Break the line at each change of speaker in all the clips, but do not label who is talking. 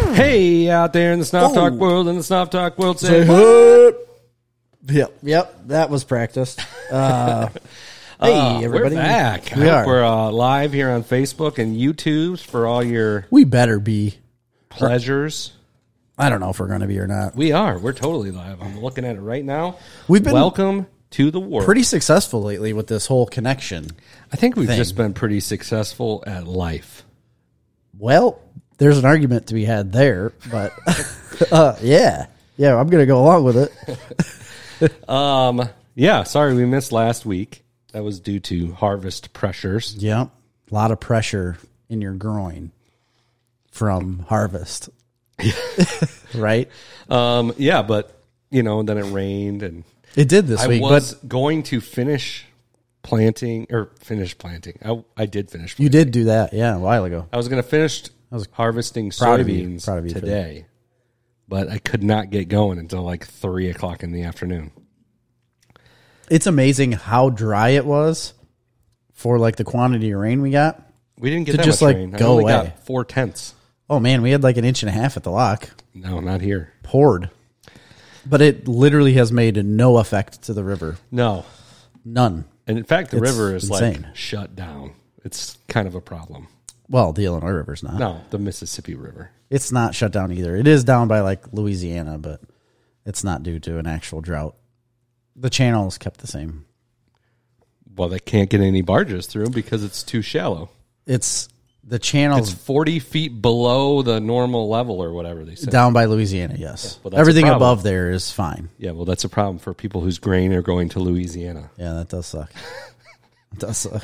everybody out there in the Snob Talk
Oh.
world, in the Snob Talk world, say,
Yep, yep, that was practiced. Uh, hey,
Uh,
Ah, everybody,
We're back. I
We
hope
are.
we're uh, live here on Facebook and YouTube's for all your
we better be.
pleasures.
I don't know if we're going to be or not.
We are. We're totally live. I'm looking at it right now.
We've been
welcome to the world.
pretty successful lately with this whole connection.
I think we've just been pretty successful at life.
Well, there's an argument to be had there, but uh, yeah, yeah, I'm going to go along with it.
Um, yeah. Sorry, we missed last week. That was due to harvest pressures.
Yep, a lot of pressure in your groin from harvest, right?
Um, yeah, but you know, then it rained, and
It did this
I
week,
was
but
going to finish planting or finish planting. I, I did finish.
you did do that, yeah, a while ago.
I was going to finish harvesting
proud of you-
soybeans
proud of you for that.
today, but I could not get going until like three o'clock in the afternoon.
It's amazing how dry it was for like the quantity of rain we got.
We didn't get
To
that
just,
much
like,
rain. I
go
only
away.
got four tenths.
Oh man, we had like an inch and a half at the lock.
No, not here.
Poured. But it literally has made no effect to the river.
No,
None.
and in fact, the
It's
river is
insane.
like shut down. It's kind of a problem.
Well, the Illinois River's not.
No, the Mississippi River.
It's not shut down either. It is down by like Louisiana, but it's not due to an actual drought. The channel is kept the same.
Well, they can't get any barges through because it's too shallow.
It's the channel's
It's forty feet below the normal level or whatever they say.
down by Louisiana, yes.
well, that's a
Everything
problem.
above there is fine.
Yeah, well, that's a problem for people whose grain are going to Louisiana.
Yeah, that does suck. it does suck.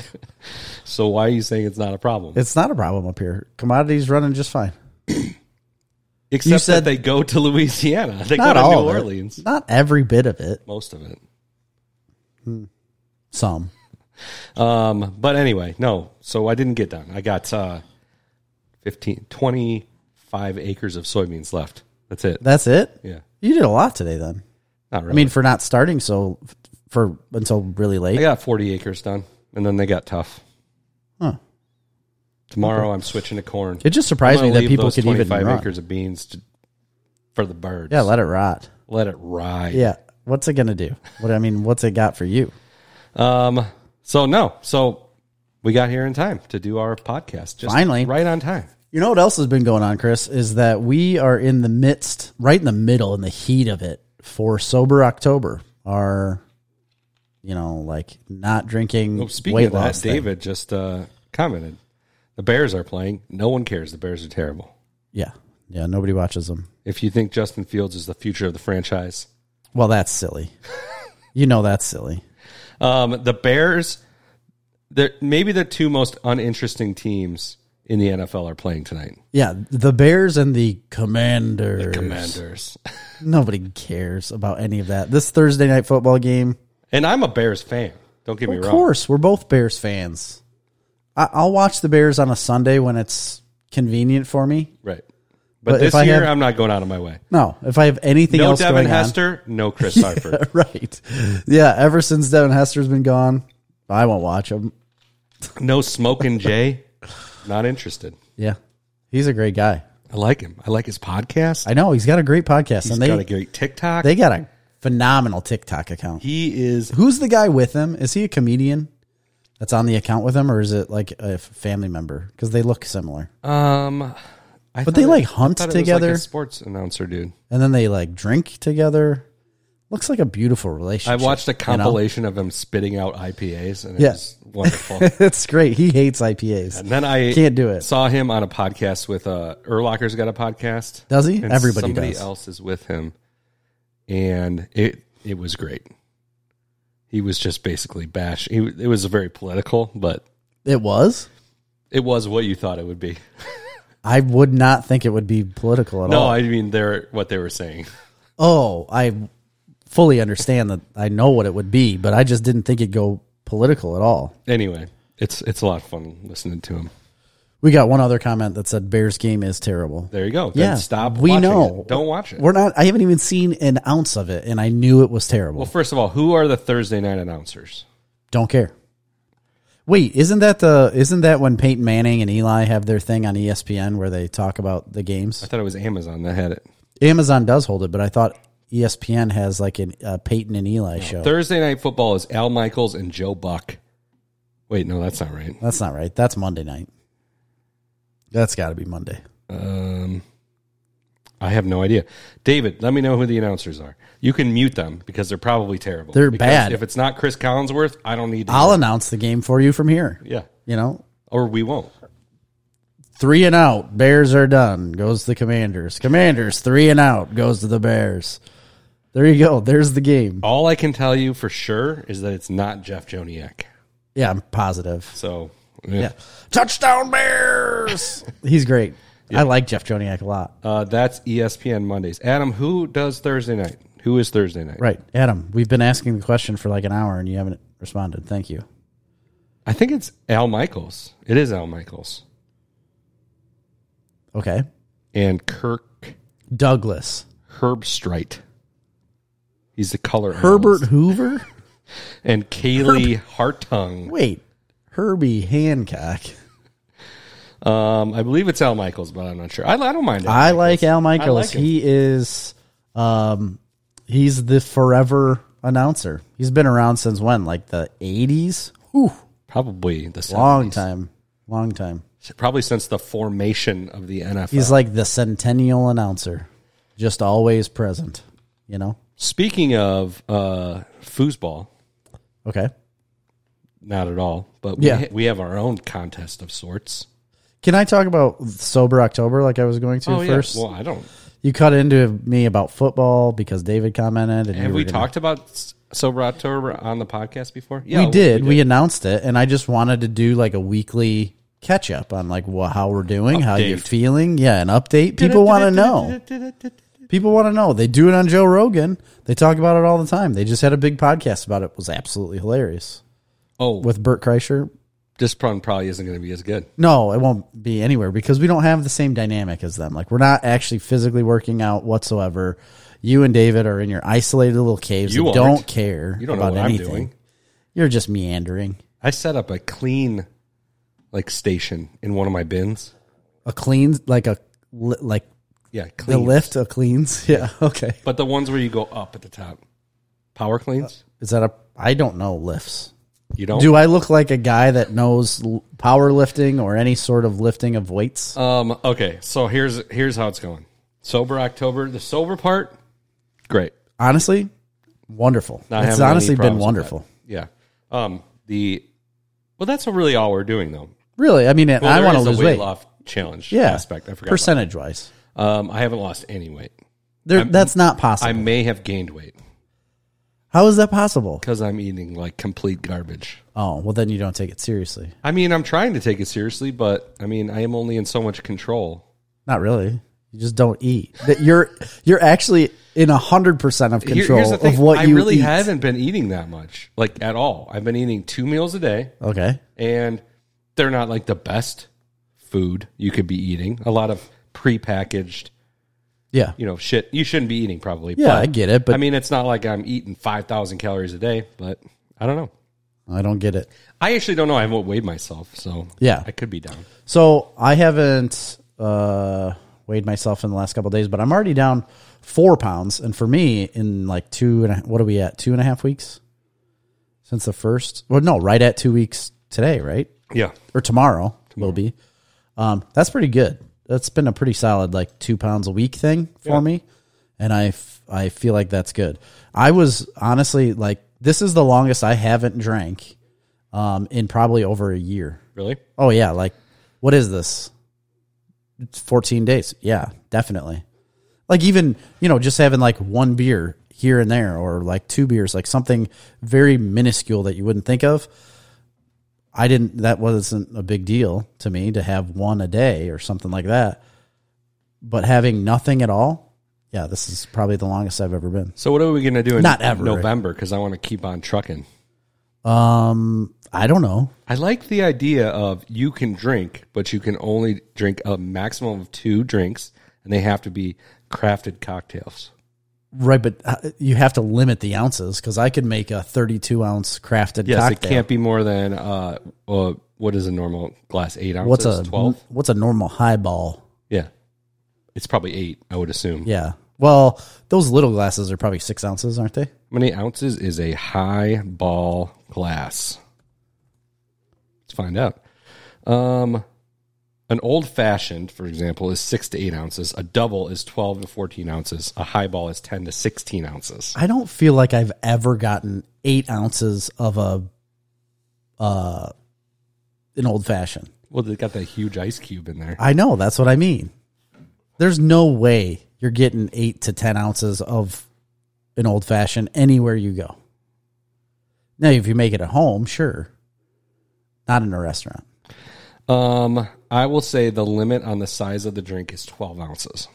So why are you saying it's not a problem?
It's not a problem up here. Commodities running just fine.
Except
You said-
that they go to Louisiana. They go
Not
to
all
New
of it.
Orleans.
Not every bit of it.
Most of it.
Some.
Um, but anyway, no. So I didn't get done. I got uh, 15, 25 acres of soybeans left. That's it.
That's it.
Yeah.
You did a lot today, then.
Not really.
I mean, for not starting so for until really
I
late.
got 40 acres done, and then they got tough.
Huh.
Tomorrow I'm switching to corn.
It just surprised me
I'm gonna
that
leave
people
those
could even
25
run.
acres of beans to, for the birds.
Yeah, let it rot.
Let it ride.
Yeah, what's it gonna do? What I mean, what's it got for you?
Um. So no. So we got here in time to do our podcast. Just
Finally.
right on time.
You know what else has been going on, Chris? Is that we are in the midst, right in the middle, in the heat of it for sober October. Our, you know, like not drinking
Well, Oh, speaking
weight
of that,
loss. thing.
David just uh, commented. The Bears are playing. No one cares. The Bears are terrible.
Yeah, yeah. Nobody watches them.
If you think Justin Fields is the future of the franchise,
Well, that's silly. you know that's silly.
um, the Bears, they're maybe the two most uninteresting teams in the NFL are playing tonight.
Yeah, the Bears and the Commanders.
Commanders.
Nobody cares about any of that. This Thursday night football game.
And I'm a Bears fan. Don't get me
Of
wrong.
course, we're both Bears fans. I, I'll watch the Bears on a Sunday when it's convenient for me.
Right.
But
But,
if
this
I
year,
have-
I'm not going out of my way.
No, if I have anything
No
else
Devin
going
Hester, no Chris Harper.
on, right? Yeah, ever since Devin Hester's been gone, I won't watch him.
No smoking Jay. Not interested.
Yeah, he's a great guy.
I like him. I like his podcast.
I know he's got a great podcast,
He's
and they
got a great TikTok.
they got a phenomenal TikTok account.
he is
Who's the guy with him? Is he a comedian that's on the account with him, or is it like a f- family member? Because they look similar,
um I
But they,
thought
like,
I
hunt
thought it was
together.
like a sports announcer dude.
and then they like drink together. Looks like a beautiful
I
relationship.
watched a
you know?
compilation of him spitting out IPAs and it
Yeah.
was wonderful.
it's great. He hates IPAs.
and then I
Can't do it.
Saw him on a podcast with uh Erlocker's got a podcast.
Does he?
And
Everybody
somebody
does.
else is with him. And it it was great. He was just basically bash. He, it was very political, but
It was.
it was what you thought it would be.
I would not think it would be political at
No,
all.
I mean they're what they were saying.
oh, I fully understand that. I know what it would be, but I just didn't think it'd go political at all.
Anyway, it's it's a lot of fun listening to him.
We got one other comment that said Bears game is terrible.
There you go. Then
Yeah,
stop.
we
watching
know.
it. Don't watch it.
We're not. I haven't even seen an ounce of it, and I knew it was terrible.
well, first of all, who are the Thursday night announcers?
Don't care. Wait, isn't that the isn't that when Peyton Manning and Eli have their thing on E ESPN where they talk about the games?
I thought it was Amazon that had it.
Amazon does hold it, but I thought E ESPN has like an uh, Peyton and Eli show.
Thursday night football is Al Michaels and Joe Buck. Wait, no, that's not right.
That's not right. That's Monday night. That's got to be Monday.
Um, I have no idea. David, let me know who the announcers are. You can mute them because they're probably terrible.
They're
Because
bad.
If it's not Chris Collinsworth, I don't need. To
I'll announce the game for you from here.
yeah,
You know,
or we won't.
three and out. Bears are done. Goes to the Commanders. Commanders three and out. Goes to the Bears. There you go. There's the game.
All I can tell you for sure is that it's not Jeff Joniak.
Yeah, I'm positive.
So
Yeah, touchdown Bears. He's great. I like Jeff Joniak a lot.
Uh, that's ESPN Mondays. Adam, who does Thursday night? Who is Thursday night?
Right, Adam. We've been asking the question for like an hour, and you haven't responded. Thank you.
I think it's Al Michaels. It is Al Michaels
Okay,
and Kirk
Douglas
Herbstreit. He's the color analyst.
Herbert Hoover.
and Kaylee Hartung.
Wait, Herbie Hancock.
Um, I believe it's Al Michaels, but I'm not sure. I, I don't mind. Al
I like Al Michaels.
him.
he is, um, he's the forever announcer. He's been around since when? Like the eighties. Ooh,
probably the
long
70s.
time, long time.
probably since the formation of the NFL.
He's like the centennial announcer, just always present. You know.
Speaking of uh, foosball,
Okay.
not at all, but we,
Yeah.
ha- we have our own contest of sorts.
Can I talk about sober October like I was going to
Oh, yeah.
first?
Well, I don't.
You cut into me about football because David commented, and you
Have
were
we
gonna-
talked about S- Sober October on the podcast before?
We
Yeah,
did. We, announced it, and I just wanted to do like a weekly catch up on like wha- how we're doing, how you're
Update.
feeling. Yeah, an update. People want to know. People want to know. They do it on Joe Rogan. They talk about it all the time. They just had a big podcast about it. It was absolutely hilarious
Oh,
with Burt Kreischer.
this one probably isn't going to be as good.
No, it won't be anywhere because we don't have the same dynamic as them. Like we're not actually physically working out whatsoever. You and David are in your isolated little caves.
You
and
aren't.
don't care
You don't know
about
what
anything.
I'm doing.
You're just meandering.
I set up a clean like station in one of my bins.
A clean, like a li- like
Yeah,
the
clean.
lift, a cleans. Yeah. Okay.
But the ones where you go up at the top. Power cleans?
Is that a? I don't know lifts.
You don't?
Uh, Do I look like a guy that knows l- powerlifting or any sort of lifting of weights?
um okay, so here's here's how it's going. Sober October, the sober part, great.
honestly, wonderful.
Not
it's
having any
honestly been
problems with
wonderful.
Yeah. Um the Well, that's really all we're doing though.
Really, I mean, and
Well,
I
there
want to
is a
lose
weight,
weight.
loss challenge
Yeah,
aspect. I forgot. about.
percentage wise.
Um I haven't lost any weight.
There, that's not possible.
I may have gained weight
How is that possible?
cuz I'm eating like complete garbage.
Oh, well, then you don't take it seriously.
I mean, I'm trying to take it seriously, but I mean, I am only in so much control.
Not really. You just don't eat. That you're you're actually in hundred percent of
Here-
control of what
I
you
really
eat.
haven't been eating that much, like at all. I've been eating two meals a day,
Okay.
and they're not like the best food you could be eating. A lot of prepackaged,
Yeah.
you know, shit you shouldn't be eating probably.
Yeah, I get it, but
I mean, it's not like I'm eating five thousand calories a day, but I don't know.
I don't get it.
I actually don't know. I haven't weighed myself, so
Yeah.
I could be down.
So I haven't uh, weighed myself in the last couple of days, but I'm already down four pounds. And for me, in like two and a, what are we at? Two and a half weeks since the first. Well, no, right at two weeks today, right
Yeah,
or tomorrow, will be. Um, that's pretty good. That's been a pretty solid like two pounds a week thing for me, and I f- I feel like that's good. I was honestly like this is the longest I haven't drank um, in probably over a year.
really.
Oh yeah, like what is this? It's 14 days. Yeah, definitely. Like even, you know, just having like one beer here and there or like two beers, like something very minuscule that you wouldn't think of. I didn't that wasn't a big deal to me to have one a day or something like that. But having nothing at all, yeah, this is probably the longest I've ever been.
So what are we going to do in
Not ever.
November? Because I want to keep on trucking.
Um, I don't know.
I like the idea of you can drink, but you can only drink a maximum of two drinks, and they have to be crafted cocktails.
Right, but uh, you have to limit the ounces because I could make a 32 ounce crafted
Yes,
cocktail.
it can't be more than uh, uh, what is a normal glass? Eight ounces?
what's a
twelve?
what's a normal highball?
Yeah, it's probably eight. I would assume.
Yeah. Well, those little glasses are probably six ounces, aren't they?
How many ounces is a high ball glass? Let's find out. Um, an old fashioned, for example, is six to eight ounces. A double is twelve to fourteen ounces. A highball is ten to sixteen ounces.
I don't feel like I've ever gotten eight ounces of a uh an old fashioned.
Well, they got that huge ice cube in there.
I know, that's what I mean. There's no way you're getting eight to ten ounces of an old fashioned anywhere you go. Now if you make it at home, sure. Not in a restaurant.
Um, I will say the limit on the size of the drink is twelve ounces,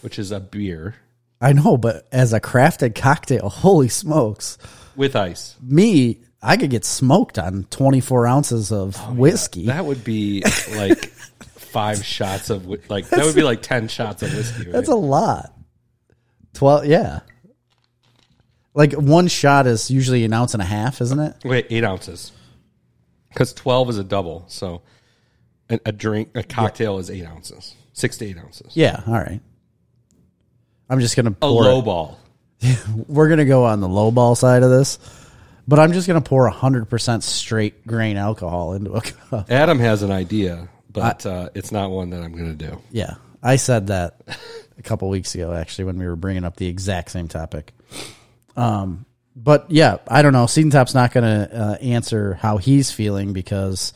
which is a beer
I know, but as a crafted cocktail, holy smokes.
with ice.
me, I could get smoked on 24 ounces of whiskey.
That would be like five shots of whi- like that would be like ten shots of whiskey. Right?
That's a lot. 12, yeah. Like one shot is usually an ounce and a half, isn't it?
Wait, eight ounces. Because twelve is a double, so a, a drink, a cocktail is eight ounces, six to eight ounces.
Yeah, all right. I'm just going to
A
pour.
low ball.
We're going to go on the low ball side of this, but I'm just going to pour 100% straight grain alcohol into a cup.
Adam has an idea, but uh, it's not one that I'm going to do.
Yeah, I said that a couple weeks ago, actually, when we were bringing up the exact same topic. Um, but yeah, I don't know. Seaton Top's not going to uh, answer how he's feeling because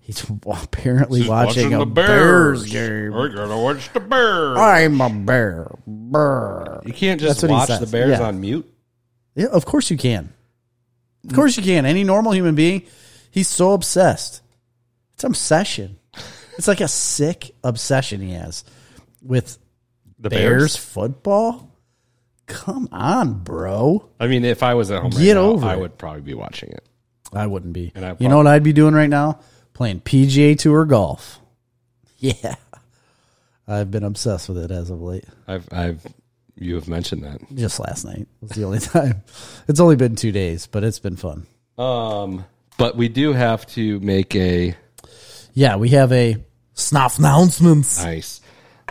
he's apparently watching, a Bears. game.
We're going to watch the Bears.
I'm a bear. Brr.
You can't just
That's what he
watch
says.
the Bears
Yeah.
on mute.
Yeah, of course you can. Of course you can. Any normal human being, he's so obsessed. It's obsession. It's like a sick obsession he has with
The
Bears football. Come on, bro.
I mean, if I was at home,
Get
right now,
over
I
it.
would probably be watching it.
I wouldn't be.
And I
you know what I'd be doing right now? Playing PGA Tour golf. Yeah. I've been obsessed with it as of late.
I've, I've, you have mentioned that.
Just last night was the only time. It's only been two days, but it's been fun.
Um, but we do have to make a
Yeah, we have a snuff announcements.
Nice.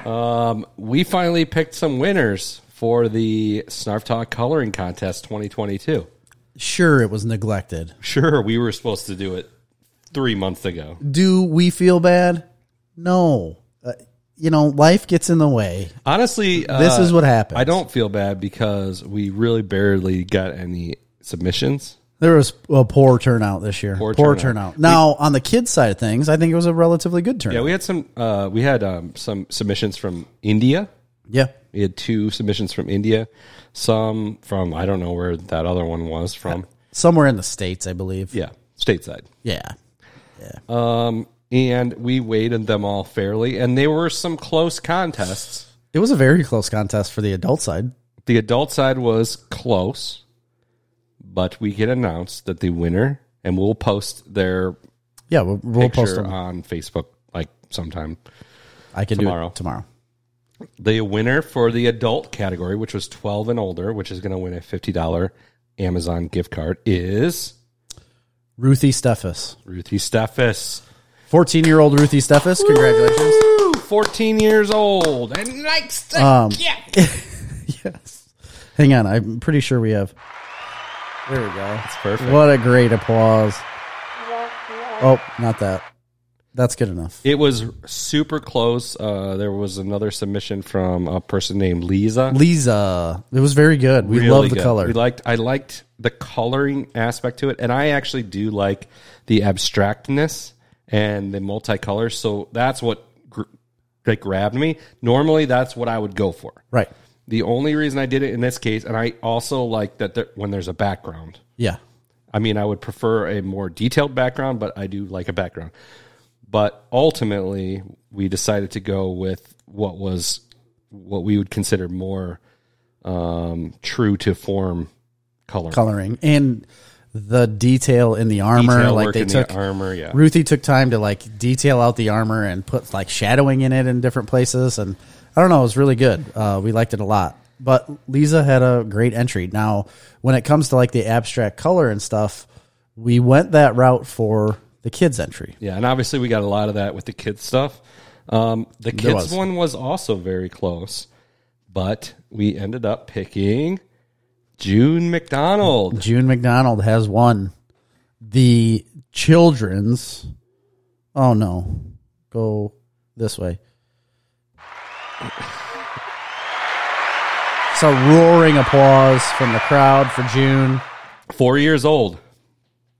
Um, we finally picked some winners for the Snarf Talk Coloring Contest 2022.
Sure, it was neglected.
Sure, we were supposed to do it three months ago.
Do we feel bad? No. Uh, you know, life gets in the way.
Honestly, uh,
This is what happens.
I don't feel bad because we really barely got any submissions.
There was a poor turnout this year. Poor, turnout.
turnout.
Now, on the kids' side of things, I think it was a relatively good
Yeah,
turnout.
we had some. Uh, we had um, some submissions from India.
yeah.
We had two submissions from India, some from I don't know where that other one was from.
somewhere in the states, I believe.
Yeah, stateside.
Yeah.
and we weighted them all fairly and they were some close contests
It was a very close contest for the adult side.
the adult side was close but we can announce that the winner and we'll post their
Yeah, we'll, we'll post
picture
them.
on facebook like sometime
I can do
tomorrow.
it tomorrow.
the winner for the adult category which was 12 and older which is going to win a $50 amazon gift card is
Ruthie Steffes,
ruthie steffes
14 year old Ruthie Steffes. Congratulations.
Woo! 14 years old and likes to
Um,
kick.
yes. Hang on. I'm pretty sure we have. There we go. That's
perfect.
What a great applause. Oh, not that. That's good enough.
It was super close. Uh, there was another submission from a person named Lisa.
Lisa. It was very good. We love the
good.
color.
We liked. I liked the coloring aspect to it, and I actually do like the abstractness and the multicolor. So that's what gr- that grabbed me. Normally, that's what I would go for.
right.
The only reason I did it in this case, and I also like that there, when there's a background.
Yeah.
I mean, I would prefer a more detailed background, but I do like a background. But ultimately, we decided to go with what was what we would consider more um, true to form color.
Coloring. And the detail in the armor.
Detail
like
work
they
in
took.
the armor, yeah.
Ruthie took time to like detail out the armor and put like shadowing in it in different places, and I don't know, it was really good. Uh, we liked it a lot. But Lisa had a great entry. Now, when it comes to like the abstract color and stuff, we went that route for the kids entry.
Yeah, and obviously we got a lot of that with the kids stuff. Um, the kids
was.
one was also very close, but we ended up picking June McDonald.
June McDonald has won the children's. Oh no, go this way. So roaring applause from the crowd for June.
Four years old.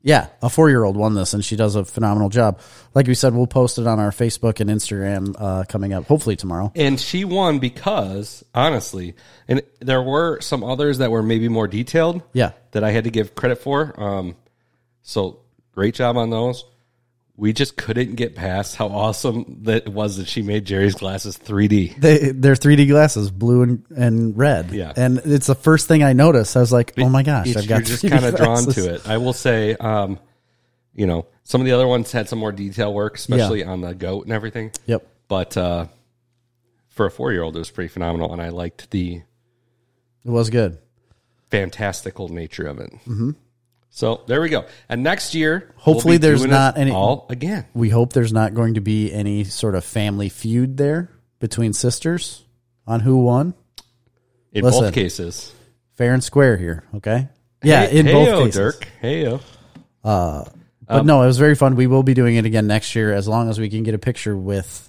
Yeah, a four-year-old won this, and she does a phenomenal job. Like we said, we'll post it on our Facebook and Instagram uh, coming up, hopefully tomorrow.
And she won because, honestly, and there were some others that were maybe more detailed
Yeah,
that I had to give credit for. Um, so great job on those. We just couldn't get past how awesome that it was that she made Jerry's glasses 3D.
they their 3D glasses, blue and, and red.
Yeah.
and it's the first thing I noticed. I was like, oh my gosh,
It's-
I've got
you're just
3D
kind of drawn
glasses.
to it. I will say, um, you know, some of the other ones had some more detail work, especially on the goat and everything.
Yep.
But uh, for a four year old, it was pretty phenomenal, and I liked the
It was good.
fantastical nature of it. Mm-hmm. So there we go. And next year,
Hopefully
be
there's
doing
not
it
any-
all again.
We hope there's not going to be any sort of family feud there between sisters on who won.
In
Listen.
both cases,
Fair and square here, okay? Yeah,
Hey-
in
hey,
both
yo,
cases.
Dirk. Hey yo.
But no, it was very fun. We will be doing it again next year as long as we can get a picture with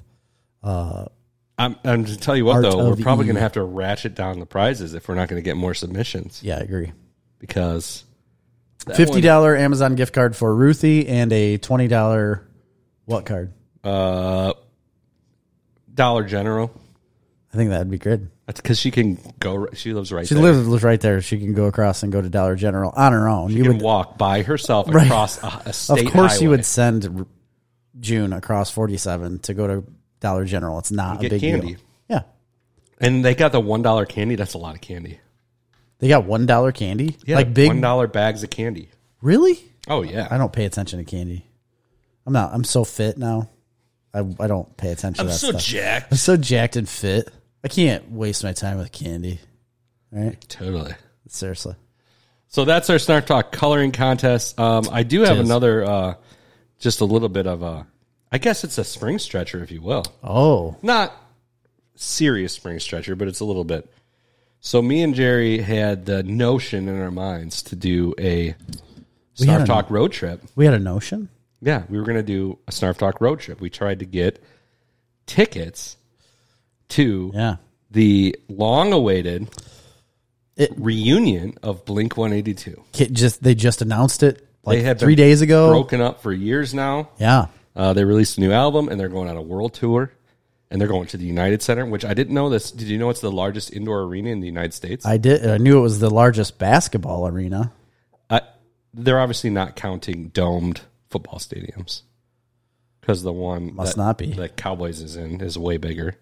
I'm, I'm to tell you what
Art
though, we're
of
probably
E.
going to have to ratchet down the prizes if we're not going to get more submissions
Yeah, I agree.
because that
Fifty
one-
dollar Amazon gift card for Ruthie and a twenty dollar what card?
uh, Dollar General.
I think that'd be good.
That's because she can go. She lives right.
She
there.
lives, lives right there. She can go across and go to Dollar General on her own.
She
you
can
would,
walk by herself
Right.
across a, a
of
state.
course, you
highway.
would send R- June across forty seven to go to Dollar General. It's not a
get
big
candy.
deal. Yeah,
And they got the one dollar candy. That's a lot of candy.
they got one dollar candy.
Yeah,
like big.
one dollar bags of candy.
Really?
Oh yeah,
I don't pay attention to candy. I'm not. I'm so fit now. I I don't pay attention. to that stuff.
jacked.
I'm so jacked and fit. I can't waste my time with candy. Right?
Totally.
Seriously.
So that's our Snark Talk coloring contest. Um, I do have
Tis.
another, uh, just a little bit of a, I guess it's a spring stretcher, if you will.
Oh,
not serious spring stretcher, but it's a little bit. So me and Jerry had the notion in our minds to do a
had
Snarf
a-
Talk road trip.
we had a notion.
Yeah, we were going to do a Snarf Talk road trip. We tried to get tickets to
Yeah.
the long-awaited
It-
reunion of Blink 182.
Kid just they just announced it like
They had
three
been
days ago.
Broken up for years now.
Yeah.
Uh, they released a new album and they're going on a world tour and they're going to the United Center, which I didn't know this. Did you know it's the largest indoor arena in the United States?
I did. I knew it was the largest basketball arena.
I, they're obviously not counting domed football stadiums because the one
Must not be.
the Cowboys is in is way bigger.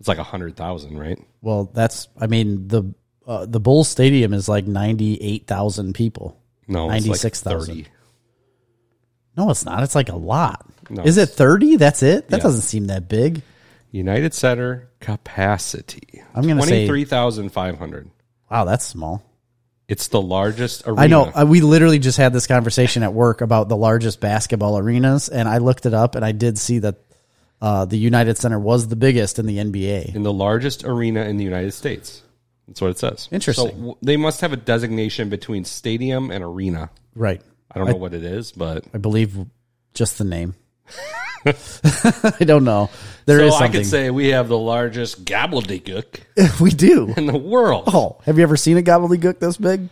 It's like a hundred thousand, right?
Well, that's. I mean the uh, the Bulls Stadium is like ninety eight thousand people.
No, it's like
96,000.
30.
No, it's not. It's like a lot.
No,
is it
it's-
thirty? That's it. That
Yeah.
doesn't seem that big.
United Center capacity.
I'm gonna say-
twenty three thousand five hundred.
Wow, that's small.
It's the largest arena.
I know. Uh, we literally just had this conversation at work about the largest basketball arenas, and I looked it up, and I did see that uh, the United Center was the biggest in the NBA.
in the largest arena in the United States. That's what it says.
Interesting.
So w- they must have a designation between stadium and arena.
Right.
I don't know what it is, but
I believe just the name. I don't know. There
so
is
I could
something
say we have the largest gobbledygook
we do.
in the world.
Oh, have you ever seen a gobbledygook this big?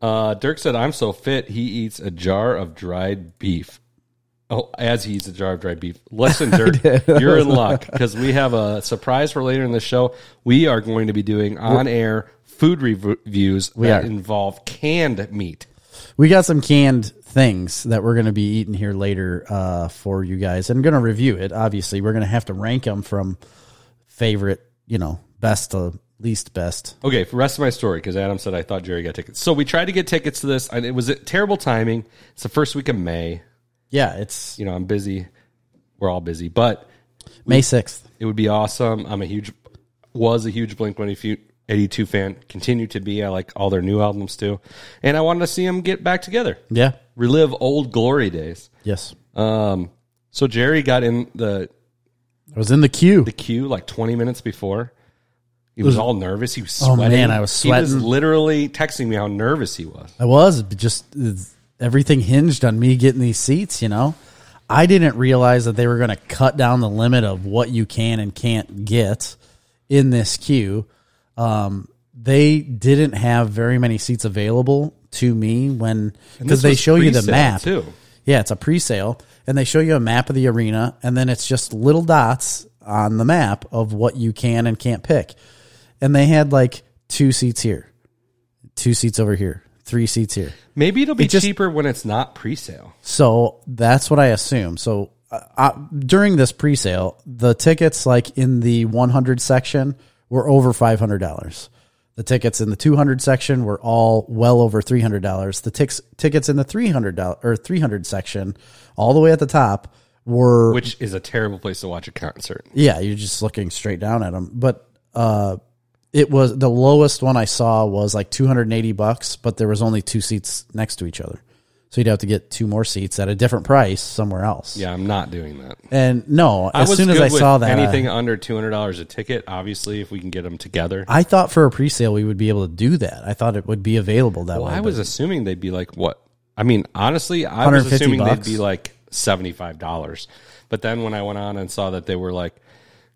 Uh, Dirk said, "I'm so fit. He eats a jar of dried beef." Oh, as he eats a jar of dried beef. Listen, Dirk, you're in luck because we have a surprise for later in the show. We are going to be doing on-air food reviews that
are.
involve canned meat.
We got some canned things that we're going to be eating here later uh, for you guys, and going to review it. Obviously, we're going to have to rank them from favorite, you know, best to least best.
Okay, for the rest of my story, because Adam said I thought Jerry got tickets. So we tried to get tickets to this, and it was at terrible timing. It's the first week of May.
Yeah, it's
You know, I'm busy. We're all busy, but
May 6th.
it would be awesome. I'm a huge, was a huge Blink 182 82 fan, continue to be. I like all their new albums too. And I wanted to see them get back together,
Yeah.
relive old glory days.
Yes.
Um, so Jerry got in the
I was in the queue.
the queue like 20 minutes before. He was all nervous. He was
Oh,
sweating.
man, I was
He was
sweating.
literally texting me how nervous he was.
I was but just everything hinged on me getting these seats, you know. I didn't realize that they were going to cut down the limit of what you can and can't get in this queue. Um, they didn't have very many seats available to me when because
This
they
was
show you the
pre-sale,
map.
too.
Yeah, it's a pre-sale, and they show you a map of the arena, and then it's just little dots on the map of what you can and can't pick. And they had like two seats here, two seats over here, three seats here.
Maybe it'll be
just-
cheaper when it's not pre-sale.
So that's what I assume. So uh, uh, during this pre-sale, the tickets like in the 100 section were over $500. The tickets in the 200 section were all well over $300. The ticks, tickets in the 300 doll- or 300 section, all the way at the top, were
which is a terrible place to watch a concert.
yeah, you're just looking straight down at them. But uh, it was the lowest one I saw was like 280 bucks, but there was only two seats next to each other. So you'd have to get two more seats at a different price somewhere else.
Yeah, I'm not doing that.
And no, as soon as
good
I
with
saw that,
anything under two hundred dollars a ticket, obviously, if we can get them together.
I thought for a presale we would be able to do that. I thought it would be available that
Well,
way.
I
but-
was assuming they'd be like what? I mean, honestly, I was
150
assuming
bucks.
they'd be like seventy five dollars. But then when I went on and saw that they were like,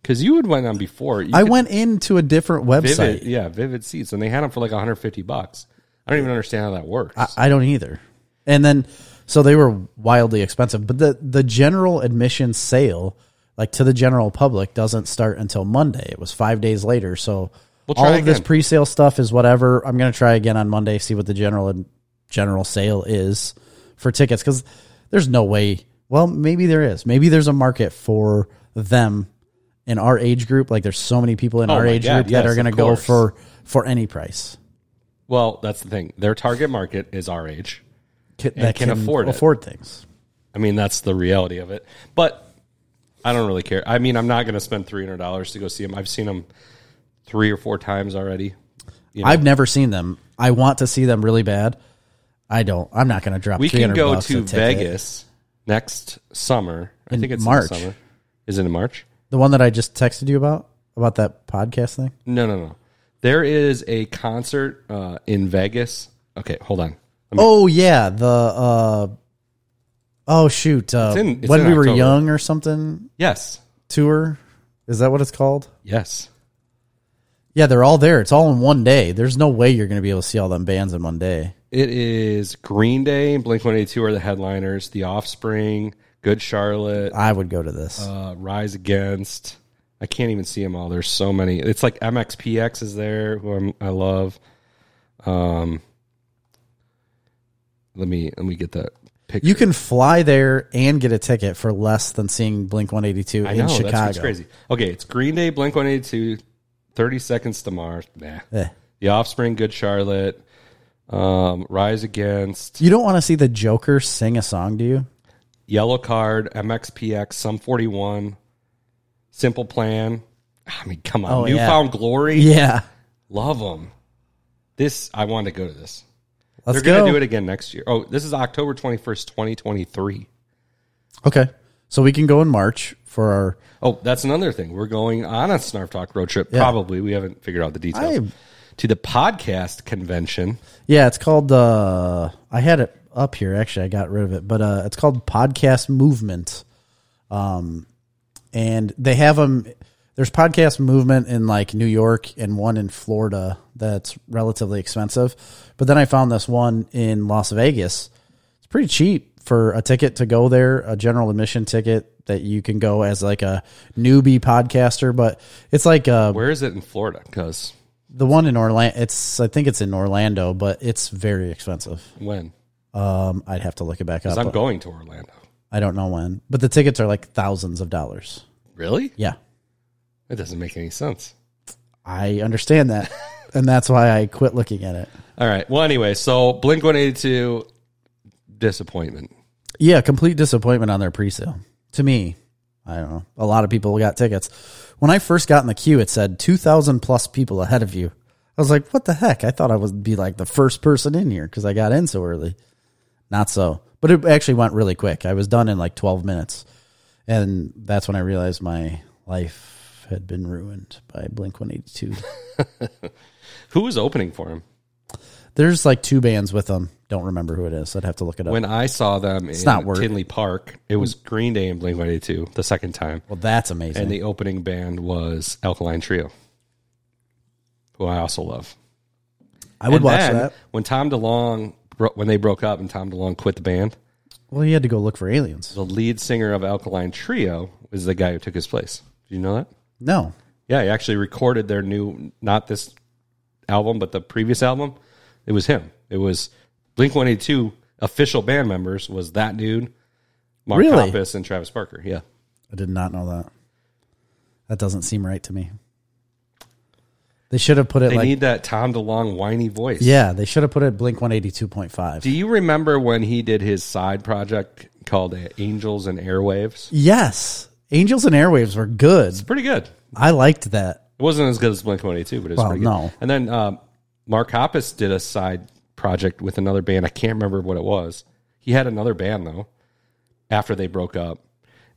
because you had went on before, you
I
could
went into a different
vivid,
website.
yeah, vivid seats, and they had them for like one hundred fifty bucks. I don't even understand how that works.
I don't either. And then so they were wildly expensive, but the the general admission sale like to the general public doesn't start until Monday. It was 5 days later, so
We'll
all
try
of this
again.
pre-sale stuff is whatever. I'm going to try again on Monday see what the general ad- general sale is for tickets cuz there's no way. Well, maybe there is. Maybe there's a market for them in our age group. Like there's so many people in
Oh
our
my
age
God,
group that
yes,
are going to
of
go
course.
for for any price.
well, that's the thing. Their target market is our age.
Ca- that
can afford it.
afford things.
I mean, that's the reality of it. But I don't really care. I mean, I'm not going to spend three hundred dollars to go see them. I've seen them three or four times already. you know?
I've never seen them. I want to see them really bad. I don't. I'm not going to drop.
We can
300
go
bucks a
to
ticket.
Vegas next summer. I
In
think it's in
March.
the summer. Is it in March?
The one that I just texted you about about that podcast thing.
No, no, no. There is a concert uh, in Vegas. Okay, hold on. Let me-
Oh yeah, the uh, oh shoot, uh,
It's in- it's
when
in
we were
October.
young or something
Yes,
tour. Is that what it's called?
yes.
Yeah, they're all there. It's all in one day. There's no way you're going to be able to see all them bands in one day.
It is Green Day and Blink One Eighty Two are the headliners. The Offspring, Good Charlotte,
I would go to this.
uh, Rise Against. I can't even see them all. There's so many. It's like MXPX is there, who I'm, I love. Um, let me let me get that picture.
you can fly there and get a ticket for less than seeing Blink 182
I
in
know
Chicago.
that's what's crazy. Okay, it's Green Day, Blink 182, 30 Seconds to Mars. Nah.
Eh.
The Offspring, Good Charlotte, um, Rise Against,
You don't want to see the Joker sing a song, do you?
Yellow Card, MXPX, Sum 41, Simple Plan. I mean, come on,
Oh, yeah.
Newfound Glory.
Yeah.
Love them. This I want to go to this.
Let's
They're
go.
gonna do it again next year. Oh, this is October twenty first, twenty twenty three.
Okay. So we can go in March for our.
Oh, that's another thing. We're going on a Snarf Talk road trip. Probably we haven't figured out the details to the podcast convention.
Yeah, it's called. Uh, I had it up here. Actually, I got rid of it, but uh, it's called Podcast Movement. Um, and they have them. There's Podcast Movement in like New York and one in Florida that's relatively expensive. But then I found this one in Las Vegas. It's pretty cheap for a ticket to go there, a general admission ticket that you can go as like a newbie podcaster. But it's like uh,
Where is it in Florida? Because
The one in Orlando, it's I think it's in Orlando, but it's very expensive.
when?
Um, I'd have to look it back up.
'Cause I'm going to Orlando.
I don't know when, but the tickets are like thousands of dollars.
Really?
Yeah,
That doesn't make any sense.
I understand that, and that's why I quit looking at it.
All right. Well, anyway, so Blink one eighty two disappointment.
Yeah, complete disappointment on their pre-sale. To me, I don't know. A lot of people got tickets. When I first got in the queue, it said two thousand plus people ahead of you. I was like, what the heck? I thought I would be like the first person in here because I got in so early. Not so. But it actually went really quick. I was done in like 12 minutes. And that's when I realized my life had been ruined by Blink 182.
Who was opening for him?
There's like two bands with them. Don't remember who it is. I'd have to look it up.
When I saw them in
not work.
Tinley Park, it was Green Day and Blink 182 the second time.
well, that's amazing.
And the opening band was Alkaline Trio, who I also love.
I would
And
watch
then,
that.
When Tom DeLong, bro- when they broke up and Tom DeLong quit the band,
Well, he had to go look for aliens.
the lead singer of Alkaline Trio is the guy who took his place. Do you know that?
No.
Yeah, he actually recorded their new, not this album, but the previous album. It was him. It was Blink 182 official band members was that dude, Mark
Really?
Hoppus, and Travis Barker. Yeah.
I did not know that. That doesn't seem right to me. They should have put it
They
like
need that Tom DeLong whiny voice.
yeah. They should have put it Blink one eighty two point five.
Do you remember when he did his side project called Angels and Airwaves?
Yes, Angels and Airwaves were good.
It's pretty good.
I liked that.
It wasn't as good as Blink 182, but it was
Well,
pretty good.
no.
And then um, Mark Hoppus did a side project with another band. I can't remember what it was. He had another band, though, after they broke up.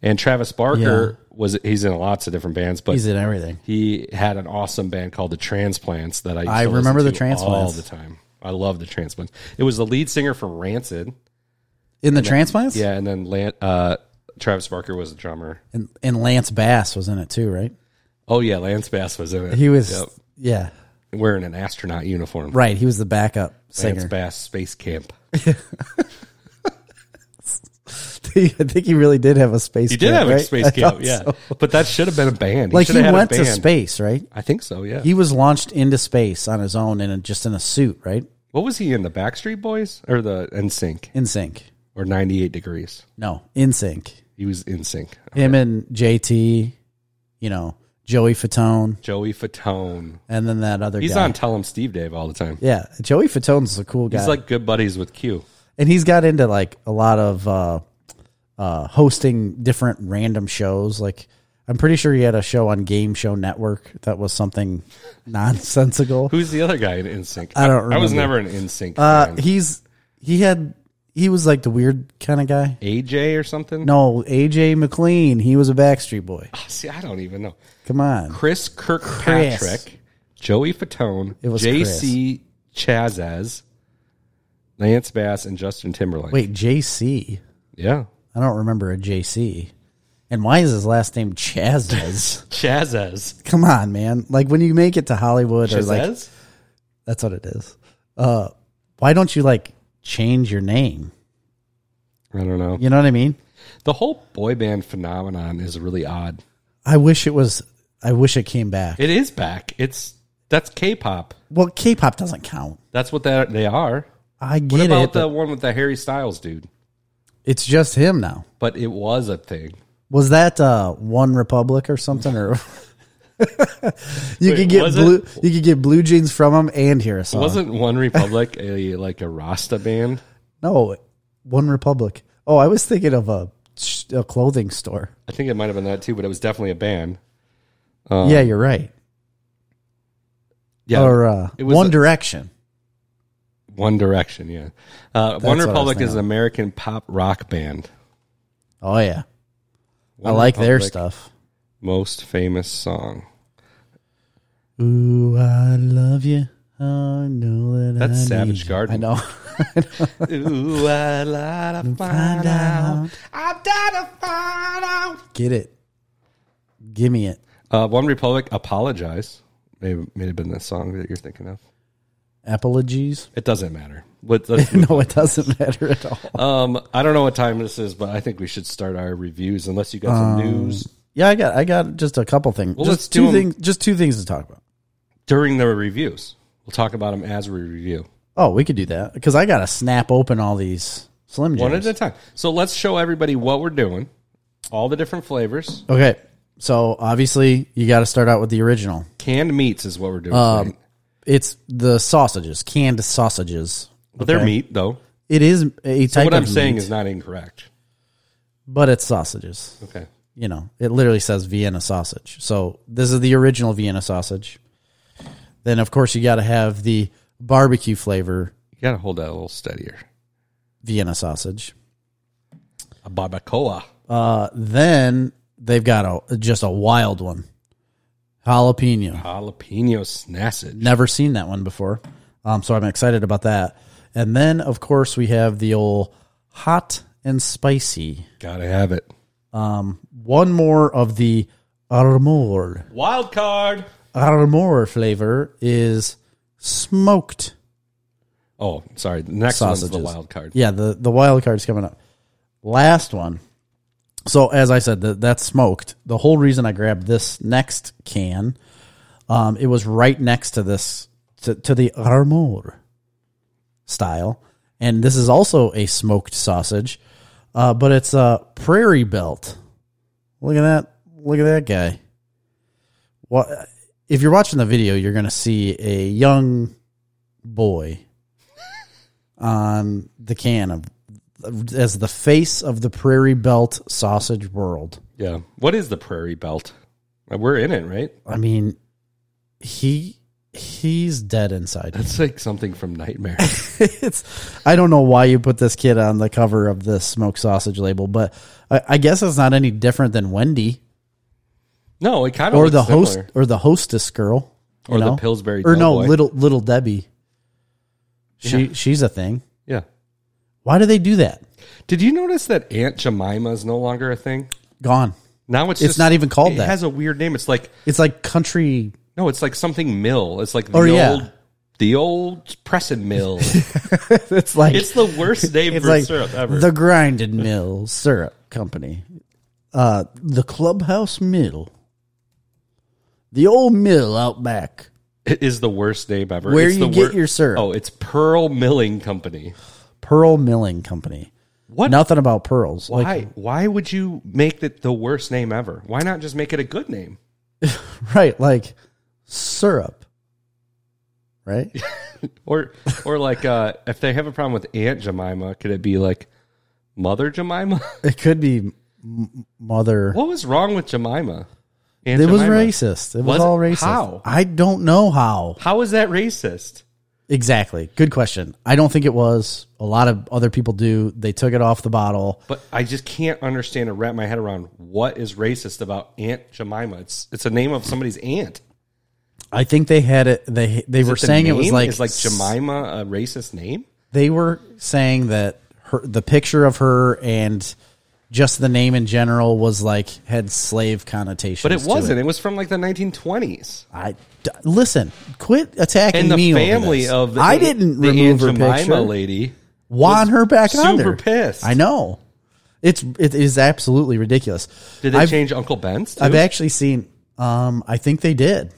And Travis Barker was, he's in lots of different bands, but
He's in everything.
he had an awesome band called The Transplants that I used
I
to listen
remember The
to all
Transplants.
the time. I love The Transplants. It was the lead singer from Rancid.
In the transplants.
Yeah, and then Lan- uh, Travis Barker was the drummer.
and, and Lance Bass was in it too, right?
Oh, yeah, Lance Bass was in it.
He was.
Yep.
Yeah,
wearing an astronaut uniform.
right. He was the backup
Lance
singer.
Bass Space Camp.
I think he really did have a space.
He did have
camp,
a
right? I
space
thought
camp, yeah.
so.
But that should have been a band.
Like
should
he
have had a
went to
band.
space, right?
I think so. Yeah.
He was launched into space on his own and just in a suit, right?
what was he in the Backstreet Boys or the NSYNC
In sync.
or 98 Degrees?
No, in sync.
He was in sync.
Him and JT, you know, Joey Fatone,
Joey Fatone.
and then that other
He's
guy.
on Tell Him Steve Dave all the time.
Yeah, Joey Fatone's a cool guy.
He's like good buddies with Q.
and he's got into like a lot of uh, uh, hosting different random shows. Like, I'm pretty sure he had a show on Game Show Network that was something nonsensical.
Who's the other guy in NSYNC?
I don't
I was never
remember.
an NSYNC
Uh,
fan.
he's he had he was like the weird kind of guy.
AJ or something?
No, AJ McLean. He was a Backstreet Boy.
See, I don't even know.
Come on.
Chris Kirkpatrick, Joey Fatone,
It was
J.C. Chazaz, Lance Bass, and Justin Timberlake.
Wait, JC.
Yeah.
I don't remember a JC. And why is his last name Chazes?
Chazaz.
Come on, man. Like when you make it to Hollywood or like
Chazaz?
that's what it is. Uh why don't you like change your name?
I don't know.
You know what I mean?
The whole boy band phenomenon is really odd.
I wish it was I wish it came back.
It is back. It's that's K-pop.
well, K-pop doesn't count. they
They are.
I
What
get
about
it. but
the one with the Harry Styles dude?
it's just him now.
But it was a thing.
Was that uh One Republic or something or You
Wait,
could get
was it?
blue you could get blue jeans from him and hear a song.
Wasn't One Republic a like a Rasta band?
No, One Republic. Oh, I was thinking of a, a clothing store.
I think it might have been that too, but it was definitely a band.
yeah, you're right.
Uh, Yeah.
Or uh,
it was
One
a-
Direction.
One Direction, yeah. Uh, One
what I was
Republic
thinking
is an American pop rock band.
Oh yeah,
One
I like their
Republic,
stuff.
Most famous song.
Ooh, I love you. I know that
That's
I
Savage
need you.
Garden.
I know.
Ooh, I lie to
Find out.
I'm down to find out.
Get it. Give me it.
Uh, One Republic, Apologize. Maybe may have been the song that you're thinking of.
Apologies.
It doesn't matter. Let- let's-
No, it doesn't matter at all.
um, I don't know what time this is, but I think we should start our reviews unless you got
Um,
some news.
Yeah, I got I got just a couple things.
Well, let's
just
do
two
'em-
things. Just two things to talk about.
During the reviews, we'll talk about them as we review.
Oh, we could do that because I got to snap open all these Slim Jims.
One at a time. So let's show everybody what we're doing, all the different flavors.
Okay. So obviously you got to start out with the original.
Canned meats is what we're doing.
Um,
tonight.
It's the sausages, canned sausages.
But they're meat, though.
It is a type
What
of
I'm saying
meat,
is not incorrect.
but it's sausages.
Okay.
You know, it literally says Vienna sausage. So this is the original Vienna sausage. Then of course you got to have the barbecue flavor
You got to hold that a little steadier.
Vienna sausage.
A barbacoa.
Uh, then they've got a just a wild one, jalapeno.
Jalapeno snassage.
Never seen that one before, um, so I'm excited about that. And then of course we have the old hot and spicy.
Got to have it.
Um, one more of the armor
Wild card.
armor flavor is smoked.
Oh, sorry. The next one's
Sausages.
the wild card.
Yeah, the the wild card's coming up. Last one. So as I said, that that's smoked. The whole reason I grabbed this next can, um, it was right next to this to, to the Armour style, and this is also a smoked sausage, uh, but it's a prairie belt. Look at that! Look at that guy. What? If you're watching the video, you're gonna see a young boy on the can of as the face of the prairie belt sausage world.
Yeah. What is the prairie belt? Uh, We're in it, right?
I mean, he he's dead inside.
That's like something from Nightmare.
it's I don't know why you put this kid on the cover of this smoked sausage label, but I, I guess it's not any different than Wendy
no, it kind of
or the host or the hostess girl you
Or the
know?
Pillsbury
or no
Doughboy.
little little Debbie. She she's a thing.
Yeah.
Why do they do that?
Did you notice that Aunt Jemima is no longer a thing?
Gone.
Now it's
It's
just-
not even called
it
that.
has a weird name. It's like
It's like country
no, it's like something mill. It's like the
Or, Oh, yeah.
old the old Preston mill.
it's like
it's the worst name
It's
for
like
syrup ever.
the grinded mill syrup company, uh, the clubhouse mill, the old mill out back.
it is the worst name ever.
Where
It's
you
the
get your syrup.
Oh, it's Pearl Milling Company.
Pearl Milling Company.
What?
Nothing about pearls.
why?
Like
why would you make it the worst name ever? Why not just make it a good name?
right, like syrup. Right?
Or or like uh, if they have a problem with Aunt Jemima, could it be like Mother Jemima?
it could be m- m- mother.
what was wrong with Jemima? Aunt
It was
Jemima.
racist. It
Was
was,
it?
all racist.
How?
I don't know how.
How is that racist?
Exactly. Good question. I don't think it was. A lot of other people do. They took it off the bottle.
But I just can't understand or wrap my head around what is racist about Aunt Jemima. It's it's a name of somebody's aunt.
I think they had it. They they were
But the
saying it was
name
like
is like Jemima a racist name?
They were saying that her the picture of her and just the name in general was like had slave connotations.
But it
to
wasn't. It. was from like the 1920s.
I d- listen. Quit attacking
And the
me. over
family
this.
of the
I didn't
the
remove her
Aunt Jemima
picture.
lady.
Won her back
super
under.
pissed.
I know. It's it is absolutely ridiculous.
Did they
I've,
change Uncle Ben's? Too?
I've actually seen. Um, I think they did.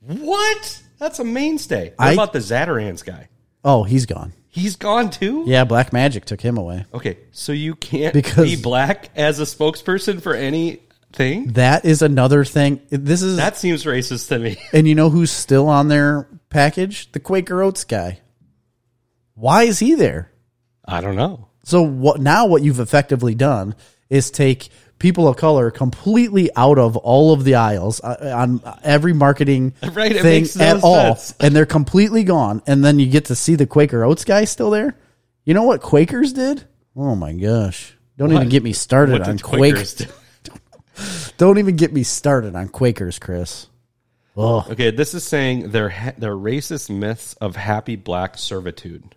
what? That's a mainstay. What
I-
about the Zatarans guy?
Oh, he's gone.
He's gone too.
Yeah, Black Magic took him away.
Okay, so you can't
Because-
be black as a spokesperson for anything.
That is another thing. This is
That seems racist to me.
And you know who's still on their package? The Quaker Oats guy. Why is he there?
I don't know.
So what now what you've effectively done is take people of color completely out of all of the aisles uh, on every marketing
Right, it
thing
makes no
at all
sense.
and they're completely gone and then you get to see the Quaker Oats guy still there? You know what Quakers did? Oh my gosh. Don't even get me started
What
on
did Quakers
Quakers.
do?
Don't even get me started on Quakers, Chris. Oh,
Okay, this is saying they're ha- they're racist myths of happy black servitude.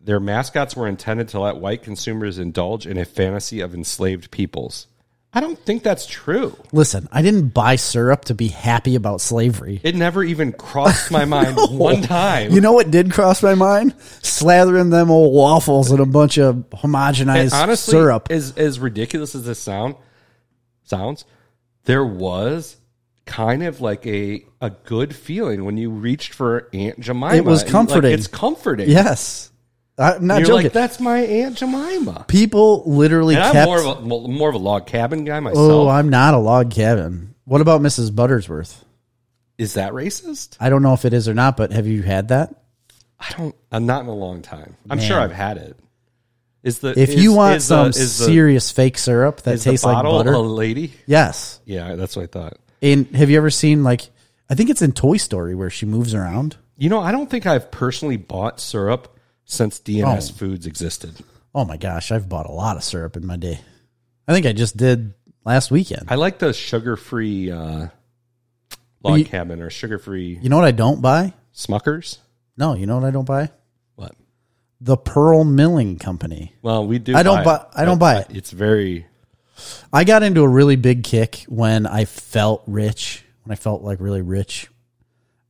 Their mascots were intended to let white consumers indulge in a fantasy of enslaved peoples. I don't think that's true.
Listen, I didn't buy syrup to be happy about slavery.
It never even crossed my mind one time.
You know what did cross my mind? Slathering them old waffles in a bunch of
And
homogenized
honestly,
syrup.
as as ridiculous as this sound sounds, there was kind of like a a good feeling when you reached for Aunt Jemima.
It was
Like,
comforting.
it's comforting.
yes. I'm not
You're
joking.
like, that's my Aunt Jemima.
People literally
And
kept.
I'm more of a mo- more of a log cabin guy myself.
oh, I'm not a log cabin. What about Mrs. Buttersworth?
Is that racist?
I don't know if it is or not, but have you had that?
I don't. I'm not in a long time. I'm sure I've had it. Is the
If
is-
you want
is the-
some
is the-
serious fake syrup that
is the
tastes like
bottle
butter,
a lady?
yes,
Yeah, that's what I thought.
And have you ever seen like I think it's in Toy Story where she moves around?
You know, I don't think I've personally bought syrup since DNS Foods existed.
Oh my gosh, I've bought a lot of syrup in my day. I think I just did last weekend.
I like the sugar-free uh, log cabin or sugar-free
You know what I don't buy?
Smuckers.
No, you know what I don't buy?
What?
The Pearl Milling Company.
Well, we do.
I don't
it,
buy- I don't
but
buy it.
It's very.
I got into a really big kick when I felt rich. When I felt like really rich,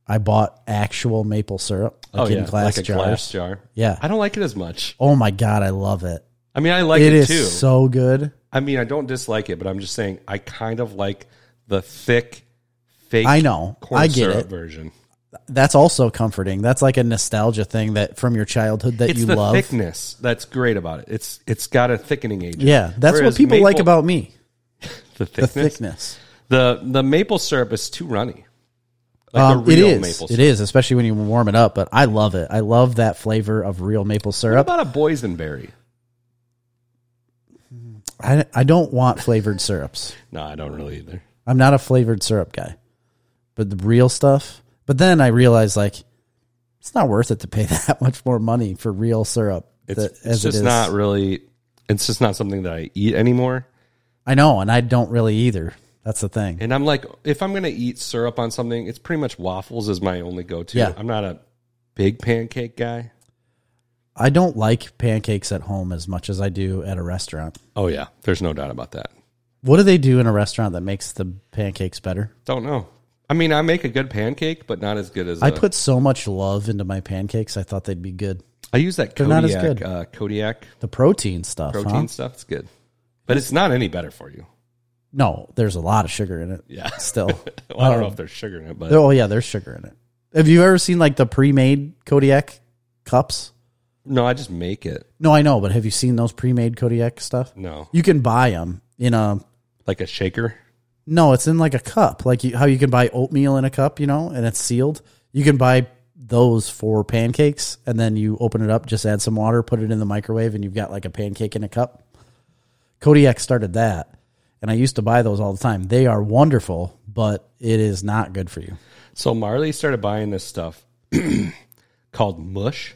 I bought actual maple syrup, like
oh
in
yeah,
glass
like a
jars.
glass jar.
Yeah.
I don't like it as much.
Oh my god, I love it.
I mean, I like it,
it is
too.
so good.
I mean, I don't dislike it, but I'm just saying I kind of like the thick, fake.
I know.
corn
I get
syrup
it.
version.
That's also comforting. That's like a nostalgia thing that from your childhood that
It's
you
the
love.
thickness that's great about it. It's it's got a thickening agent.
Yeah, that's
Whereas
what people like
maple-
about me.
the
The
thickness.
thickness.
The the maple syrup is too runny. Like
Um,
the
it
real
is.
maple
it
syrup.
is, especially when you warm it up. But I love it. I love that flavor of real maple
What
syrup.
about a boysenberry?
I, I don't want flavored syrups.
No, I don't really either.
I'm not a flavored syrup guy, but the real stuff. But then I realized like it's not worth it to pay that much more money for real syrup.
It's,
that-
it's just not really. It's just not something that I eat anymore.
I know, and I don't really either. That's the thing.
And I'm like, if I'm gonna eat syrup on something, it's pretty much waffles is my only go-to.
Yeah.
I'm not a big pancake guy.
I don't like pancakes at home as much as I do at a restaurant.
Oh yeah, there's no doubt about that.
What do they do in a restaurant that makes the pancakes better?
Don't know. I mean, I make a good pancake, but not as good as
I
I
put so much love into my pancakes. I thought they'd be good.
I use that Kodiak
not as good. Uh-huh.
Uh, Kodiak
The protein stuff. huh?
protein stuff. It's good, but it's not any better for you.
No, there's a lot of sugar in it.
Yeah.
Still.
Well, I don't know if there's sugar in it, but
Um, There- oh yeah, there's sugar in it. Have you ever seen like the pre-made Kodiak cups?
no, I just make it.
No, I know, but have you seen those pre-made Kodiak stuff?
No,
You can buy them in a
like a shaker.
no, it's in like a cup, like you, how you can buy oatmeal in a cup, you know, and it's sealed. You can buy those for pancakes, and then you open it up, just add some water, put it in the microwave, and you've got like a pancake in a cup. Kodiak started that, and I used to buy those all the time. They are wonderful, but it is not good for you.
So Marley started buying this stuff called mush.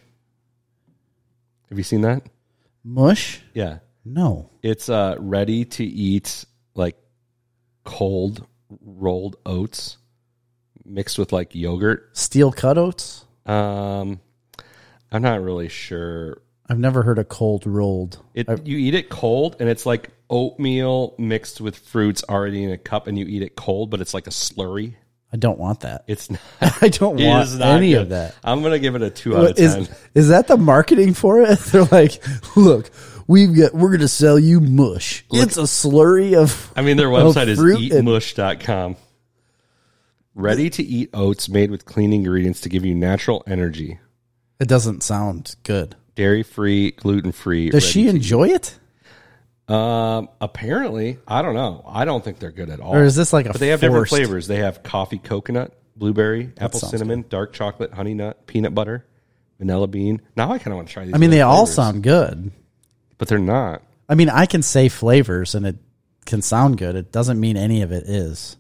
Have you seen that?
Mush?
Yeah.
No.
It's uh, ready to eat like cold rolled oats mixed with like yogurt.
Steel cut oats?
Um, I'm not really sure.
I've never heard of cold rolled.
It you eat it cold and it's like oatmeal mixed with fruits already in a cup and you eat it cold, but it's like a slurry.
I don't want that.
It's not,
I don't
it
want
is not
any
good.
of that.
I'm gonna give it a two out of
What
ten.
Is is that the marketing for it? They're like, look, we've got we're gonna sell you mush. It's a slurry of
I mean, their
of
website is
Oh, fruit and-
eatmush.com. Ready to eat oats made with clean ingredients to give you natural energy.
It doesn't sound good.
Dairy free, gluten free.
Does she enjoy it?
Um, apparently, I don't know. I don't think they're good at all.
Or is this like a
But they have different
forced-
flavors. They have coffee, coconut, blueberry, apple,
sounds
cinnamon, dark chocolate, honey nut, peanut butter, vanilla bean. Now I kind of want to try these.
I mean,
other
they all
flavors,
sound good.
but they're not.
I mean, I can say flavors and it can sound good. It doesn't mean any of it is.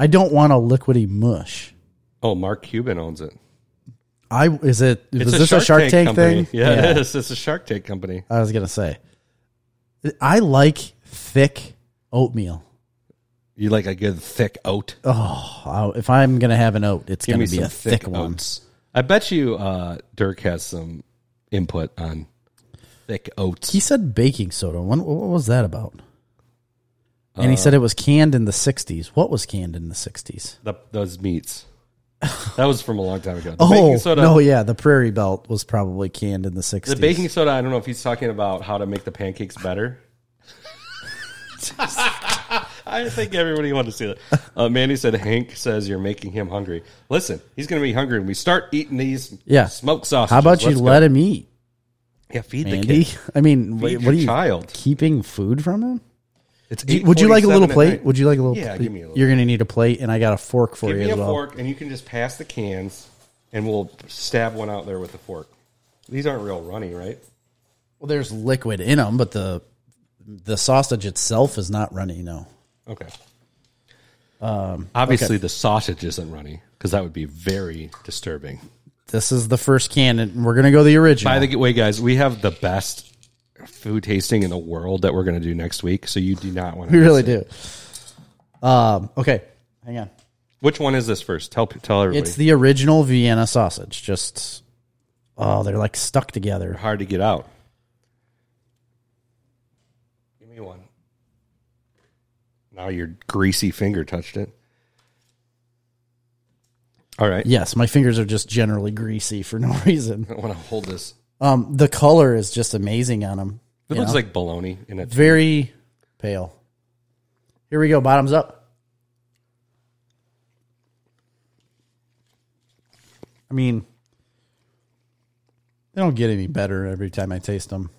I don't want a liquidy mush.
Oh, Mark Cuban owns it.
I is it
It's
was this a Shark Tank,
company.
thing?
Yeah, it is. It's a Shark Tank company.
I was gonna say. I like thick oatmeal.
You like a good thick oat?
Oh, I- if I'm gonna have an oat, it's
Give me
gonna be
some
a thick, one.
oats. I bet you uh, Dirk has some input on thick oats.
He said baking soda. When, what was that about?
Uh,
And he said it was canned in the '60s. What was canned in the '60s?
The, those meats. That was from a long time ago. The
Oh,
baking soda.
no, yeah, the Prairie Belt was probably canned in the '60s.
The baking soda. I don't know if he's talking about how to make the pancakes better. I think everybody wanted to see that. Uh, Mandy said Hank says you're making him hungry. Listen, he's going to be hungry when we start eating these.
Yeah.
smoke sausages.
How about you
Let's go.
let him eat,
Yeah, feed the
Andy?
kid.
I mean,
Feed
wait,
your
what are you
child.
keeping food from him?
It's
Would you like a little
8:47 at
plate?
night.
Would you like a little?
Yeah,
plate?
give me a little.
You're gonna need a plate, and I got a fork for
Give
you
me a
as well.
fork, and you can just pass the cans, and we'll stab one out there with the fork. These aren't real runny, right?
Well, there's liquid in them, but the the sausage itself is not runny. No.
Okay. Obviously, the sausage isn't runny because that would be very disturbing.
This is the first can, and we're gonna go the original.
By the way, guys, we have the best food tasting in the world that we're going to do next week. So you do not want
we
to.
really do. Um, okay, hang on.
Which one is this first? Tell tell everybody.
It's the original Vienna sausage. Just oh, they're like stuck together.
hard to get out. Give me one. Now your greasy finger touched it. All right.
Yes, my fingers are just generally greasy for no reason.
I want to hold this.
Um, the color is just amazing on them.
It looks like bologna in it.
Very pale. Here we go. Bottoms up. I mean, they don't get any better every time I taste them.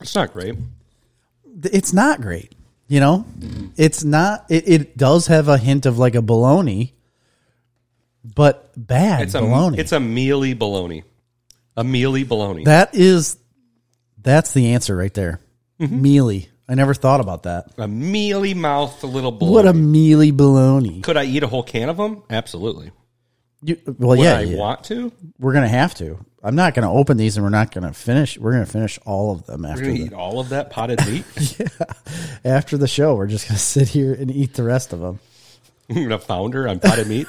It's not great.
It's not great. You know, it's not. It, it does have a hint of like a bologna, but bad
It's a
bologna.
it's a mealy bologna. A mealy bologna.
that is, that's the answer right there.
Mm-hmm.
Mealy. I never thought about that.
a mealy mouthed little bologna.
What a mealy bologna.
Could I eat a whole can of them? Absolutely.
You, well,
Would
yeah,
I
yeah.
want to?
we're gonna have to. I'm not gonna open these, and we're not gonna finish. We're gonna finish all of them
We're
after
going to
the,
eat all of that potted meat.
after the show. We're just gonna sit here and eat the rest of them.
I'm going to founder on potted meat.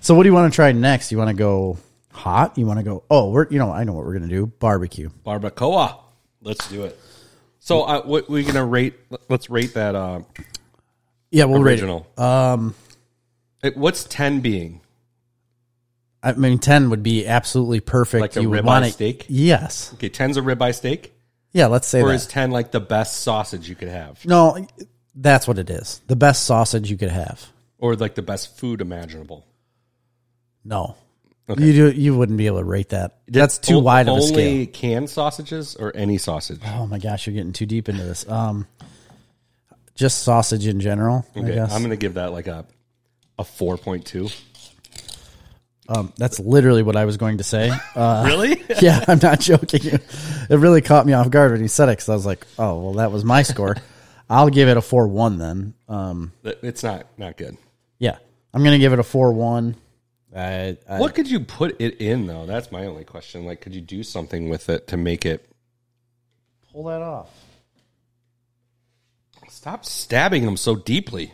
So, what do you want to try next? You want to go hot? You want to go? Oh, we're you know I know what we're gonna do. Barbecue.
barbacoa. Let's do it. So, uh, what we gonna rate? Let's rate that uh,
Yeah, we'll
original.
rate it. Um,
It- what's ten being?
I mean, ten would be absolutely perfect.
Like a
would
ribeye
wanna-
steak?
Yes.
Okay, ten's a ribeye steak,
Yeah. Let's say
or
that.
is ten like the best sausage you could have,
no, that's what it is. The best sausage you could have.
or like the best food imaginable?
No. You do. You wouldn't be able to rate that. That's too
O-
wide of a
only
scale.
canned sausages or any sausage.
Oh my gosh, you're getting too deep into this. Um, just sausage in general, I
Okay,
guess.
I'm gonna give that like a a four point two.
um, that's literally what I was going to say. Uh,
really?
yeah, I'm not joking. It really caught me off guard when he said it because I was like, "Oh, well, that was my score." I'll give it a four-one then. Um,
That- it's not not good.
yeah, I'm gonna give it a four-one. I, I,
What could you put it in though? That's my only question. Like, could you do something with it to make it?
pull that off.
Stop stabbing them so deeply.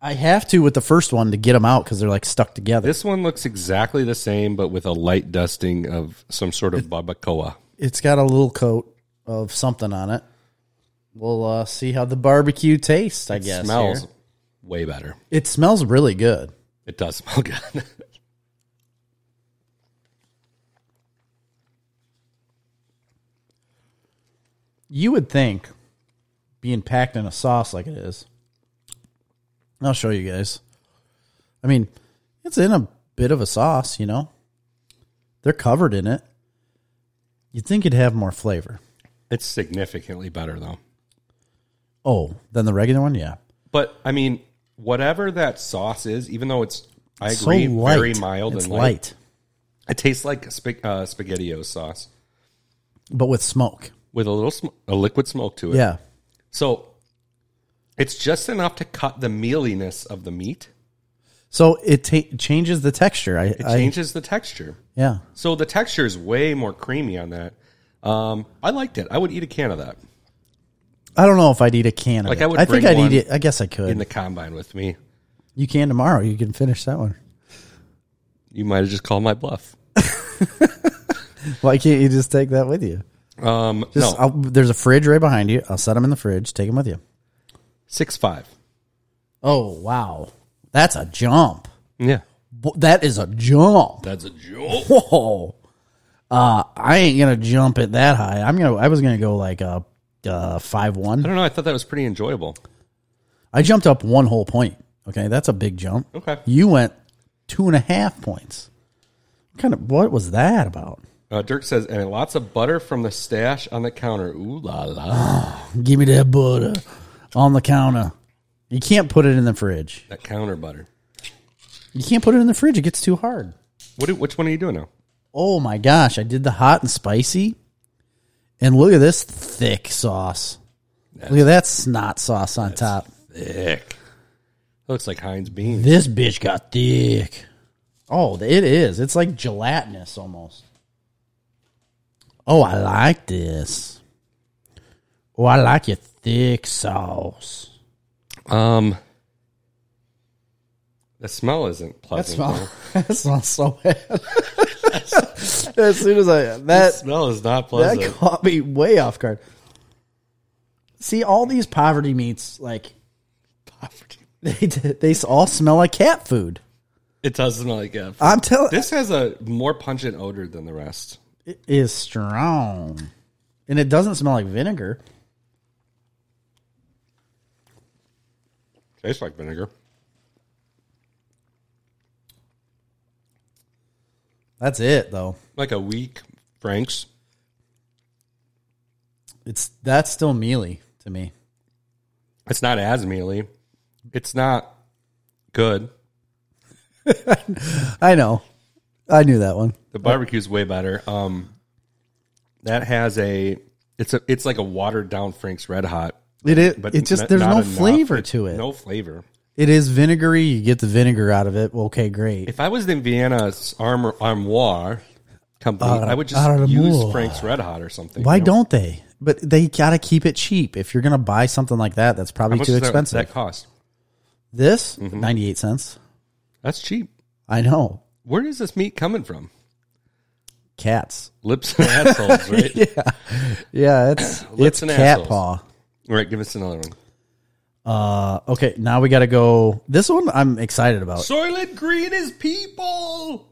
I have to with the first one to get them out because they're like stuck together.
This one looks exactly the same, but with a light dusting of some sort of barbacoa.
it's got a little coat of something on it. We'll uh, see how the barbecue tastes. I guess
smells
here.
way better.
It smells really good.
It does smell good.
You would think being packed in a sauce like it is. I'll show you guys. I mean, it's in a bit of a sauce, you know. They're covered in it. You'd think it'd have more flavor.
it's significantly better though.
Oh, than the regular one, yeah.
But I mean, whatever that sauce is, even though it's, I
So
agree,
light,
very mild
It's
and light, It tastes like sp- uh, spaghetti sauce
but with smoke.
with a little sm- a liquid smoke to it.
Yeah,
So it's just enough to cut the mealiness of the meat.
so it ta- changes the texture. I,
It
I
changes the texture.
yeah.
So the texture is way more creamy on that. Um, I liked it. I would eat a can of that
I don't know if I'd eat a can. Of
Like,
it.
I would
I think
bring
I'd
one
eat it. I guess I could.
in the combine with me.
you can tomorrow. You can finish that one.
You might have just called my bluff.
Why can't you just take that with you?
Um, no,
Just, I'll, there's a fridge right behind you. I'll set them in the fridge. Take them with you.
six five.
Oh wow, that's a jump.
Yeah,
Bo- That is a jump.
that's a joke.
Whoa. Uh, I ain't gonna jump it that high. I'm gonna. I was gonna go like a uh, five
I
one.
don't know. I thought that was pretty enjoyable.
I jumped up one whole point. Okay, that's a big jump.
Okay.
You went two and a half points. What kind of what was that about?
Uh, Dirk says, and lots of butter from the stash on the counter. Ooh la la!
Give me that butter on the counter. You can't put it in the fridge.
That counter butter.
You can't put it in the fridge. It gets too hard.
What? Do, which one are you doing now?
Oh my gosh, I did the hot and spicy. And look at this thick sauce. look at that snot sauce on top.
thick. Looks like Heinz beans.
This bitch got thick. Oh, it is. It's like gelatinous almost. Oh, I like this. Oh, I like your thick sauce.
Um, the smell isn't
That
pleasant.
smells. That smells so bad. as soon as I
though.
that
smell is not
that
pleasant.
caught me way off guard. See, all these poverty meats, like they they all smell like cat food.
It does smell like cat.
I'm telling.
This has a more pungent odor than the rest.
It is strong. And it doesn't smell like vinegar.
Tastes like vinegar.
That's it though.
Like a weak Frank's.
It's that's still mealy to me.
It's not as mealy. It's not good.
I know. I knew that one.
The barbecue's way better. Um, that has a it's a it's like a watered down Frank's Red Hot,
It is
but
it just
n-
there's
not
no
enough.
flavor
It's
to it.
No flavor.
It is vinegary, you get the vinegar out of it. Well, Okay, great.
If I was in Vienna's armor, armoire company, I would
armoire.
just use Frank's Red Hot or something.
Why
you know?
don't they? But they gotta keep it cheap. If you're gonna buy something like that, that's probably
How much
too
does that- Mm-hmm.
expensive.
that cost?
this ninety eight cents.
That's cheap.
I know.
Where is this meat coming from?
Cats.
Lips and assholes, right?
Yeah, it's
Lips
it's
and
cat
assholes.
paw.
All right, give us another one.
Uh, okay, now we gotta go. This one I'm excited about.
Soylent Green is people.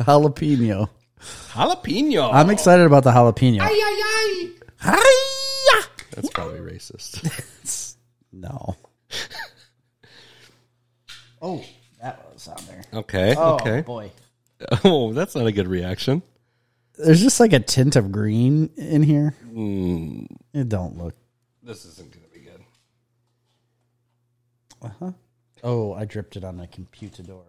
Jalapeno.
Jalapeno.
I'm excited about the jalapeno.
That's probably racist.
No. oh, that was on there. Oh,
Okay. okay.
boy.
Oh, that's not a good reaction.
There's just like a tint of green in here. It don't look.
This isn't going to be good.
Oh, I dripped it on the computador.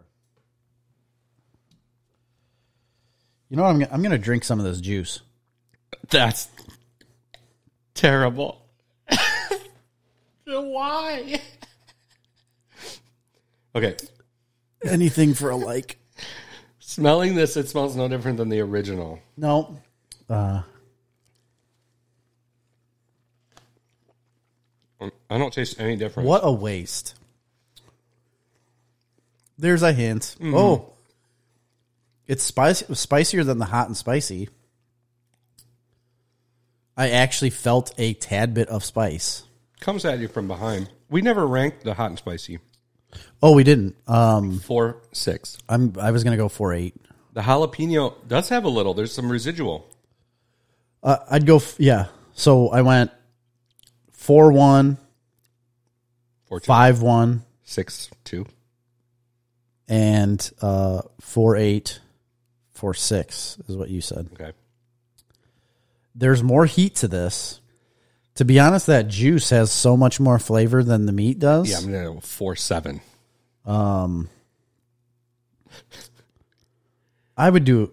You know what? I'm gonna, I'm gonna drink some of this juice.
That's terrible. Why? Okay.
Anything for a like.
Smelling this, it smells no different than the original.
No.
Um, I don't taste any different.
What a waste. There's a hint.
Mm-hmm.
Oh. It's spicy, spicier than the hot and spicy. I actually felt a tad bit of spice.
comes at you from behind? We never ranked the hot and spicy.
Oh, we didn't. Um
Four, six.
I'm I was going to go 4 8.
The jalapeno does have a little. There's some residual.
Uh, I'd go f- yeah. So I went 4 1,
Four, two,
5 1
six, two.
and uh 4 8 4 6 is what you said.
Okay.
there's more heat to this. To be honest, that juice has so much more flavor than the meat does.
Yeah, I'm gonna go four seven.
Um, I would do.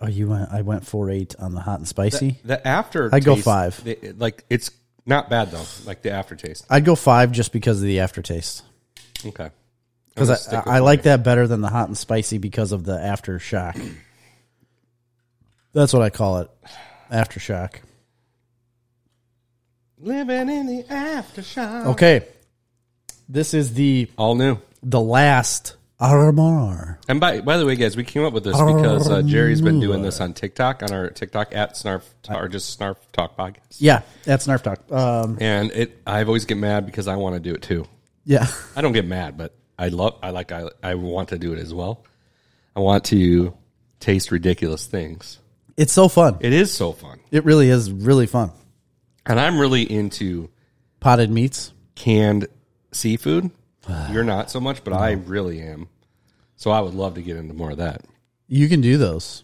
Oh, you went. I went four eight on the hot and spicy.
The after
I'd go five.
like it's not bad though. Like the aftertaste.
I'd go five just because of the aftertaste.
Okay. I'm gonna
Because
stick
I,
with
I like that better than the hot and spicy because of the aftershock. That's what I call it, aftershock.
living in the aftershock.
Okay, this is the
All new.
the last armor.
And by by the way, guys, we came up with this because uh, Jerry's been doing this on TikTok on our TikTok at Snarf or just Snarf Talk podcast.
Yeah, that's Nerf Talk. Um,
And it, I always get mad because I want to do it too.
yeah,
I don't get mad, but I love. I like. I I want to do it as well. I want to taste ridiculous things.
it's so fun.
It is so fun,
It really is really fun.
and I'm really into
Potted meats.
canned seafood. You're not so much, but I really am. So I would love to get into more of that.
You can do those.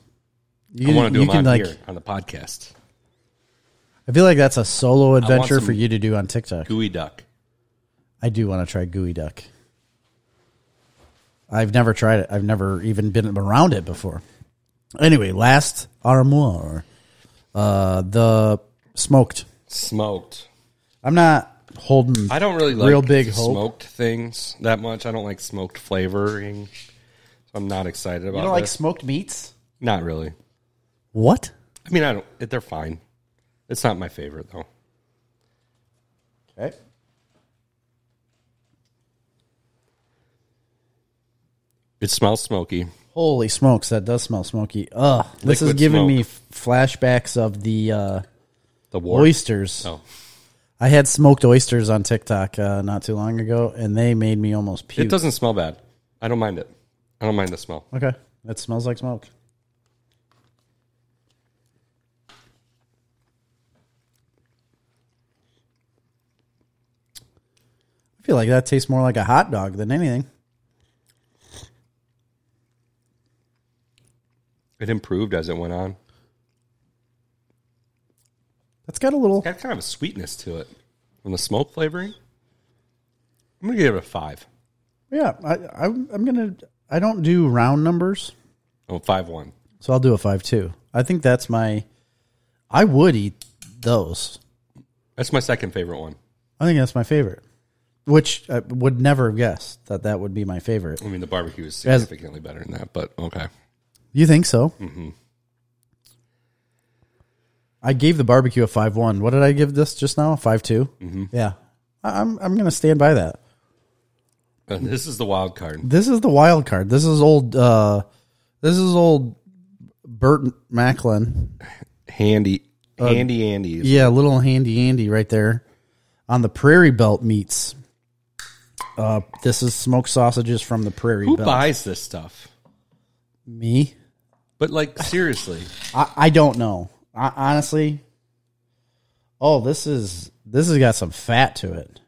You
I want to do
you
them on
like,
here on the podcast.
I feel like that's a solo adventure
some-
for you to do on TikTok.
Gooey duck.
I do want to try gooey duck. I've never tried it. I've never even been around it before. Anyway, last armoire, uh, the smoked.
Smoked.
I'm not. holding.
I don't really like
Real big hope.
smoked things that much. I don't like smoked flavoring. So I'm not excited about
you don't like
this.
smoked meats?
not really.
What?
I mean, I don't. it- They're fine. It's not my favorite though.
Okay.
It smells smoky.
Holy smokes, that does smell smoky. Ugh, this is
Liquid
giving
smoke.
me f- flashbacks of the uh,
The war.
oysters.
Oh,
I had smoked oysters on TikTok uh, not too long ago, and they made me almost
it
puke.
doesn't smell bad. I don't mind it. I don't mind the smell.
okay, that smells like smoke. I feel like that tastes more like a hot dog than anything.
It improved as it went on.
That's got a little.
It had kind of a sweetness to it from the smoke flavoring. I'm gonna give it a five.
Yeah, I, I, I'm gonna. I don't do round numbers.
Oh, five one.
So I'll do a five two. I think that's my. I would eat those.
That's my second favorite one.
I think that's my favorite, which I would never have guessed that that would be my favorite.
I mean, the barbecue is significantly better than that, but okay.
You think so? Mm-hmm. I gave the barbecue a five one. What did I give this just now? Five Mm-hmm. Yeah, I, I'm I'm gonna stand by that.
Uh, this is the wild card.
This is the wild card. This is old. uh This is old. Burt Macklin.
Handy, handy Andy. is-
Yeah, little handy Andy right there on the Prairie Belt meats. Uh, this is smoked sausages from the Prairie
Who
Belt.
buys this stuff?
Me?
But like seriously,
I, I don't know. I, honestly, oh, this is this has got some fat to it.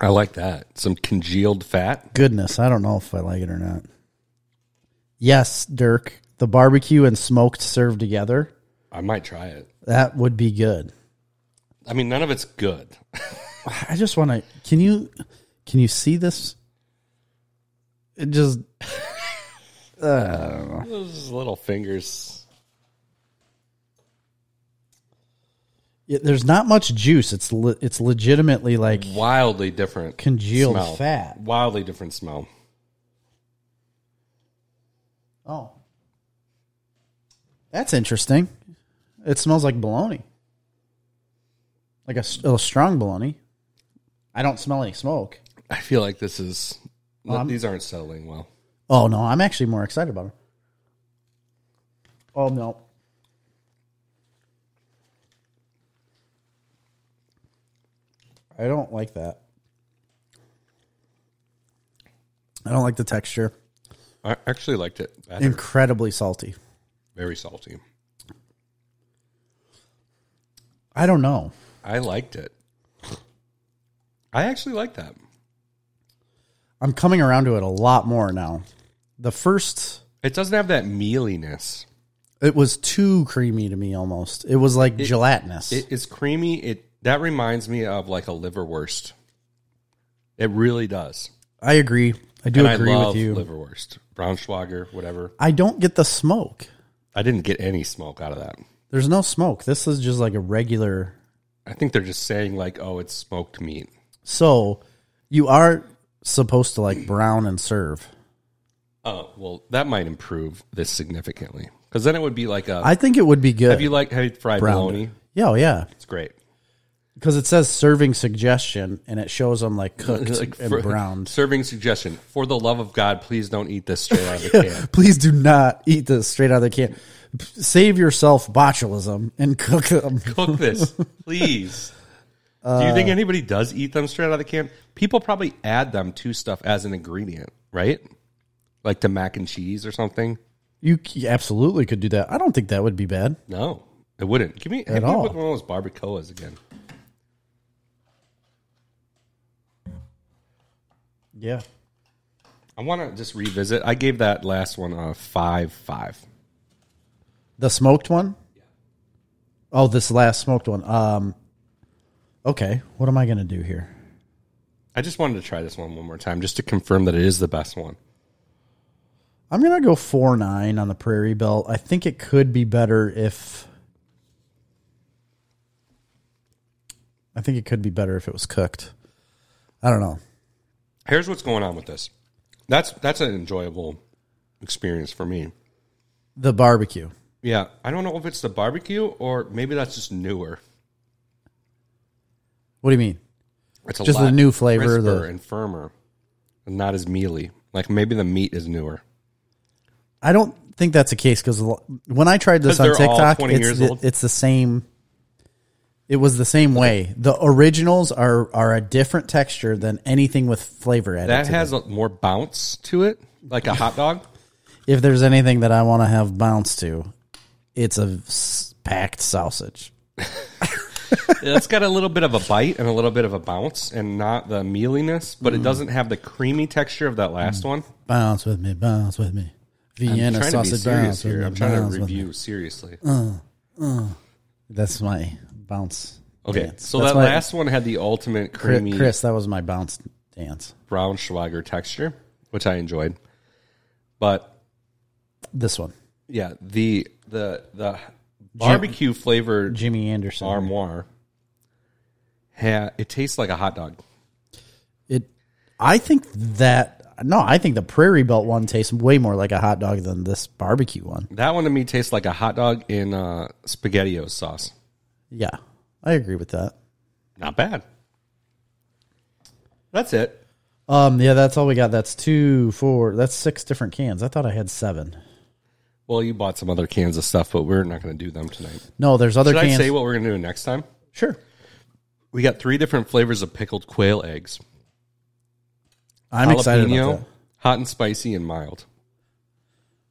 I like that. Some congealed fat.
Goodness, I don't know if I like it or not. Yes, Dirk, the barbecue and smoked served together.
I might try it.
That would be good.
I mean, none of it's good.
I just want to. Can you can you see this? It just
Those little fingers.
Yeah, there's not much juice. It's le- it's legitimately like
Wildly different.
Congealed
smell.
fat.
Wildly different smell.
oh, that's interesting. It smells like bologna, like a, s- a strong bologna. I don't smell any smoke.
I feel like this is. these aren't settling well.
Oh no, I'm actually more excited about it. Oh no, I don't like that. I don't like the texture.
I actually liked it. better.
Incredibly salty.
Very salty.
I don't know.
I liked it. I actually like that.
I'm coming around to it a lot more now. The first,
It doesn't have that mealiness.
it was too creamy to me almost. It was like gelatinous.
It is creamy. It that reminds me of like a liverwurst. It really does.
I agree. I do
and
agree
I love
with you.
liverwurst, Braunschweiger, whatever.
I don't get the smoke.
I didn't get any smoke out of that.
There's no smoke. This is just like a regular.
I think they're just saying like, oh, it's smoked meat.
So you are supposed to like brown and serve.
Oh, well, that might improve this significantly because then it would be like a.
I think it would be good.
have you like have you fried
browned.
bologna?
Yeah, oh, yeah.
It's great.
Because it says serving suggestion and it shows them like cooked
Like
and
for-
browned.
Serving suggestion: For the love of God, please don't eat this straight out of the can.
Please do not eat this straight out of the can. P- Save yourself botulism and cook them.
Cook this, please.
Uh,
Do you think anybody does eat them straight out of the can? People probably add them to stuff as an ingredient, right? Like to mac and cheese or something.
You c- absolutely could do that. I don't think that would be bad.
No, it wouldn't. Give me hit me
all.
with one of those barbacoas again.
Yeah.
I want to just revisit. I gave that last one a five five.
The smoked one? Oh, this last smoked one. Um Okay, what am I going to do here?
I just wanted to try this one one more time just to confirm that it is the best one.
I'm going to go 4 9 on the Prairie Belt. I think it could be better if I think it could be better if it was cooked. I don't know.
Here's what's going on with this. That's that's an enjoyable experience for me.
The barbecue.
Yeah, I don't know if it's the barbecue or maybe that's just newer.
What do you mean?
It's a
Just the
lot
new flavor, the-
crisper and firmer, and not as mealy. Like maybe the meat is newer.
I don't think that's the case because when I tried this
'Cause
on
they're all
TikTok,
20
it's
years
the,
old.
it's the same. It was the same way. The originals are are a different texture than anything with flavor added.
That
to
has a, more bounce to it, like a hot dog.
it. If there's anything that I want to have bounce to, it's a s- packed sausage.
it's got a little bit of a bite and a little bit of a bounce, and not the mealiness, but it
Mm.
doesn't have the creamy texture of that last one.
Bounce with me, bounce with me. Vienna
trying to be
sausage
serious
bounce
here.
with me.
I'm trying
bounce
to
with me.
review seriously.
That's my bounce.
Okay,
dance.
so
That's
that
my-
last one had the ultimate
Chris,
creamy
Chris, that was my bounce dance.
brown Schwager texture, which I enjoyed. But
This one,
yeah, the the the barbecue flavored
Jimmy Anderson.
armoire, ha, it tastes like a hot dog.
It, I think that no, I think the Prairie Belt one tastes way more like a hot dog than this barbecue one.
That one to me tastes like a hot dog in uh, spaghettios sauce.
Yeah, I agree with that.
Not bad. That's it.
Um, yeah, that's all we got. That's two, four, that's six different cans. I thought I had seven.
Well, you bought some other cans of stuff, but we're not going to do them tonight.
No, there's other
Should I
cans.
say what we're going to do next time?
sure,
We got three different flavors of pickled quail eggs.
I'm excited about that.
hot and spicy, and mild.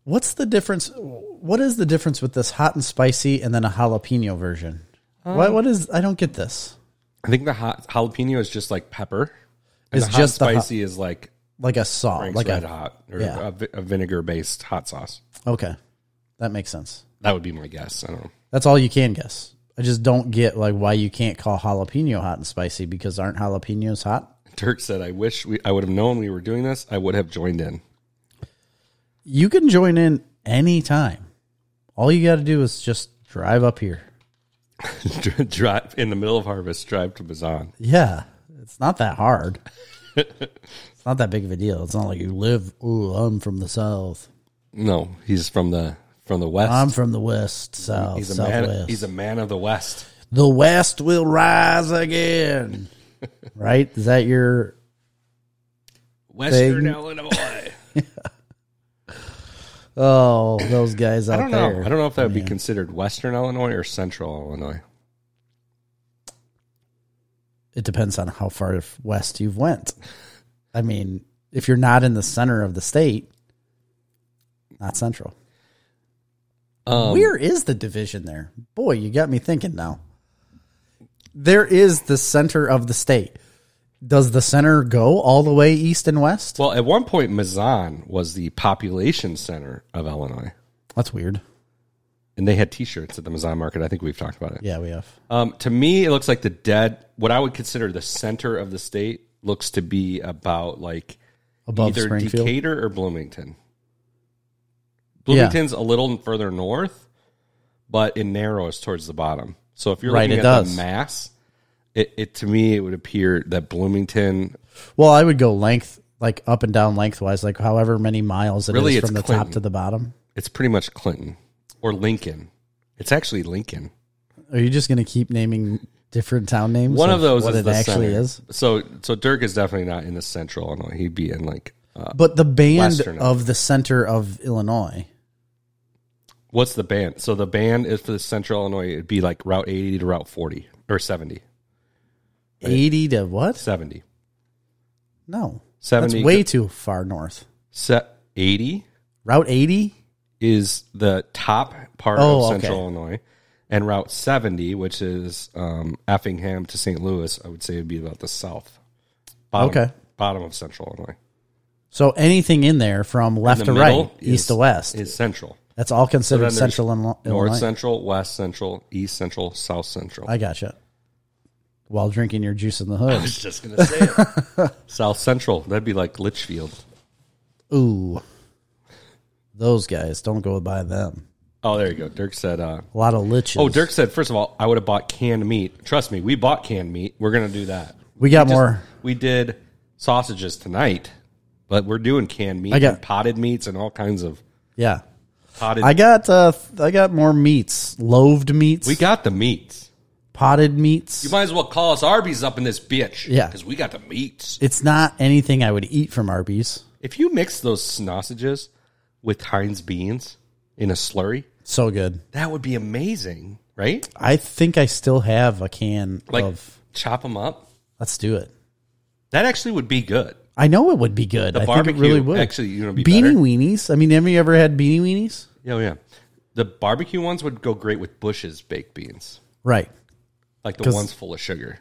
What's the difference? What is the difference with this hot and spicy and then a jalapeno version? what,
Um,
what is? I don't get this.
I think the hot jalapeno is just like pepper. And
It's
the hot and
just the hot-
spicy is like
Like a saw,
Frank's
like
Red
a
Hot or
yeah.
a vi- a, vinegar based hot sauce.
okay, that makes sense.
That would be my guess. I don't know.
That's all you can guess. I just don't get like why you can't call jalapeno hot and spicy because aren't jalapenos hot?
Dirk said, "I wish we I would have known we were doing this. I would have joined in."
You can join in anytime. All you got to do is just drive up here.
Dri- drive in the middle of harvest. Drive to Bazan.
Yeah, it's not that hard. it's not that big of a deal. It's not like you live. Ooh, I'm from the south.
No, he's from the from the west.
I'm from the west, south,
he's a
southwest.
man. He's a man of the west.
the west will rise again. right? Is that your?
Western
Thing.
Illinois.
Oh, those guys out
I don't know.
there.
I don't know if that would be considered Western Illinois or Central Illinois.
it depends on how far f- west you've went. I mean, if you're not in the center of the state, not central.
Um,
Where is the division there? Boy, you got me thinking now. There is the center of the state. Does the center go all the way east and west?
Well, at one point, Mazan was the population center of Illinois,
That's weird.
and they had T-shirts at the Mazan market. I think we've talked about it.
Yeah, we have.
Um, to me, it looks like the dead. What I would consider the center of the state looks to be about like
Above
either
Springfield.
Decatur or Bloomington.
Yeah.
Bloomington's a little further north, but it narrows towards the bottom. So if you're
Right,
looking
it
at
does.
the mass, it, it to me it would appear that Bloomington
Well, I would go length, like up and down lengthwise, like however many miles it is
Really, it's
from the
Clinton.
top to the bottom.
it's pretty much Clinton or Lincoln. It's actually Lincoln.
Are you just going to keep naming different town names?
One of those
what
is
it
the
actually
center.
is.
So so Dirk is definitely not in the central Illinois. He'd be in like uh,
But the band
Western
of the center of Illinois.
What's the band? So the band is for the Central Illinois. It'd be like Route 80 to Route 40 or 70.
80 to what?
70.
No.
70
That's way too far north.
Se- 80
Route 80?
is the top part
Oh,
of
okay.
Central Illinois. And Route 70, which is um, Effingham to St. Louis, I would say would be about the south. Bottom,
Okay.
Bottom of Central Illinois.
So anything in there from left
The
to
middle
right, east
is-
to west,
Is Central.
that's all
Then
considered
there's
central Illinois.
North Central, West Central, East Central, South Central.
I gotcha. While drinking your juice in the hood.
was just going to say it. south Central. That'd be like Litchfield.
Ooh. Those guys, don't go by them.
Oh, there you go. Dirk said. Uh,
A lot of liches.
oh, Dirk said. First of all, I would have bought canned meat. Trust me, we bought canned meat. We're gonna do that.
We got more.
We did sausages tonight, but we're doing canned meat,
I got-
and potted meats, and all kinds of
Yeah.
potted.
I got uh th- I got more meats, loaved meats,
we got the meats.
potted meats.
You might as well call us Arby's up in this bitch.
Yeah.
because we got the meats.
it's not anything I would eat from Arby's.
If you mix those sausages with Heinz beans in a slurry,
So good.
that would be amazing, right?
I think I still have a can
Like
of
chop them up.
Let's do it.
That actually would be good.
I know it would be good. I think it
barbecue
really would.
actually, you know, be
beanie
better.
weenies. I mean, have you ever had beanie weenies?
Yeah, yeah. The barbecue ones would go great with Bush's baked beans,
Right.
like the ones full of sugar.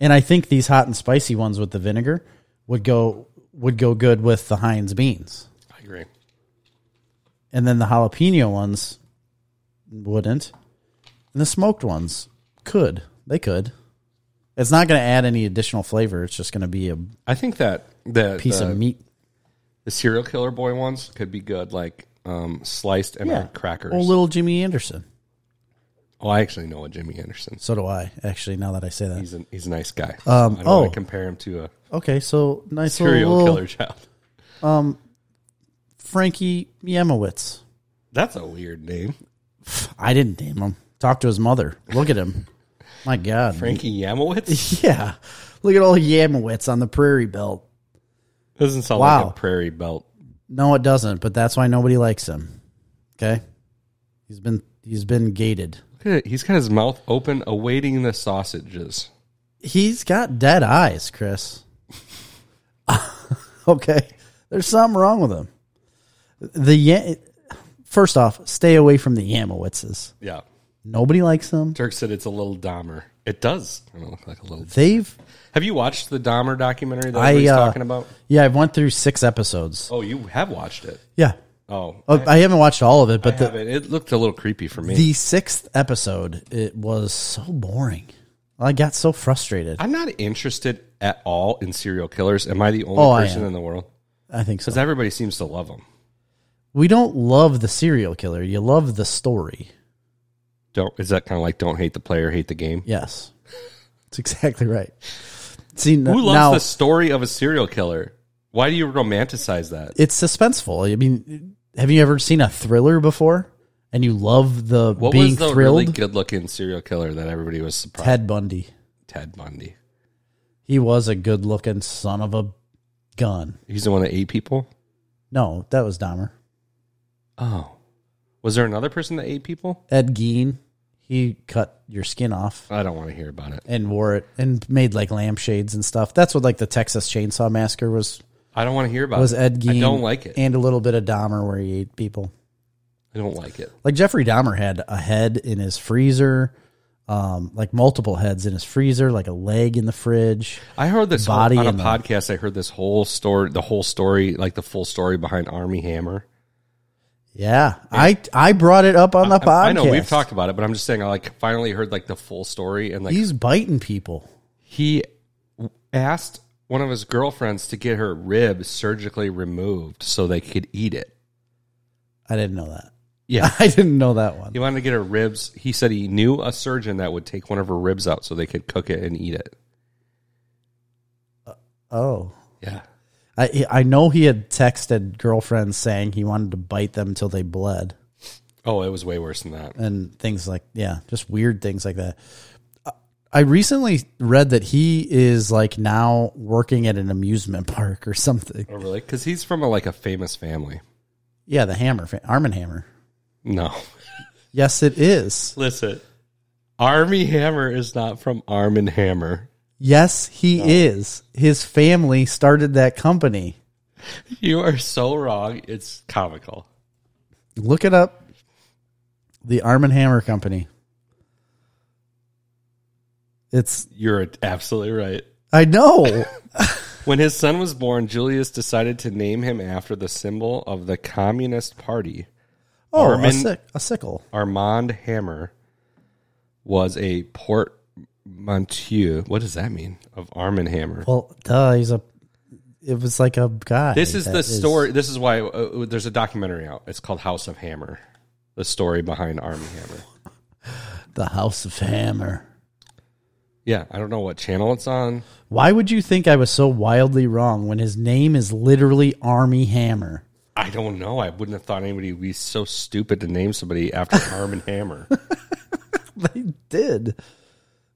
And I think these hot and spicy ones with the vinegar would go would go good with the Heinz beans.
I agree.
and then the jalapeno ones wouldn't, and the smoked ones could. They could. It's not going to add any additional flavor. It's just going to be a
I think that uh, the
piece
the,
of meat.
the serial killer boy ones could be good, like um, sliced and on crackers.
Or little Jimmy Anderson.
oh, I actually know a Jimmy Anderson.
So do I. Actually, now that I say that.
He's a he's a nice guy. Um, I don't
oh.
want to compare him to a
Okay, so nice
serial
little
killer child.
Frankie Yemowitz.
That's a weird name,
I didn't name him. Talk to his mother. Look at him. My God.
Frankie Yamowitz.
Yeah. Look at all Yamowitz on the prairie belt.
Doesn't sound
Wow.
like a prairie belt.
No, it doesn't. But that's why nobody likes him. Okay, he's been he's been gated.
Look at it. He's got his mouth open, awaiting the sausages.
He's got dead eyes, Chris. okay, there's something wrong with him. The Ya- first off, stay away from the Yamowitzes.
Yeah.
Nobody likes them.
Dirk said it's a little Dahmer. It does. I don't look like a little.
They've
Have you watched the Dahmer documentary that
I,
he's
uh,
talking about?
yeah, I've went through six episodes.
Oh, you have watched it.
Yeah,
Oh,
Oh, I haven't watched all of it, but
I
the
haven't. It looked a little creepy for me.
the sixth episode it was so boring. I got so frustrated.
I'm not interested at all in serial killers. Am I the only
Oh, I
person
am.
in the world?
I think so.
Because everybody seems to love them.
we don't love the serial killer. You love the story.
Don't is that kind of like don't hate the player, hate the game?
Yes, that's exactly right. See, n-
Who loves
now
the story of a serial killer? Why do you romanticize that?
it's suspenseful. I mean, have you ever seen a thriller before? And you love the
What
being
was the
thrilled.
really good-looking serial killer that everybody was surprised?
Ted Bundy.
Ted Bundy.
He was a good-looking son of a gun.
He's the one that ate people.
No, that was Dahmer.
Oh, was there another person that ate people?
Ed Gein. He cut your skin off
I don't want to hear about it.
and wore it and made like lampshades and stuff. That's what like the Texas Chainsaw Massacre was
I don't want to hear about
was
it.
Ed Gein.
I don't like it.
And a little bit of Dahmer where he ate people.
I don't like it.
Like Jeffrey Dahmer had a head in his freezer, um, like multiple heads in his freezer, like a leg in the fridge.
I heard this whole-
Body
on a
and the-
podcast. I heard this whole story, the whole story, like the full story behind Army Hammer.
Yeah, I I brought it up on the podcast.
I, I know we've talked about it, but I'm just saying. I like finally heard like the full story, and like
He's biting people.
he w- asked one of his girlfriends to get her rib surgically removed so they could eat it.
I didn't know that.
Yeah.
I didn't know that one.
He wanted to get her ribs. He said he knew a surgeon that would take one of her ribs out so they could cook it and eat it.
Oh,
Yeah.
I I know he had texted girlfriends saying he wanted to bite them till they bled.
Oh, it was way worse than that.
and things like yeah, just weird things like that. I- I recently read that he is like now working at an amusement park or something.
Oh, really? Because he's from a, like a famous family.
Yeah, the Hammer, fa- Arm and Hammer.
No.
Yes, it is.
Listen, Army Hammer is not from Arm and Hammer.
Yes, he is. His family started that company.
You are so wrong. It's comical.
Look it up. The Arm and Hammer Company. It's
You're absolutely right.
I know.
When his son was born, Julius decided to name him after the symbol of the Communist Party.
Oh, a,
Armin-
sick, a sickle.
Armand Hammer was a portmanteau. What does that mean? Of Arm and Hammer.
Well, duh, he's a. It was like a guy.
This is
that
uh, the story. This is why uh, there's a documentary out. It's called House of Hammer. the story behind Army Hammer.
The House of Hammer.
Yeah, I don't know what channel it's on.
Why would you think I was so wildly wrong when his name is literally Army Hammer?
I don't know. I wouldn't have thought anybody would be so stupid to name somebody after Arm and Hammer.
They did.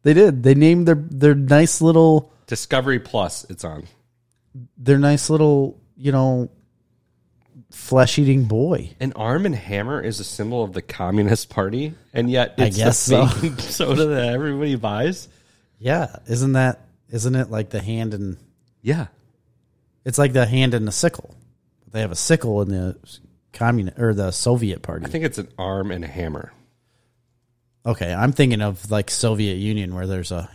They did. They named their their nice little
Discovery Plus, it's on.
their nice little, you know, flesh-eating boy.
An arm and hammer is a symbol of the Communist Party, and yet it's
guess
the
so.
baking soda that everybody buys.
Yeah, isn't that isn't it like the hand and
Yeah,
it's like the hand and the sickle. They have a sickle in the communist or the Soviet
I
party.
think it's an arm and a hammer.
Okay, I'm thinking of like Soviet Union where there's a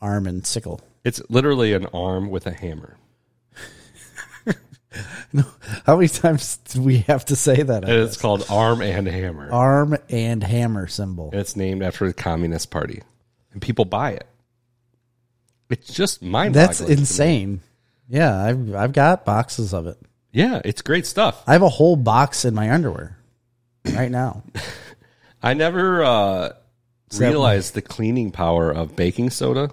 arm and sickle.
It's literally an arm with a hammer.
How many times do we have to say that?
And it's called arm and hammer.
Arm and hammer symbol.
And it's named after the Communist Party. And people buy it. It's just mind
That's insane. Yeah, I've I've got boxes of it.
Yeah, it's great stuff.
I have a whole box in my underwear right now.
I never uh,
that-
realized the cleaning power of baking soda,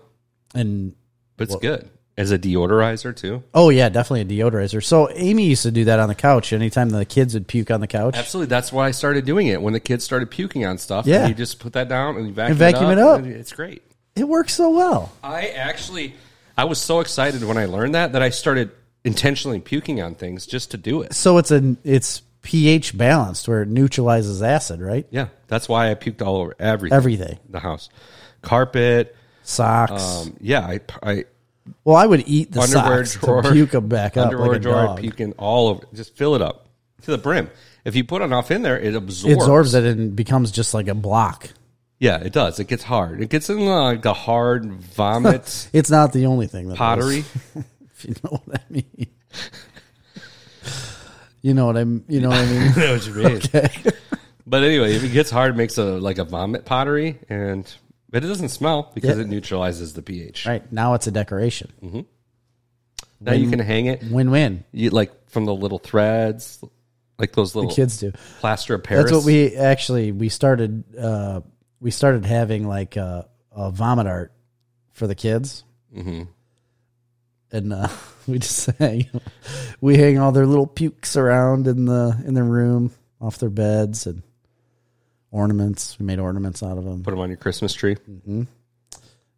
And
but it's good. As a deodorizer, too.
Oh yeah, definitely a deodorizer. So Amy used to do that on the couch. Anytime the kids would puke on the couch,
Absolutely. That's why I started doing it when the kids started puking on stuff.
Yeah.
You just put that down and you vacuum,
vacuum
it
it
up.
up.
and It's great.
it works so well.
I actually, I was so excited when I learned that that I started intentionally puking on things just to do it.
So it's a it's pH balanced where it neutralizes acid, right?
Yeah. That's why I puked all over everything.
Everything,
the house, carpet.
socks.
Um, yeah, I, I
well, I would eat the
underwear
socks
drawer,
to puke them back up
underwear
like a
drawer,
dog.
puking all over, just fill it up to the brim. If you put enough in there, it absorbs.
It absorbs it and becomes just like a block.
Yeah, it does. It gets hard. It gets in like the hard vomit
It's not the only thing that
pottery.
Does, if you know what I mean. you know what I am You know what I mean.
I know what you mean. But anyway, if it gets hard, it makes a like a vomit pottery, and but it doesn't smell because it neutralizes the pH.
right now, it's a decoration.
Now you can hang it
Win win.
you, like from the little threads, like those little
Kids do.
plaster of Paris.
That's what we actually we started uh we started having like uh, a vomit art for the kids. Mm-hmm. And uh we just hang we hang all their little pukes around in the in their room off their beds and ornaments. We made ornaments out of them.
put them on your Christmas tree.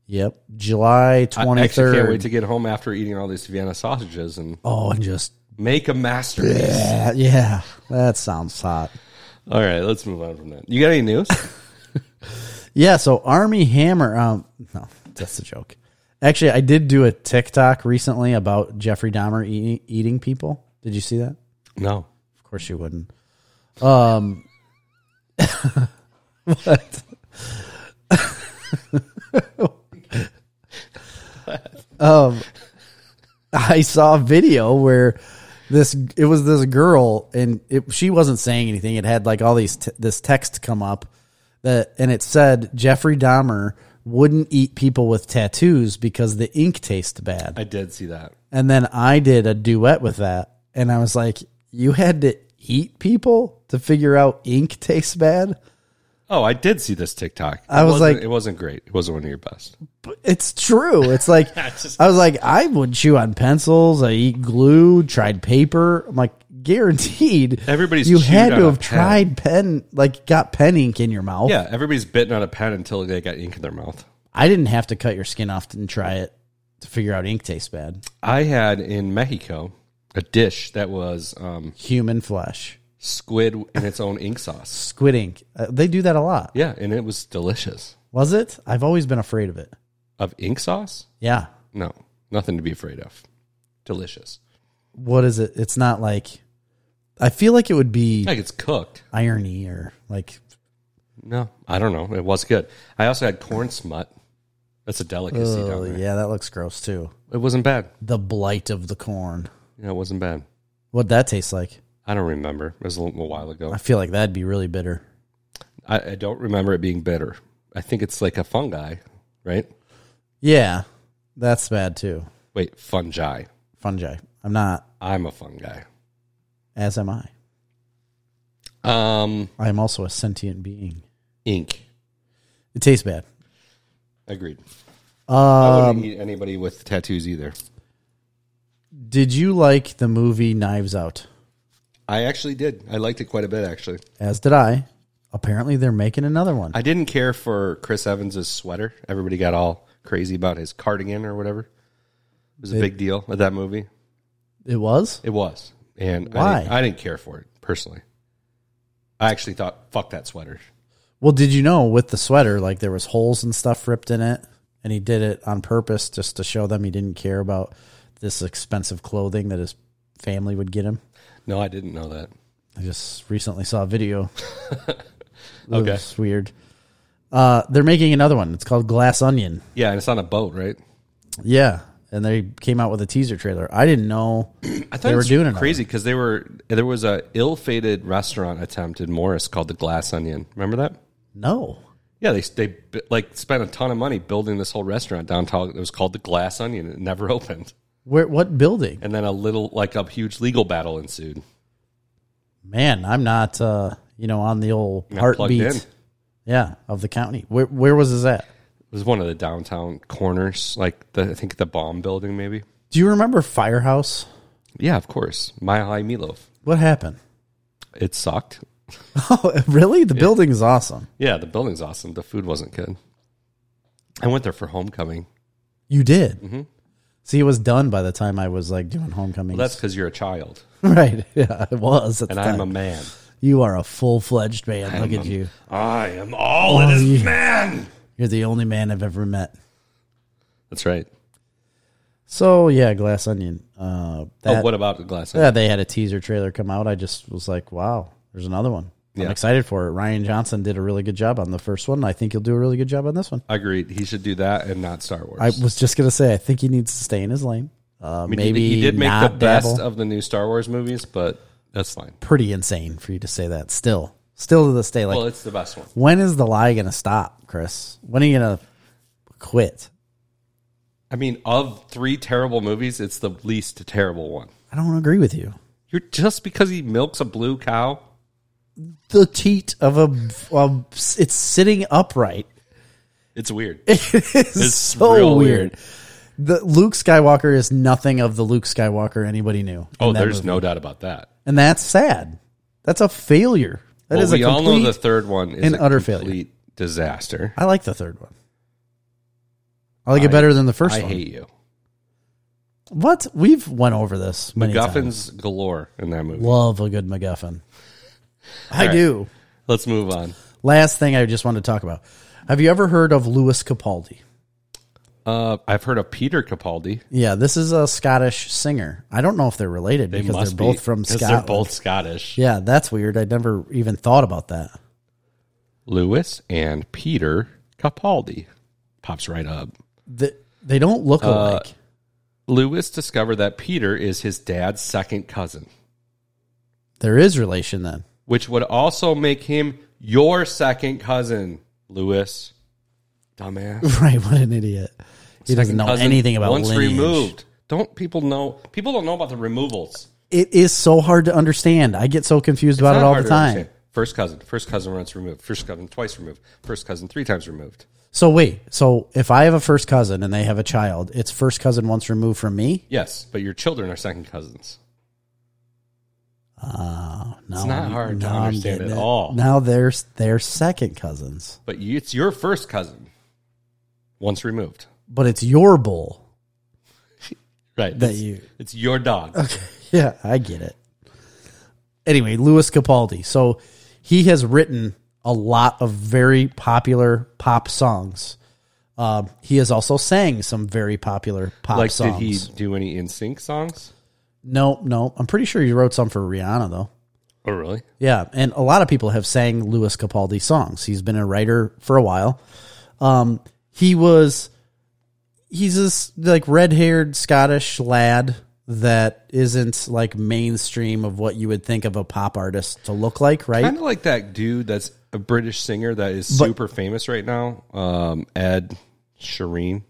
Yep. July
I
twenty
actually can't wait
third.
to get home after eating all these Vienna sausages and
Oh, and just
make a masterpiece.
yeah, yeah. That sounds hot.
All right, let's move on from that. You got any news?
Yeah, so Army Hammer. Um, no, that's a joke. Actually, I did do a TikTok recently about Jeffrey Dahmer eating, eating people. Did you see that?
no.
Of course you wouldn't. Um, what? um, I saw a video where this it was this girl and it, she wasn't saying anything. It had like all these t- this text come up that and it said Jeffrey Dahmer wouldn't eat people with tattoos because the ink tastes bad.
I did see that.
And then I did a duet with that. And I was like, you had to eat people to figure out ink tastes bad?
Oh, I did see this TikTok.
I
It
was
wasn't-
like-
it wasn't great. It wasn't one of your best.
But It's true. It's like, I was like, I would chew on pencils. I eat glue, tried paper. I'm like, guaranteed.
Everybody's
You
chewed
had
on
to
a
have
pen.
tried pen, like, got pen ink in your mouth.
Yeah, everybody's bitten on a pen until they got ink in their mouth.
I didn't have to cut your skin off and try it to figure out ink tastes bad.
I had in Mexico a dish that was um,
Human flesh,
squid in its own ink sauce.
squid ink. Uh, they do that a lot.
Yeah, and it was delicious.
Was it? I've always been afraid of it.
Of ink sauce?
Yeah.
No, nothing to be afraid of. Delicious.
what is it? It's not like I feel like it would be
Like it's cooked.
irony or like
No, I don't know. It was good. I also had corn smut. That's a delicacy down
oh
there.
yeah, that looks gross too.
It wasn't bad.
The blight of the corn.
Yeah, it wasn't bad.
What that tastes like?
I don't remember. It was a little while ago.
I feel like that'd be really bitter.
I, I don't remember it being bitter. I think it's like a fungi, right?
Yeah, that's bad too.
Wait, fungi.
Fungi. I'm not.
I'm a fungi.
As am I.
Um,
I am also a sentient being.
ink.
It tastes bad.
Agreed.
Uh,
I wouldn't eat anybody with tattoos either.
did you like the movie Knives Out?
I actually did. I liked it quite a bit, actually.
As did I. Apparently, they're making another one.
I didn't care for Chris Evans's sweater. Everybody got all crazy about his cardigan or whatever. It was a big deal with that movie.
it was.
It was, and I,
Why?
didn't, I didn't care for it personally. I actually thought, "Fuck that sweater."
Well, did you know with the sweater, like there was holes and stuff ripped in it, and he did it on purpose just to show them he didn't care about this expensive clothing that his family would get him.
No, I didn't know that.
I just recently saw a video.
Okay.
it's weird. Uh, they're making another one. It's called Glass Onion.
Yeah, and it's on a boat, right?
Yeah, and they came out with a teaser trailer. I didn't know.
I thought
They
it
were
was
doing another
crazy because they were there was a ill-fated restaurant attempt in Morris called the Glass Onion. Remember that?
No,
Yeah, they they bu- like spent a ton of money building this whole restaurant downtown. It was called the Glass Onion. It never opened,
where? What building?
and then a little like a huge legal battle ensued.
Man, I'm not. Uh, you know, on the old heartbeat.
plugged in.
Yeah, of the county. Where? Where was this at?
It was one of the downtown corners, like the, I think the Bomb Building, maybe.
Do you remember Firehouse?
Yeah, of course, Mile High Meatloaf.
What happened?
It sucked.
Oh, really? The building is awesome.
Yeah, the building's awesome. The food wasn't good. I went there for homecoming.
You did.
Mm-hmm.
See, it was done by the time I was like doing homecomings.
Well, that's because you're a child
right. Yeah, it was. At
and
the
I'm
time.
a man.
you are a full fledged man. Look at you.
I am all that
Oh,
is
yeah.
man.
You're the only man I've ever met.
That's right.
So yeah, Glass Onion. Uh, that,
oh, what about the glass?
yeah, they had a teaser trailer come out. I just was like, wow, there's another one.
Yeah.
I'm excited for it. Ryan Johnson did a really good job on the first one. I think he'll do a really good job on this one.
Agreed. He should do that and not Star Wars.
I was just gonna say, I think he needs to stay in his lane. Uh,
I mean,
maybe
he, he did make the
not
best
dabble.
of the new Star Wars movies, but that's fine.
pretty insane for you to say that still still to this day like
Well, it's the best one.
when is the lie gonna stop chris when are you gonna quit
I mean, of three terrible movies, it's the least terrible one.
i don't agree with you
You're just because he milks a blue cow.
the teat of a, a- it's sitting upright
It's weird.
it's, so
real
weird. the luke skywalker is nothing of the luke skywalker anybody knew in
Oh,
that
there's
movie.
no doubt about that.
and that's sad that's a failure That
Well,
is
we
a
all
complete
know the third one is
and
an
utter
complete
failure.
disaster.
i like the third one i like
I-
it better than the first
I
one
hate you.
what we've went over this many times.
MacGuffins galore in that movie.
Love a good MacGuffin. I
right.
do.
Let's move on.
Last thing I just wanted to talk about. Have you ever heard of Lewis Capaldi?
Uh, I've heard of Peter Capaldi.
Yeah, this is a Scottish singer. I don't know if they're related
They
because
must
they're both
be,
from
'cause
Scotland.
They're both Scottish.
Yeah, that's weird. I never even thought about that.
Lewis and Peter Capaldi pops right up.
The, they don't
Uh,
look alike.
Lewis discovered that Peter is his dad's second cousin,
There is relation then.
which would also make him your second cousin, Lewis. Dumbass.
Right, what an idiot. He doesn't
Second
know
cousin
anything about
once
lineage.
removed. Don't people know? People don't know about the removals.
It is so hard to understand. I get so confused about
It's
it
not
all
hard
the
to
time.
understand. First cousin, first cousin once removed, first cousin twice removed, first cousin three times removed.
So wait, so if I have a first cousin and they have a child, it's first cousin once removed from me?
Yes, but your children are second cousins.
Oh, no.
It's not hard to
now I'm
understand
getting
at
it.
all.
Now they're, they're second cousins,
But you, it's your first cousin once removed.
but it's your bull.
Right.
That
it's,
you-
it's your dog.
Okay. Yeah, I get it. Anyway, Louis Capaldi. So he has written a lot of very popular pop songs. Um, he has also sang some very popular pop
like,
songs.
did he do any in sync songs?
No, no. I'm pretty sure he wrote some for Rihanna, though.
Oh, really?
Yeah, and a lot of people have sang Louis Capaldi songs. He's been a writer for a while. Um, he was he's this like red-haired Scottish lad that isn't like mainstream of what you would think of a pop artist to look like, right?
Kind of like that dude that's a British singer that is super famous right now, um, Ed Sheeran.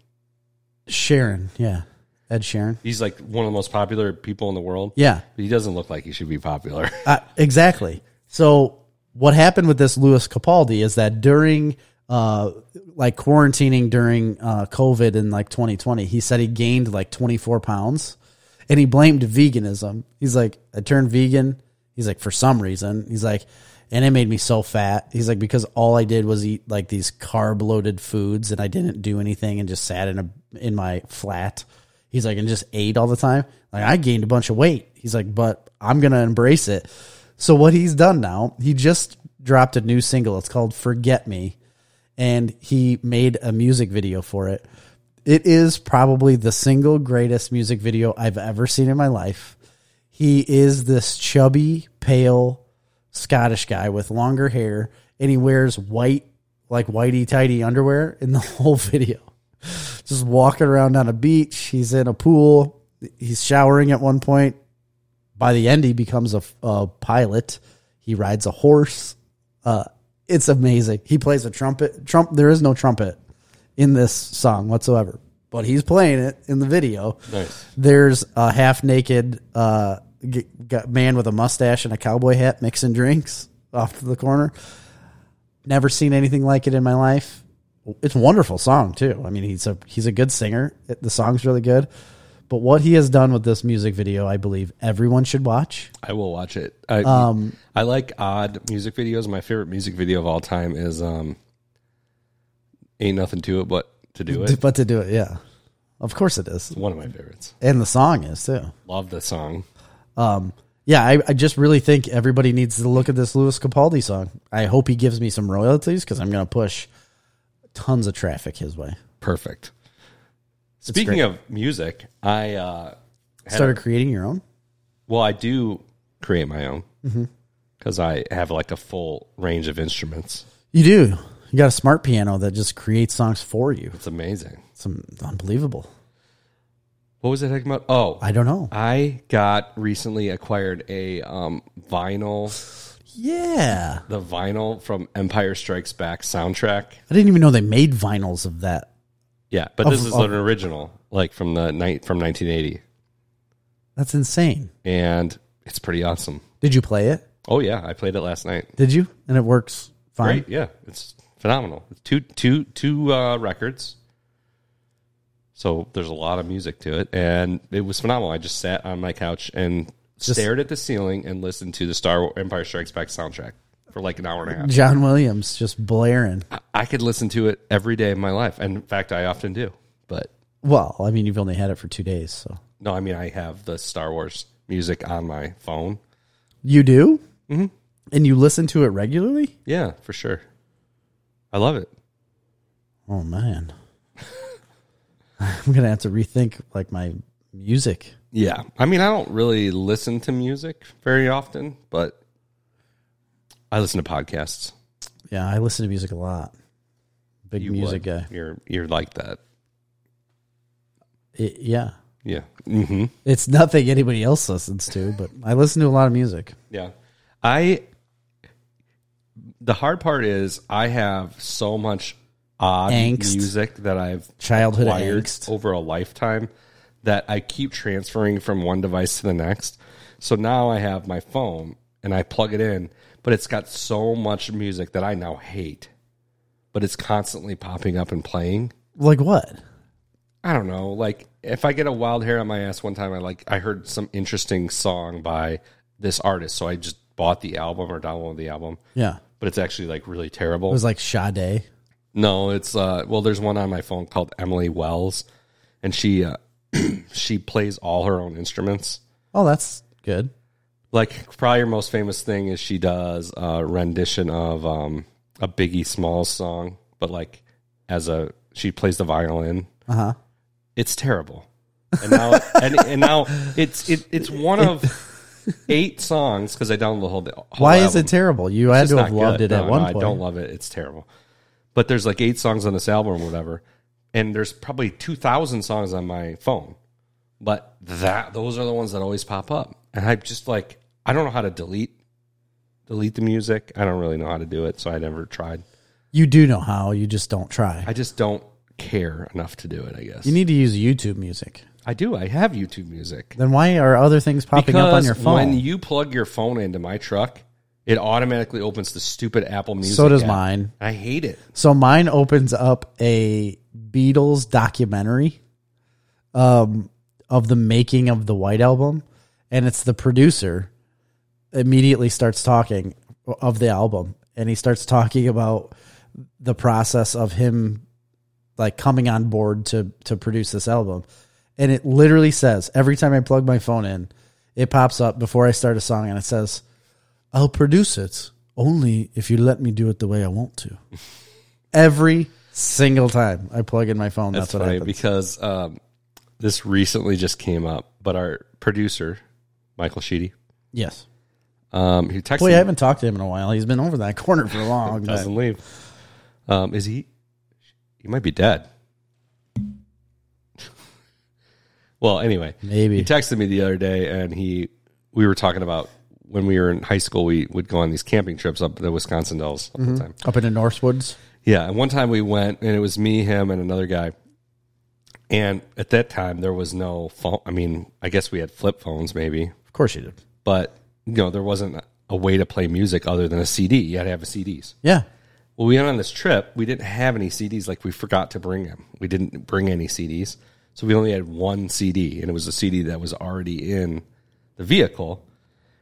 Sharon, yeah. Ed Sharon.
He's like one of the most popular people in the world.
Yeah.
But he doesn't look like he should be popular.
Uh, exactly. So what happened with this Louis Capaldi is that during uh like quarantining during uh COVID in like 2020, he said he gained like 24 pounds and he blamed veganism. He's like, I turned vegan. He's like, for some reason. He's like, and it made me so fat. He's like, because all I did was eat like these carb loaded foods and I didn't do anything and just sat in a in my flat. He's like, and just ate all the time. Like I gained a bunch of weight. He's like, but I'm gonna embrace it. So what he's done now, he just dropped a new single. It's called Forget Me. And he made a music video for it. It is probably the single greatest music video I've ever seen in my life. He is this chubby, pale Scottish guy with longer hair, and he wears white, like whitey tidy underwear in the whole video. Just walking around on a beach. He's in a pool. He's showering at one point. By the end, he becomes a, a pilot. He rides a horse. Uh, it's amazing. He plays a trumpet. Trump. There is no trumpet in this song whatsoever, but he's playing it in the video.
Nice.
There's a half naked uh, g- g- man with a mustache and a cowboy hat mixing drinks off to the corner. Never seen anything like it in my life. It's a wonderful song too. I mean, he's a he's a good singer. It- the song's really good. But what he has done with this music video, I believe everyone should watch.
I will watch it. I,
Um,
I like odd music videos. My favorite music video of all time is um, "Ain't Nothing to It But to Do It."
But to do it, yeah. Of course it is.
One of my favorites.
And the song is too.
Love the song.
Um, yeah, I, I just really think everybody needs to look at this Louis Capaldi song. I hope he gives me some royalties because I'm going to push tons of traffic his way.
Perfect. Speaking of music, I uh,
Started creating your own.
well, I do create my own because I have like a full range of instruments.
You do. You got a smart piano that just creates songs for you.
It's amazing.
It's um, unbelievable.
What was I talking about? Oh,
I don't know.
I got recently acquired a um, vinyl,
Yeah,
the vinyl from Empire Strikes Back soundtrack.
I didn't even know they made vinyls of that.
Yeah, but this is an original, like from the night from 1980,
That's insane.
and it's pretty awesome.
Did you play it?
Oh yeah, I played it last night.
Did you? And it works fine.
Right? Yeah, it's phenomenal. It's two two two uh, records. So there's a lot of music to it, and it was phenomenal. I just sat on my couch and stared at the ceiling and listened to the Star War- Empire Strikes Back soundtrack for like an hour and a half.
John Williams just blaring.
I- I could listen to it every day of my life, and in fact, I often do. But
Well, I mean, you've only had it for two days, so
no, I mean, I have the Star Wars music on my phone.
you do. Mm-hmm. And you listen to it regularly.
Yeah, for sure. I love it.
Oh man, I'm gonna have to rethink like my music.
Yeah. I mean, I don't really listen to music very often, but I listen to podcasts.
Yeah, I listen to music a lot. Big music
would.
guy.
You're you're like that.
It- yeah,
Yeah. hmm
it's nothing anybody else listens to, but I listen to a lot of music.
Yeah. I the hard part is I have so much odd
Angst.
music that I've
Childhood
acquired
angst.
over a lifetime that I keep transferring from one device to the next. So now I have my phone and I plug it in, but it's got so much music that I now hate, but it's constantly popping up and playing.
Like what?
I don't know. Like if I get a wild hair on my ass one time, I like I heard some interesting song by this artist, so I just bought the album or downloaded the album,
Yeah, it
but it's actually like really terrible.
was like Sade.
No, it's uh well there's one on my phone called Emily Wells and she uh, she plays all her own instruments.
Oh, that's good.
Like probably her most famous thing is she does a rendition of um a Biggie Smalls song, but like as a she plays the violin.
Uh huh.
It's terrible. And now and, and now it's it, it's one of eight songs cuz I downloaded the whole, the whole
Why is
album.
it terrible? You had
It's
to
not
have loved
good.
it
No,
at
no,
one
I
point.
don't love it. It's terrible. But there's like eight songs on this album or whatever, and there's probably two thousand songs on my phone. But that those are the ones that always pop up, and I just like I don't know how to delete delete the music. I don't really know how to do it, so I never tried.
You do know how. You just don't try.
I just don't care enough to do it. I guess
you need to use YouTube Music.
I do. I have YouTube Music
Then why are other things popping up on your phone?
when you plug your phone into my truck, It automatically opens the stupid Apple Music.
So does
app.
mine.
I hate it.
So mine opens up a Beatles documentary um, of the making of the White Album, and it's the producer immediately starts talking of the album, and he starts talking about the process of him like coming on board to to produce this album, and it literally says every time I plug my phone in, it pops up before I start a song, and it says. I'll produce it only if you let me do it the way I want to. Every single time I plug in my phone, that's,
That's
what
funny
happens.
because um, this recently just came up, but our producer, Michael Sheedy,
Yes.
um, he texted
Boy, I
me,
haven't talked to him in a while. He's been over that corner for long. but-
doesn't leave. Um, is he? He might be dead. well, anyway,
Maybe.
he texted me the other day, and he we were talking about when we were in high school, we would go on these camping trips up the Wisconsin Dells all
Mm-hmm.
the time.
Up in the Northwoods.
Yeah, and one time we went, and it was me, him, and another guy. And at that time, there was no phone. I mean, I guess we had flip phones, maybe,
Of course you did.
but you know, there wasn't a way to play music other than a CD. You had to have a CDs.
Yeah.
Well, we went on this trip. We didn't have any CDs. Like we forgot to bring them. We didn't bring any CDs, so we only had one CD, and it was a CD that was already in the vehicle,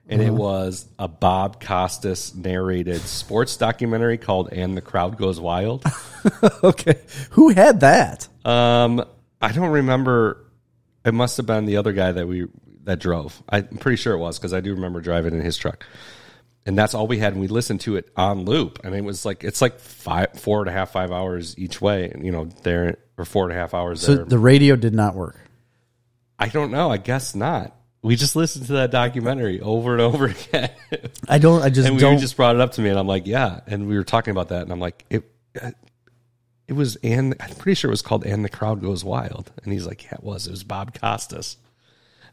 and it was a Bob Costas narrated sports documentary called "And the Crowd Goes Wild."
okay. Who had that?
Um, I don't remember. It must have been the other guy that we that drove. I'm pretty sure it was because I do remember driving in his truck, and that's all we had. And we listened to it on loop, and it was like it's like five, four and a half, five hours each way, and you know there or four and a half hours
So
there.
the radio did not work.
I don't know. I guess not. We just listened to that documentary over and over again,
I don't. I just
and we
don't.
just brought it up to me, and I'm like, yeah. And we were talking about that, and I'm like, it. uh, It was and I'm pretty sure it was called "And the Crowd Goes Wild," and he's like, "Yeah, it was. It was Bob Costas,"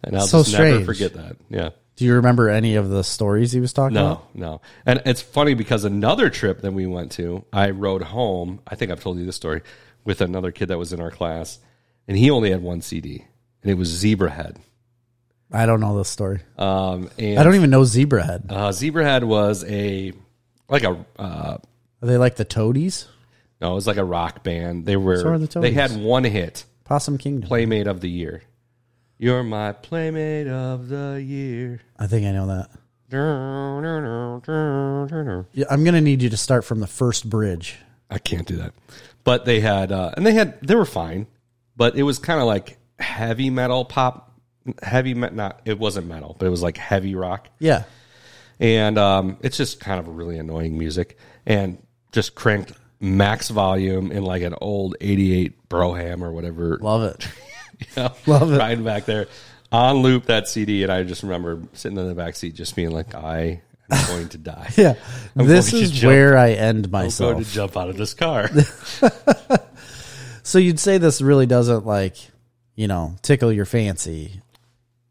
and I'll
So
just never
strange. Uh-huh.
forget that. Yeah,
do you remember any of the stories he was talking about?
no, no, and it's funny because another trip that we went to, I rode home. I think I've told you this story with another kid that was in our class, and he only had one CD, and it was Zebrahead.
I don't know this story.
Um,
I
and
don't even know Zebrahead.
uh, Zebrahead was a like a uh,
Are they like the Toadies?
no, it was like a rock band. They were
are the
they had
Toadies.
one hit.
Possum Kingdom.
Playmate of the Year. You're my Playmate of the Year.
I think I know that.
I
Yeah, I'm gonna need you to start from the first bridge.
can't do that. But they had, uh, and they had, they were fine, but it was kind of like heavy metal pop, heavy, me- not, it wasn't metal, but it was like heavy rock.
Yeah.
and um, it's just kind of really annoying music and just cranked max volume in like an old 88 broham or whatever
Love it.
you know,
love it.
riding back there on loop that cd and i just remember sitting in the back seat just being like i am going to die
Yeah. this
going to
is
jump.
where I end
i'm going
myself.
to jump out of this car
So you'd say this really doesn't like, you know, tickle your fancy,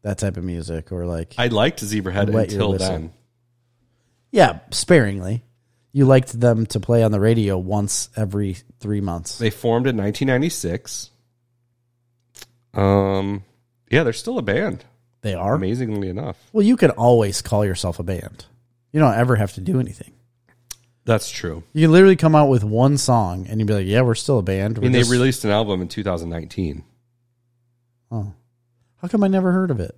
that type of music, or like,
i liked zebrahead
Wet your
until
whistle.
then
yeah, sparingly. You liked them to play on the radio once every three months.
they formed in 1996 um yeah they're still a band
They are.
amazingly enough
Well, you can always call yourself a band. You don't ever have to do anything.
that's true
You can literally come out with one song and you'd be like, yeah, we're still a band.
I mean, they
We're just-
released an album in 2019.
Oh. How come I never heard of it?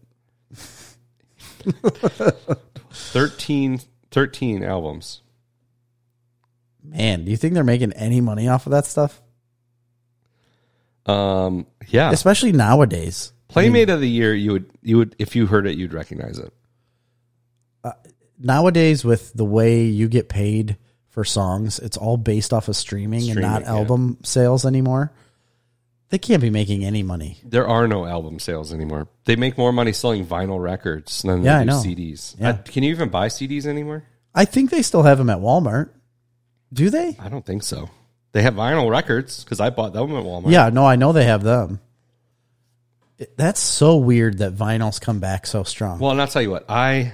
13, 13 albums.
Man, do you think they're making any money off of that stuff?
Um, yeah.
Especially nowadays.
Playmate of the year, you would you would if you heard it, you'd recognize it.
nowadays with the way you get paid for songs, it's all based off of streaming,
Streaming,
and not
yeah.
album sales anymore. They can't be making any money.
There are no album sales anymore. They make more money selling vinyl records than
Yeah, I
they do
know.
CDs.
Yeah.
I- can you even buy CDs anymore?
I think they still have them at Walmart. Do they?
I don't think so. They have vinyl records because I bought them at Walmart.
Yeah, no, I know they have them. It- That's so weird that vinyls come back so strong.
Well, and I'll tell you what, I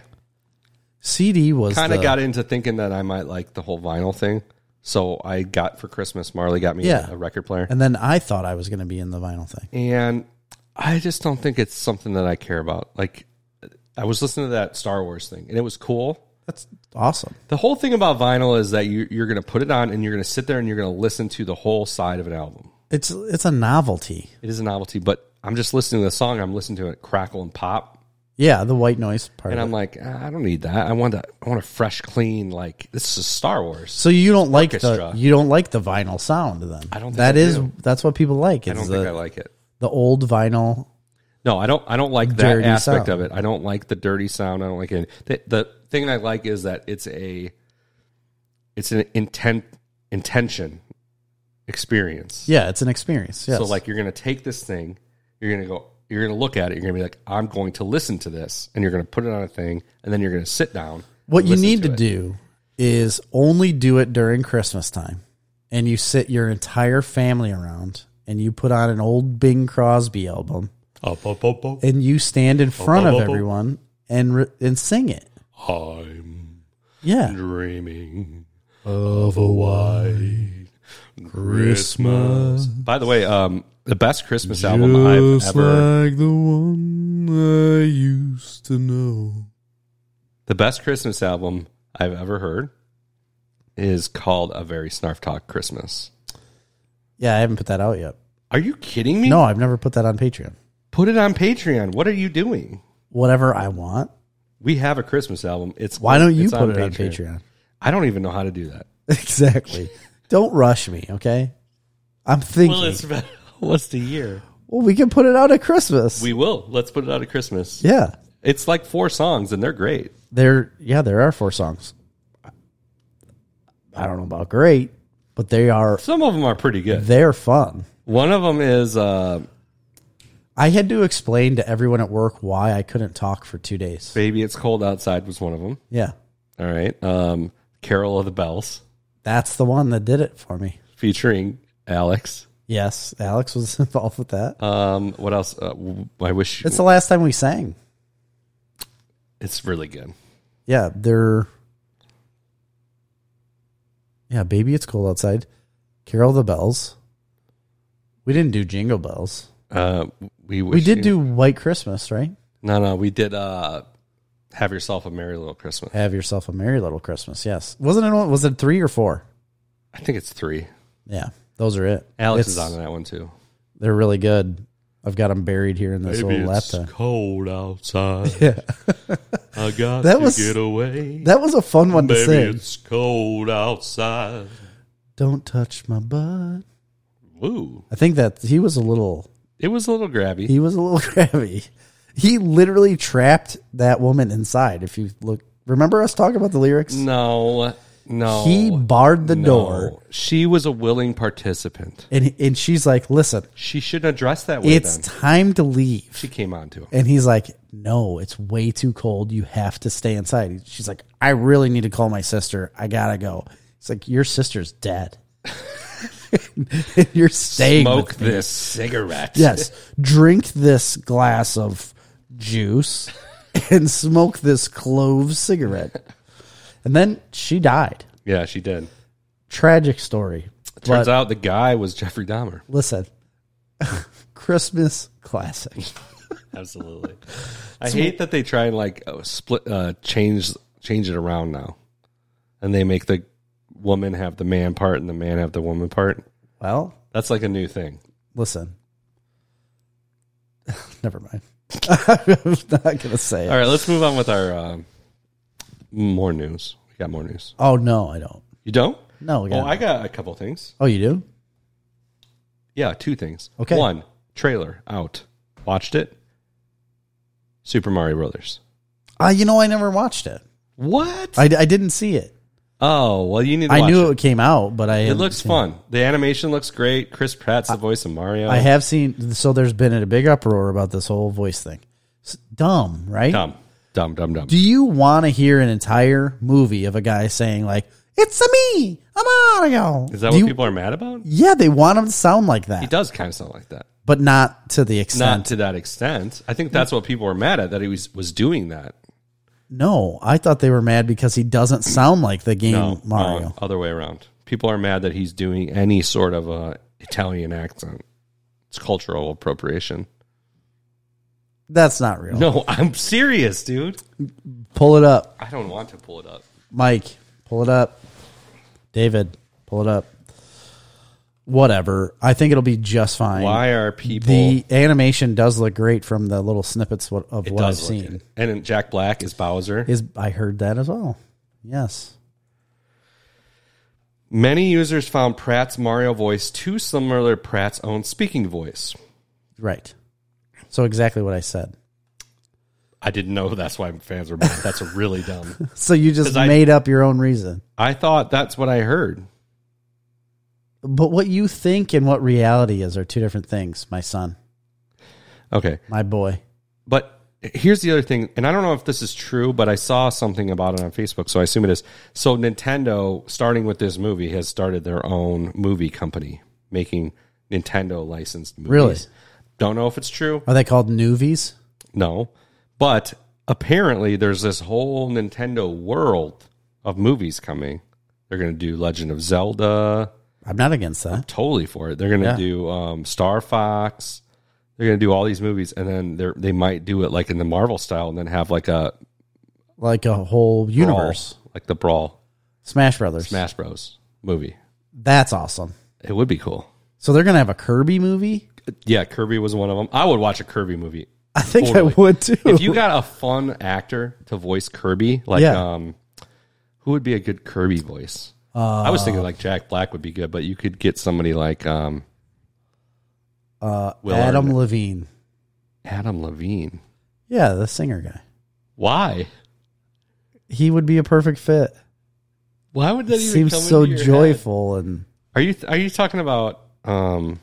CD was
kind of
the-
got into thinking that I might like the whole vinyl thing. So I got for Christmas, Marley got me
Yeah.
a record player.
and then I thought I was going to be in the vinyl thing.
and I just don't think it's something that I care about. Like, I was listening to that Star Wars thing, and it was cool,
That's awesome.
The whole thing about vinyl is that you, you're going to put it on and you're going to sit there and you're going to listen to the whole side of an album.
It's it's a novelty.
It is a novelty, but I'm just listening to the song. I'm listening to it crackle and pop,
Yeah, the white noise part.
and
of
I'm
it.
like, ah, I don't need that. I want a, I want a fresh, clean. Like this is Star Wars.
so you don't like
Orchestra.
the you don't like the vinyl sound then. I
don't think
That
I
is
do.
that's what people like. It's
I don't
the,
think I like it.
the old vinyl.
No, I don't. I don't like that
Dirty
aspect
sound.
of it. I don't like the dirty sound. I don't like it. The, the thing I like is that it's a, it's an intent intention, experience.
Yeah, it's an experience. Yes.
So like you're gonna take this thing, you're gonna go, you're gonna look at it, you're gonna be like, I'm going to listen to this, and you're gonna put it on a thing, and then you're gonna sit down.
what
and
you
listen
need to
it.
do is only do it during Christmas time, and you sit your entire family around, and you put on an old Bing Crosby album,
Up, up, up, up.
and you stand in front of
oh, oh.
everyone and re- and sing it.
I'm
Yeah,
dreaming of a white Christmas. By the way, um, the best Christmas album I've ever,
like the one I used to know.
the best Christmas album I've ever heard, is called "A Very Snarf Talk Christmas."
Yeah, I haven't put that out yet.
Are you kidding me?
No, I've never put that on Patreon.
Put it on Patreon. What are you doing?
Whatever I want.
We have a Christmas album. It's
Why don't you
it's
put it on Patreon?
I don't even know how to do that.
Exactly. don't rush me, okay? I'm thinking. Well,
what's the year?
we can put it out at Christmas.
We will. Let's put it out at Christmas.
yeah,
It's like four songs, and they're great.
there. Yeah, there are four songs. I don't know about great, but they are
Some of them are pretty good.
they're fun.
One of them is uh,
I had to explain to everyone at work why I couldn't talk for two days.
"Baby It's Cold Outside" was one of them.
Yeah,
All right, um, "Carol of the Bells"
that's the one that did it for me.
featuring Alex.
Yes, Alex was involved with that.
Um, what else? Uh, w- I wish
It's
it's,
the last time we sang.
really good.
Yeah, they're. Yeah, baby, it's cold outside. Carol the bells. We didn't do jingle bells.
Uh, we wish
We did
you-
do White Christmas, right?
no, no. We did uh, "Have Yourself a Merry Little Christmas."
Have yourself a merry little Christmas. Yes, wasn't it? Was it three or four?
I think it's three.
Yeah, those are it.
Alex
It's-
is on that one too.
They're really good. I've got them buried here in this
Maybe
old
it's
laptop.
cold outside.
Yeah.
I got
That
to
was-
get away.
That was a fun one to
Maybe
sing.
it's cold outside.
Don't touch my butt.
Woo.
I think that he was a little
It was a little grabby.
He was a little crabby. He literally trapped that woman inside. If you look, remember us talking about the lyrics?
no, no.
He barred the
no.
door,
She was a willing participant.
and and she's like, "Listen,
She shouldn't address that way
it's
then.
time to leave."
She came on to him.
And he's like, "No, it's way too cold. You have to stay inside." She's like, "I really need to call my sister. I gotta go." It's like your sister's dead. You're staying.
Smoke
with me.
this cigarette.
Yes. Drink this glass of juice and smoke this clove cigarette. And then she died.
Yeah, she did.
Tragic story.
Turns
But
out the guy was Jeffrey Dahmer.
listen, Christmas classic.
Absolutely. I hate that they try and like uh, split, uh, change, change it around now, and they make the woman have the man part and the man have the woman part.
Well,
That's like a new thing.
listen. Never mind. I'm not going to say it.
All right, let's move on with our um, more news. We got more news.
Oh, no, I don't.
You don't?
No, we
Oh,
got-
I got a couple things.
oh, you do?
Yeah, two things.
Okay.
One trailer out. Watched it. Super Mario Brothers.
Uh, you know, I never watched it.
What?
I, I didn't see it.
oh well, you need. to
I
watch
knew
it.
it. came out, but I.
It
hadn't
looks
seen
fun. The animation looks great. Chris Pratt's the voice of Mario.
I have seen. So there's been a big uproar about this whole voice thing. It's dumb, right?
dumb, dumb, dumb, dumb.
Do you want to hear an entire movie of a guy saying like, "It's a me, I'm Mario"?
Is that
Do
what
you-
people are mad about?
Yeah, they want him to sound like
He
that,
does kind of sound like that.
but not to the extent.
Not to that extent. I think that's what people were mad at that he was was doing that.
no, I thought they were mad because he doesn't sound like the game
No,
Mario.
no, other way around. People are mad that he's doing any sort of a Italian accent. It's cultural appropriation.
That's not real.
No, I'm serious, dude.
Pull it up.
I don't want to pull it up.
Mike, pull it up. David, pull it up. Whatever. I think it'll be just fine.
Why are people?
The animation does look great from the little snippets what- of
it
what I've
does look
seen.
good. And then Jack Black is Bowser.
Is I heard that as well. Yes.
Many users found Pratt's Mario voice too similar to Pratt's own speaking voice.
Right. So exactly what I said.
I didn't know that's why fans were mad. That's really dumb.
So you just
'Cause I-
made up your own reason.
I thought that's what I heard.
But what you think and what reality is are two different things, my son,
Okay.
my boy.
But here's the other thing, and I don't know if this is true, but I saw something about it on Facebook, so I assume it is. So Nintendo, starting with this movie, has started their own movie company making Nintendo licensed movies.
Really?
Don't know if it's true.
Are they called newbies?
No. But apparently there's this whole Nintendo world of movies coming. They're going to do Legend of Zelda,
I'm not against that.
totally for it. They're going to
Yeah.
do um, Star Fox. They're going to do all these movies and then they they might do it like in the Marvel style and then have like a
Like a whole
brawl,
universe.
like the Brawl
Smash Brothers.
Oh. Smash Bros movie.
That's awesome.
It would be cool.
So they're gonna have a Kirby movie.
Yeah, Kirby was one of them. I would watch a Kirby movie.
I think
Totally.
I would too.
If you got a fun actor to voice Kirby, like
Yeah.
um who would be a good Kirby voice? I was thinking like Jack Black would be good, but you could get somebody like um
uh,
Will
Adam
Arnett.
Levine.
Adam Levine.
Yeah, the singer guy.
Why?
He would be a perfect fit.
Why would that even come
Seems so
into your head?
joyful and
Are you are you talking about um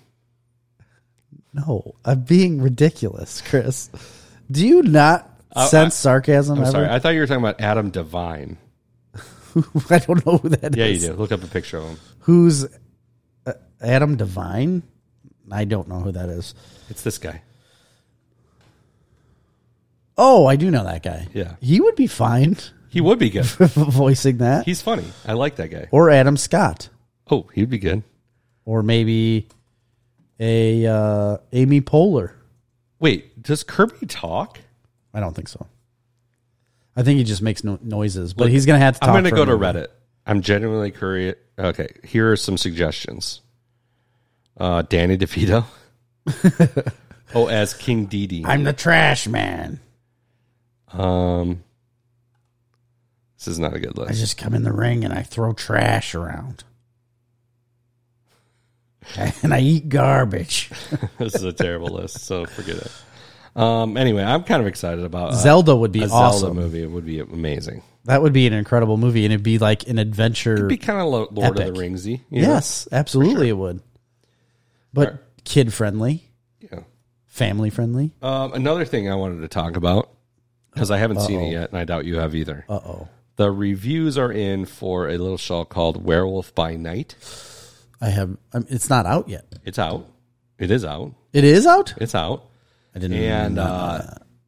no, I'm being ridiculous, Chris. Do you not
I-
sense sarcasm?
I'm
ever?
sorry, I thought you were talking about Adam Devine.
I don't know who that is.
Yeah, you do. Look up a picture of him.
Who's uh, Adam Devine? I don't know who that is.
It's this guy.
Oh, I do know that guy.
Yeah.
he would be fine
He would be good.
voicing that.
He's funny. I like that guy.
or Adam Scott,
Oh, he'd be good.
or maybe a uh, Amy Poehler.
Wait, does Kirby talk?
I don't think so. I think he just makes no- noises, but he's gonna have to. Talk
I'm going to
for
go
a
to
minute.
Reddit. I'm genuinely curious. Okay, here are some suggestions. Uh, Danny DeVito. oh, as King Dedede.
I'm the trash man.
Um, this is not a good
I
list.
just come in the ring and I throw trash around, and I eat garbage.
this is a terrible list, so forget it. Um, anyway, I'm kind of excited about uh,
Zelda would be
a
awesome.
Zelda movie. It would be amazing.
That would be an incredible movie, and it'd be like an adventure.
It'd be kind of Lord of
Epic.
the Ringsy. you know?
yes, absolutely, it would. But
Sure.
kid friendly,
Yeah.
family friendly.
Um, another thing I wanted to talk about because I haven't seen it yet, and I doubt you have either.
Uh oh,
the reviews are in for a little show called Werewolf by Night.
I have. Um, it's not out yet.
It's out. It is out.
It is out.
It's out,
I didn't.
and uh,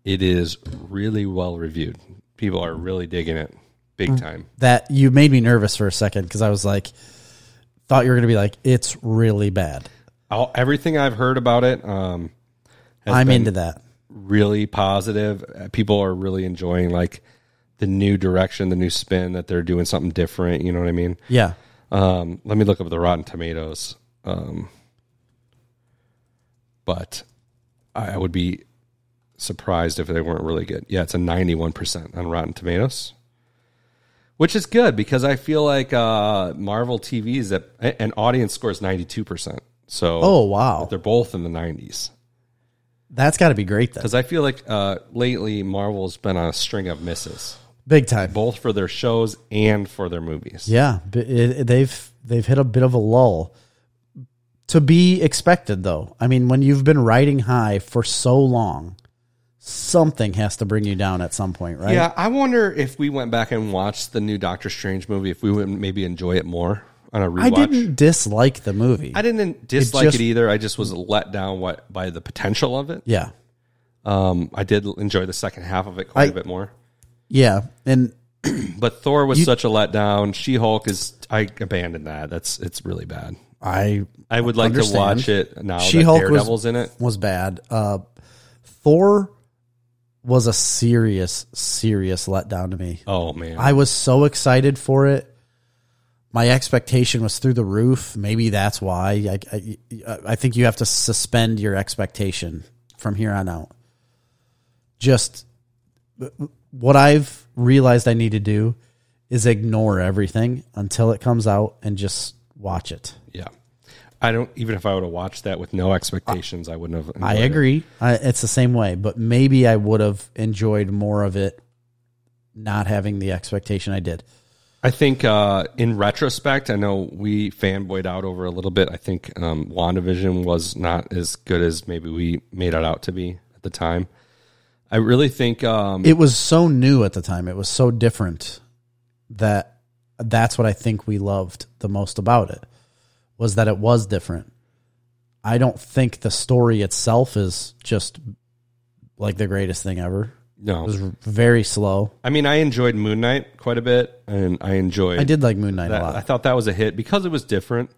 it is really well reviewed. People are really digging it, big time.
that you made me nervous for a second because I was like, thought you were gonna be like, it's really bad.
All, everything I've heard about it, um, has
I'm
been
into that.
really positive. Uh, People are really enjoying like the new direction, the new spin that they're doing something different. You know what I mean?
Yeah.
Um, let me look up the Rotten Tomatoes. Um, but I I would be surprised if they weren't really good. Yeah, it's a 91% on Rotten Tomatoes, which is good because I feel like uh, Marvel TV's that a- an audience scores 92%. So
Oh wow,
they're both in the 90s.
that's got to be great then.
Because I feel like uh, lately Marvel's been on a string of misses,
Big time.
both for their shows and for their movies.
Yeah, b- it, it- they've they've hit a bit of a lull. To be expected, though. I mean, when you've been riding high for so long, something has to bring you down at some point, right?
Yeah, I wonder if we went back and watched the new Doctor Strange movie, if we would maybe enjoy it more on a rewatch.
I didn't dislike the movie.
I didn't dislike it,
just-
either. I just was let down what by the potential of it.
yeah,
Um, I did enjoy the second half of it quite a bit more.
yeah, and
But Thor was such a letdown. She Hulk is I abandoned that. That's it's really bad.
I
I would like
Understand.
to watch it now. She
She-Hulk
Hulk
was-
Daredevil's in it.
was bad. Uh, Thor was a serious, serious letdown to me.
Oh man,
I was so excited for it. My expectation was through the roof. Maybe that's why. I, I, I think you have to suspend your expectation from here on out. Just what I've realized I need to do is ignore everything until it comes out and just watch it.
yeah. I don't even if I would have watched that with no expectations, I, wouldn't have.
I
enjoyed it.
agree. I, it's the same way, but maybe I would have enjoyed more of it not having the expectation I did.
I think uh, in retrospect, I know we fanboyed out over a little bit. I think um, WandaVision was not as good as maybe we made it out to be at the time. I really think um,
it was so new at the time. It was so different that that's what I think we loved the most about it was that it was different. I don't think the story itself is just like the greatest thing ever. It
no,
was very slow.
I mean, I enjoyed Moon Knight quite a bit, and I enjoyed.
I did like Moon Knight
That,
a lot.
I thought that was a hit because it was different,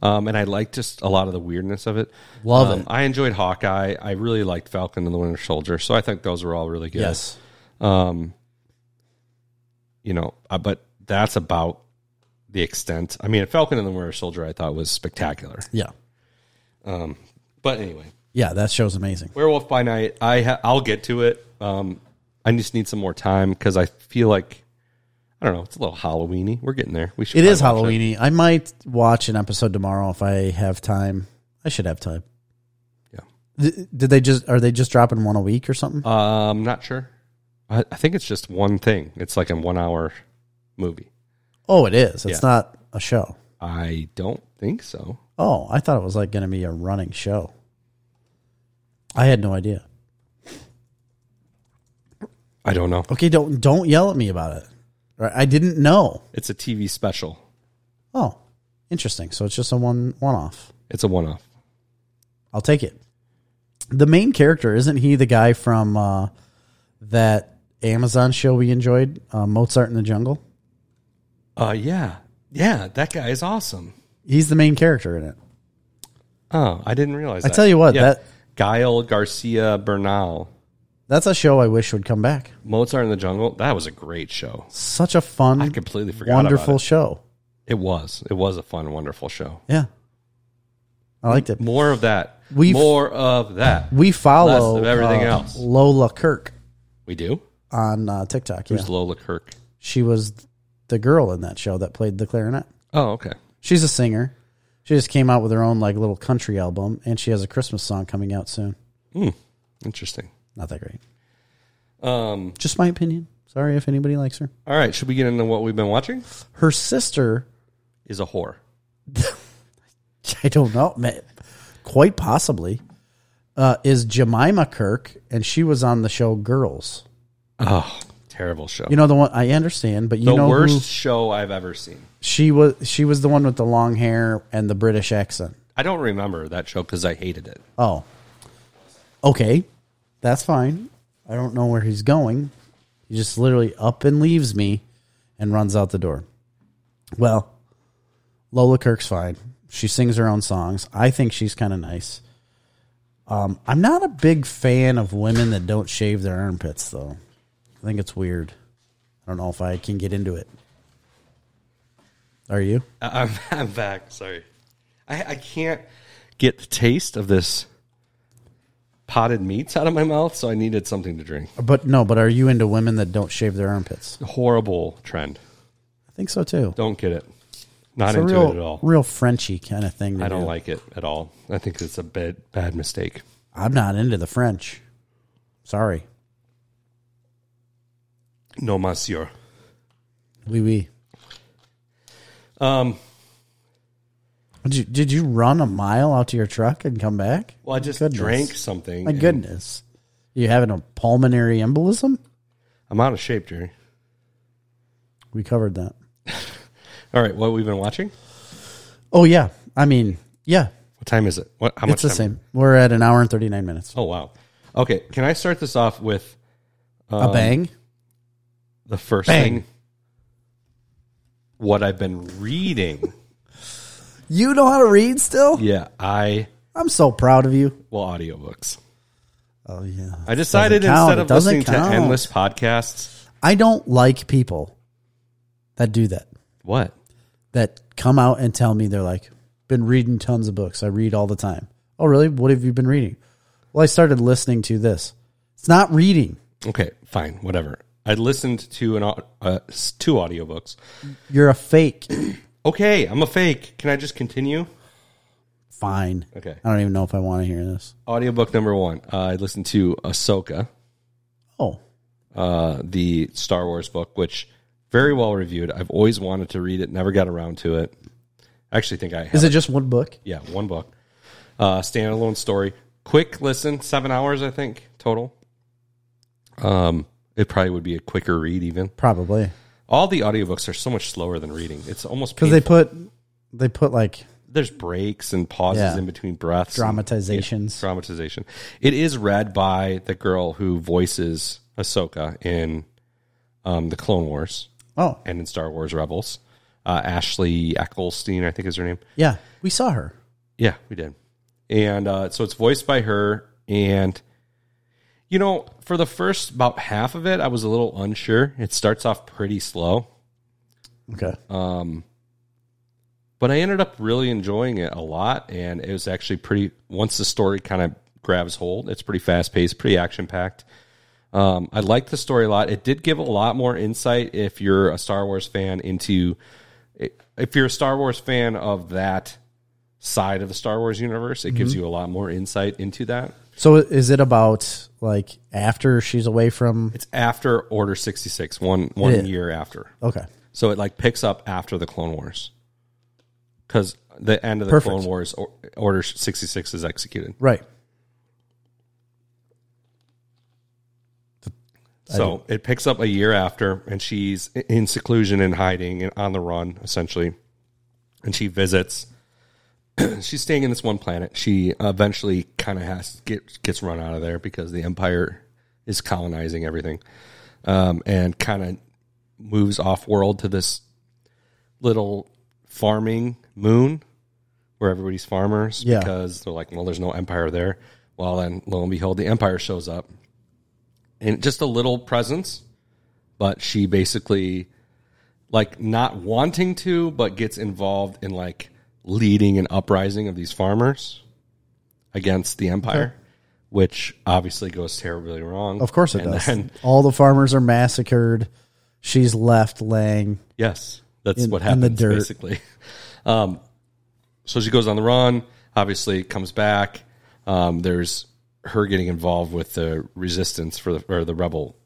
um, and I liked just a lot of the weirdness of it.
Love
Um,
it.
I enjoyed Hawkeye. I really liked Falcon and the Winter Soldier. So I think those were all really good.
Yes.
Um, you know, uh, but that's about the extent. I mean, Falcon and the Winter Soldier, I thought was spectacular.
Yeah.
But anyway,
Yeah, that show's amazing.
Werewolf by Night, I ha- I'll get to it. Um, I just need some more time because I feel like I don't know. It's a little Halloweeny. We're getting there. We should.
It is
probably watch
Halloweeny. I might watch an episode tomorrow if I have time. I should have time.
Yeah.
Th- Did they just are they just dropping one a week or something?
it. Um, not sure. I, I think it's just one thing. It's like a one-hour movie.
oh, it is. It's not a show.
I don't think so.
Oh, I thought it was like going to be a running show. I had no idea.
I don't know.
Okay, don't don't yell at me about it. Right, I didn't know.
It's a TV special.
Oh, interesting. So it's just a one one off.
It's a one-off.
I'll take it. The main character isn't he the guy from uh, that Amazon show we enjoyed, uh, Mozart in the Jungle?
Uh, yeah, yeah. That guy is awesome.
He's the main character in it.
Oh, I didn't realize.
I tell you what, that-
Gael Garcia Bernal,
That's a show I wish would come back.
Mozart in the Jungle, that was a great show.
Such a fun,
I completely forgot.
wonderful
About
show.
it. it was. It was a fun, wonderful show.
Yeah, I liked it.
More of that.
We've-
more of that.
We follow
Less of everything
uh,
else.
Lola Kirk
We do.
on uh, TikTok. Yeah.
Who's Lola Kirk?
She was the girl in that show that played the clarinet.
Oh, okay.
She's a singer. She just came out with her own like little country album, and she has a Christmas song coming out soon.
Interesting.
Not that great.
Um.
Just my opinion. Sorry if anybody likes her.
All right. Should we get into what we've been watching?
Her sister,
Is a whore.
I don't know, ma- quite possibly, uh, is Jemima Kirk, and she was on the show Girls.
Oh, terrible show.
You know the one I understand, but you
the
know who-
worst show I've ever seen.
she was. She was the one with the long hair and the British accent.
I don't remember that show because I hated it.
Oh. Okay. That's fine. I don't know where he's going. He just literally up and leaves me and runs out the door. Well, Lola Kirk's fine. She sings her own songs. I think she's kind of nice. Um, I'm not a big fan of women that don't shave their armpits, though. I think it's weird. I don't know if I can get into it. Are you?
I- I'm, Uh, I'm back. Sorry. I, I can't get the taste of this potted meats out of my mouth, so I needed something to drink.
But no, but are you into women that don't shave their armpits?
Horrible trend.
I think so too.
Don't get it. Not
It's
into
a real,
it at all.
real Frenchy kind of thing. To
I don't
do.
like it at all. I think it's a bad, bad mistake.
I'm not into the French. Sorry,
No, monsieur.
wee wee.
Um,
Did you, did you run a mile out to your truck and come back?
well, I just
Goodness.
drank something.
My
and
goodness, you having a pulmonary embolism?
I'm out of shape, Jerry.
We covered that.
All right, what we've been watching?
Oh yeah, I mean yeah,
What time is it? What? How much
it's the
time?
same. We're at an hour and thirty nine minutes.
Oh wow. Okay, can I start this off with Um,
a bang.
the first
Bang.
thing what I've been reading.
You know how to read still?
yeah, I
I'm so proud of you.
well audiobooks.
Oh yeah.
I decided
Doesn't count.
instead
It
of
doesn't
listening
count.
to endless podcasts,
I don't like people that do that.
what?
That come out and tell me they're like, been reading tons of books. I read all the time. Oh really? What have you been reading? Well, I started listening to this. It's not reading.
Okay, fine, whatever. I listened to an au- uh, s- two audiobooks.
You're a fake.
Okay, I'm a fake. Can I just continue?
Fine.
Okay.
I don't even know if I want to hear this.
Audiobook number one. Uh, I listened to Ahsoka,
Oh,
uh, the Star Wars book, which very well reviewed. I've always wanted to read it, never got around to it. I actually think I have.
is it just one book?
Yeah, one book. Uh, standalone story. Quick listen, seven hours, I think, total. Um, it probably would be a quicker read, even.
Probably
All the audiobooks are so much slower than reading. It's almost
because they put they put like
there's breaks and pauses
Yeah.
in between breaths. and-
dramatizations.
dramatization. It is read by the girl who voices Ahsoka in um, the Clone Wars
Oh,
and in Star Wars Rebels. Uh, Ashley Ecclestein, I think is her name.
yeah, we saw her.
Yeah, we did. And uh, so it's voiced by her. And, you know, for the first about half of it, I was a little unsure. It starts off pretty slow,
Okay,
but I ended up really enjoying it a lot. And it was actually pretty, once the story kind of grabs hold, it's pretty fast paced, pretty action packed. Um, I liked the story a lot. It did give a lot more insight if you're a Star Wars fan into, if you're a Star Wars fan of that side of the Star Wars universe, it gives you a lot more insight into that.
so is it about like after she's away from?
It's after Order 66, one one
is.
year after.
Okay,
So it like picks up after the Clone Wars. Cuz the end of the
Perfect.
Clone Wars or, Order 66 is executed.
right.
So it picks up a year after and she's i- in seclusion and hiding and on the run essentially. And she visits she's staying in this one planet. She eventually kind of has get gets run out of there because the empire is colonizing everything. Um, and kind of moves off world to this little farming moon where everybody's farmers
Yeah.
because they're like, well, there's no empire there. Well, then lo and behold, the empire shows up and just a little presence, but she basically like not wanting to, but gets involved in like leading an uprising of these farmers against the empire, which obviously goes terribly wrong.
Of course it
And
does.
then-
All the farmers are massacred. She's left laying.
Yes, that's
In-
what
in
happens
the dirt.
basically. Um, so she goes on the run. Obviously, comes back. Um, there's her getting involved with the resistance for the or the rebel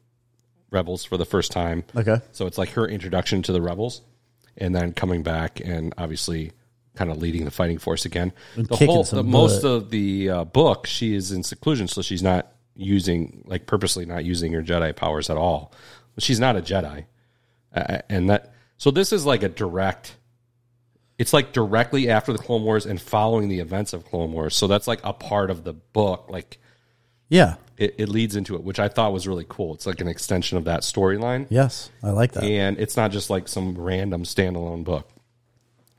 rebels for the first time.
Okay,
So it's like her introduction to the rebels, and then coming back and obviously kind of leading the fighting force again. the
kicking
whole,
some
the,
butt.
most of the uh, book, she is in seclusion, so she's not using like purposely not using her Jedi powers at all. She's not a Jedi, uh, and that so this is like a direct. It's like directly after the Clone Wars and following the events of Clone Wars, so that's like a part of the book, like.
yeah,
It, it leads into it, which I thought was really cool. It's like an extension of that storyline
yes, I like that.
and it's not just like some random standalone book.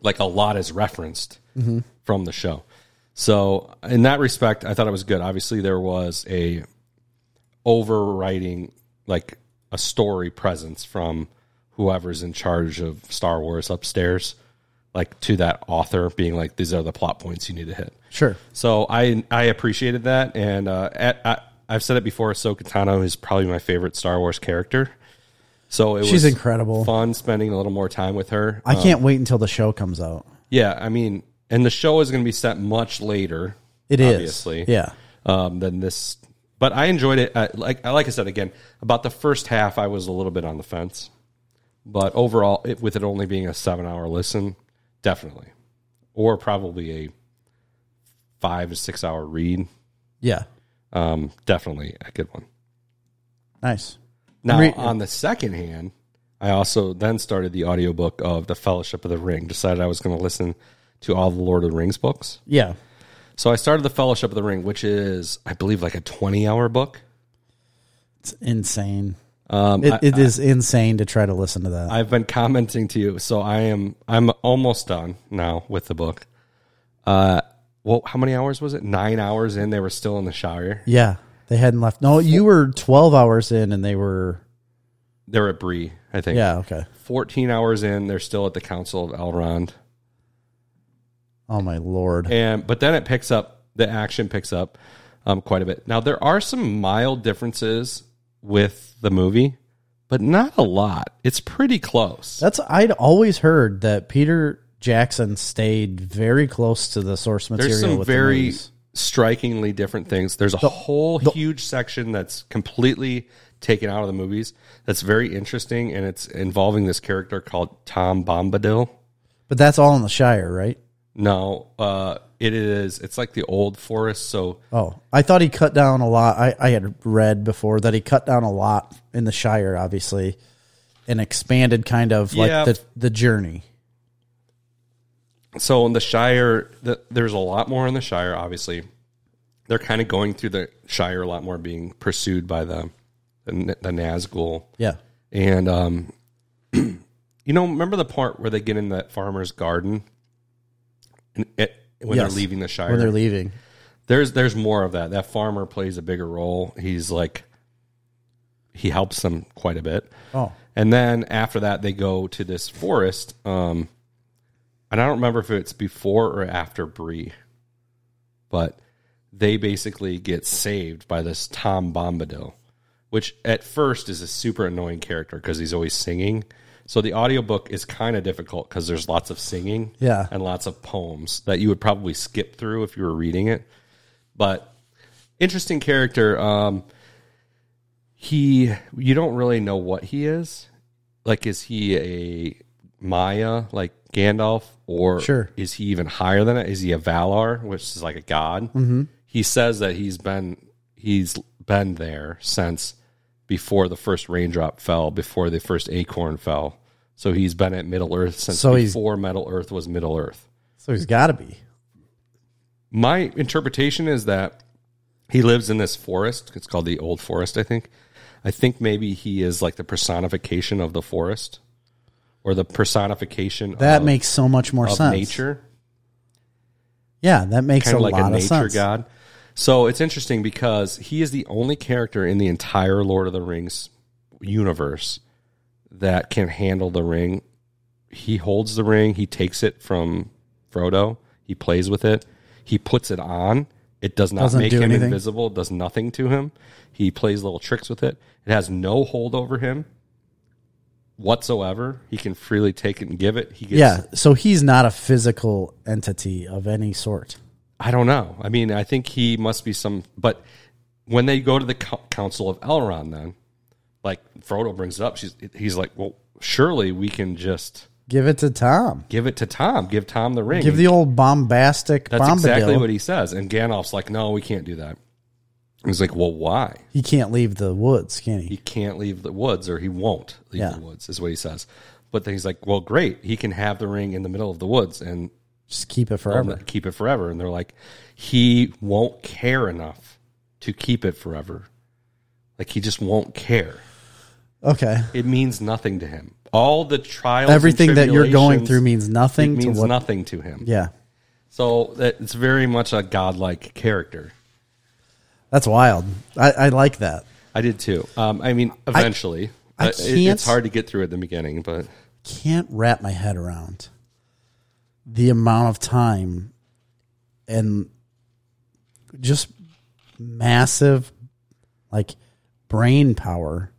Like a lot is referenced from the show. So in that respect, I thought it was good. Obviously, there was a overriding like a story presence from whoever's in charge of Star Wars upstairs, like to that author being like, "These are the plot points you need to hit."
Sure.
So I I appreciated that, and uh, at, I, I've said it before. Ahsoka Tano is probably my favorite Star Wars character. So it
She's
was
incredible.
Fun spending a little more time with her.
I can't wait until the show comes out.
yeah, I mean, and the show is going to be set much later.
It is.
obviously
Yeah.
um, than this. But I enjoyed it. I, like like I said again, about the first half, I was a little bit on the fence, but overall, it, with it only being a seven-hour listen, definitely, or probably a five to six-hour read,
Yeah.
um, definitely a good one.
Nice.
Now,
Re-
on the second hand, I also then started the audiobook of The Fellowship of the Ring. Decided I was going to listen to all the Lord of the Rings books.
Yeah.
So I started The Fellowship of the Ring, which is, I believe, like a 20 hour book.
It's insane.
Um,
It, it is insane to try to listen to that.
I've been commenting to you, so I am I'm almost done now with the book. Uh, well, how many hours was it? Nine hours in, they were still in the shower.
yeah. They hadn't left. No, you were 12 hours in and they were.
They're at Brie, I think.
Yeah, okay.
14 hours in, they're still at the Council of Elrond.
Oh, my Lord.
and but then it picks up the action picks up um, quite a bit now there are some mild differences with the movie but not a lot it's pretty close
That's I'd always heard that Peter Jackson stayed very close to the source material.
there's some
with the
very
movies.
strikingly different things there's a whole huge section that's completely taken out of the movies that's very interesting and it's involving this character called tom bombadil
But that's all in the Shire, right?
no uh, it is it's like the old forest so
Oh, I thought he cut down a lot. I, I had read before that he cut down a lot in the Shire, obviously, and expanded kind of
Yeah.
like the, the journey.
so in the Shire, the, there's a lot more in the Shire. Obviously, they're kind of going through the Shire a lot more, being pursued by the the, N- the Nazgul.
Yeah.
And um, you know, remember the part where they get in that farmer's garden, and it, when
Yes.
they're leaving the Shire,
When they're leaving.
there's there's more of that. That farmer plays a bigger role. He's like he helps them quite a bit.
Oh.
And then after that, they go to this forest. Um, and I don't remember if it's before or after Bree, but they basically get saved by this Tom Bombadil, which at first is a super annoying character because he's always singing. So the audiobook is kind of difficult because there's lots of singing
Yeah.
and lots of poems that you would probably skip through if you were reading it. But interesting character. Um, he you don't really know what he is like is he a maya like gandalf or
Sure.
is he even higher than it is he a valar which is like a god mm-hmm. he says that he's been he's been there since before the first raindrop fell before the first acorn fell so he's been at middle earth since
So he's-
before middle earth was middle earth
So he's got to be.
my interpretation is that he lives in this forest. It's called the Old Forest, I think. I think maybe he is like the personification of the forest or the personification
That
of,
makes so much more
of
sense.
nature,
Yeah, that makes
kind
a
of like
lot
a
of
nature
sense.
god. So it's interesting because he is the only character in the entire Lord of the Rings universe that can handle the ring. He holds the ring, he takes it from Frodo, he plays with it, he puts it on. It does not
Doesn't
make
do
him
anything.
invisible, does nothing to him. He plays little tricks with it. It has no hold over him whatsoever. He can freely take it and give it. He gets
Yeah, so he's not a physical entity of any sort.
I don't know. I mean, I think he must be some. But when they go to the co- Council of Elrond, then like Frodo brings it up, she's he's like, well, surely we can just
Give it to Tom.
give it to Tom, give Tom the ring.
Give the old bombastic
That's
Bombadil.
exactly what he says. And Gandalf's like, no, we can't do that. He's like, well, why?
he can't leave the woods, can
He
he?
can't leave the woods, or he won't leave
Yeah.
the woods, is what he says. But then he's like, well, great, he can have the ring in the middle of the woods, and
Just keep it
I'm
forever.
gonna keep it forever. And they're like, he won't care enough to keep it forever. Like he just won't care.
Okay.
It means nothing to him. All the trials, and
Everything that you're going
tribulations,
through means
it
nothing
means
to what
nothing to him.
Yeah.
So that it's very much a godlike character.
That's wild. I, I like that.
I did too. Um, I mean, eventually,
I
Uh, it-
can't-
it's hard to get through at the beginning, but
Can't wrap my head around the amount of time and just massive like brain power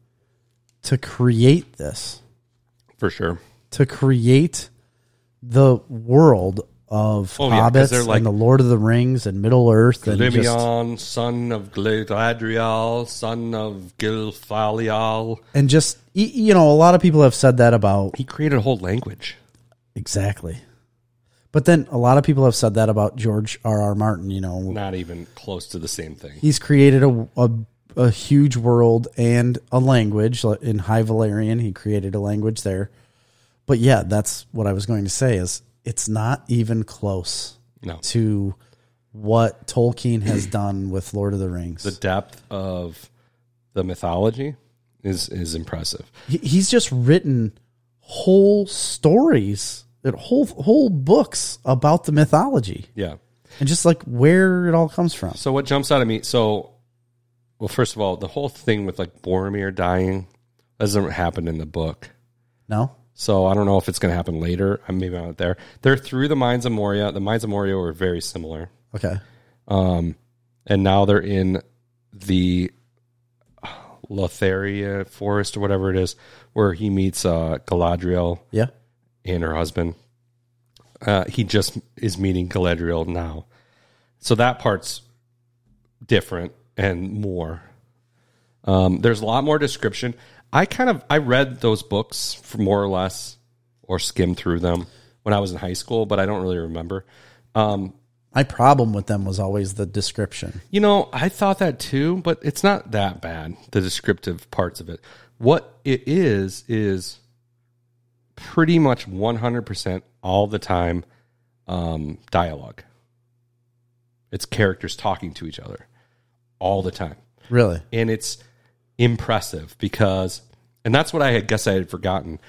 to create this.
for sure.
to create the world of
Oh, yeah, 'cause
hobbits
they're like-
and the Lord of the Rings and Middle Earth and just-
Limion, son of Gladriel, son of Gilfalial.
and just y- you know a lot of people have said that about
He created a whole language.
exactly, but then a lot of people have said that about George R R Martin. You know,
not even close to the same thing.
he's created a, a a huge world and a language like in High Valerian. He created a language there, but yeah, that's what I was going to say. Is it's not even close.
No.
to what Tolkien has done with Lord of the Rings.
The depth of the mythology is is impressive.
He- He's just written whole stories, that whole whole books about the mythology
Yeah.
and just like where it all comes from.
So what jumps out at me? So Well, first of all, the whole thing with like Boromir dying doesn't happen in the book.
No?
So I don't know if it's going to happen later. I'm maybe not there. They're through the Mines of Moria. The Mines of Moria were very similar.
Okay.
Um, and now they're in the Lotharia forest or whatever it is, where he meets uh, Galadriel
Yeah.
and her husband. Uh, he just is meeting Galadriel now. So that part's different and more. Um, there's a lot more description. I kind of I read those books for more or less, or skimmed through them when I was in high school, but I don't really remember. Um,
My problem with them was always the description.
you know, I thought that too, but it's not that bad, the descriptive parts of it. What it is, is pretty much 100% all the time um, dialogue. It's characters talking to each other all the time.
Really?
And it's impressive because, and that's what I had guess I had forgotten.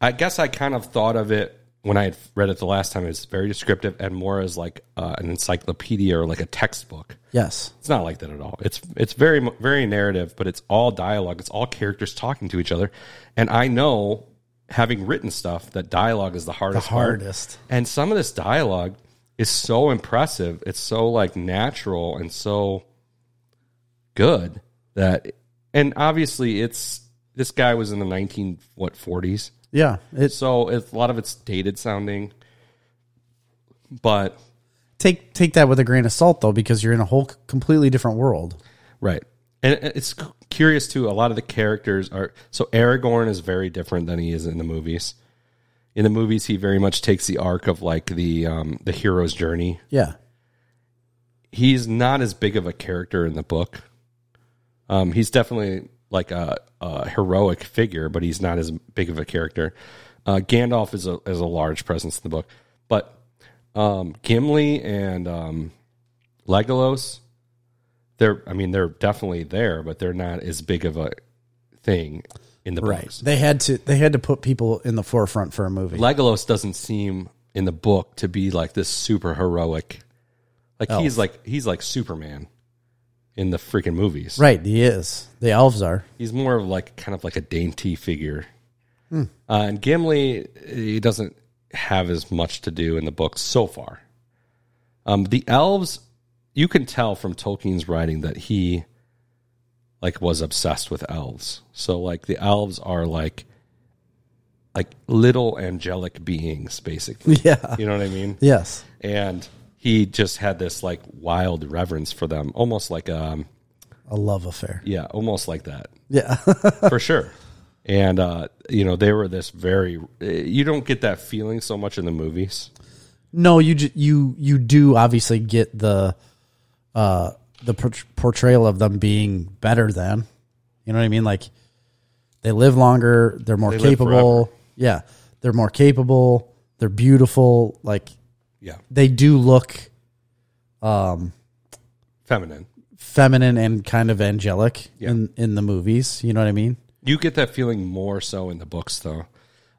I guess I kind of thought of it when I had read it the last time as very descriptive and more as like uh, an encyclopedia or like a textbook.
Yes.
It's not like that at all. It's it's very very narrative, but it's all dialogue. It's all characters talking to each other. And I know, having written stuff, that dialogue is the hardest part.
Hardest.
And some of this dialogue is so impressive. It's so like natural and so good that. And obviously, it's this guy was in the nineteen what forties,
Yeah. It's
so it's, a lot of it's dated sounding. But
take take that with a grain of salt though, because you're in a whole c- completely different world.
Right. And it- it's cu- curious too. A lot of the characters are so Aragorn is very different than he is in the movies. In the movies, he very much takes the arc of like the um, the hero's journey.
Yeah.
He's not as big of a character in the book. Um, he's definitely like a, a heroic figure, but he's not as big of a character. Uh, Gandalf is a is a large presence in the book, but um, Gimli and um, Legolas, they're I mean they're definitely there, but they're not as big of a thing in the books.
They had to they had to put people in the forefront for a movie.
Legolas doesn't seem in the book to be like this super heroic. Like he's like he's like Superman in the freaking movies.
right, he is. The elves are.
He's more of like kind of like a dainty figure. Uh, and Gimli, he doesn't have as much to do in the books so far. Um, the elves, you can tell from Tolkien's writing that he like was obsessed with elves. So like the elves are like like little angelic beings, basically.
Yeah.
You know what I mean?
Yes.
And he just had this like wild reverence for them, almost like um
A love affair.
yeah, almost like that
Yeah.
for sure. And uh, you know, they were this very. uh, You don't get that feeling so much in the movies.
no, you ju- you you do obviously get the uh the por- portrayal of them being better than. You know what I mean? Like they live longer, they're more
live
capable. Yeah. They're more capable, they're beautiful, like
Yeah,
they do look um
feminine.
feminine and kind of angelic in in the movies. You know what I mean?
You get that feeling more so in the books, though.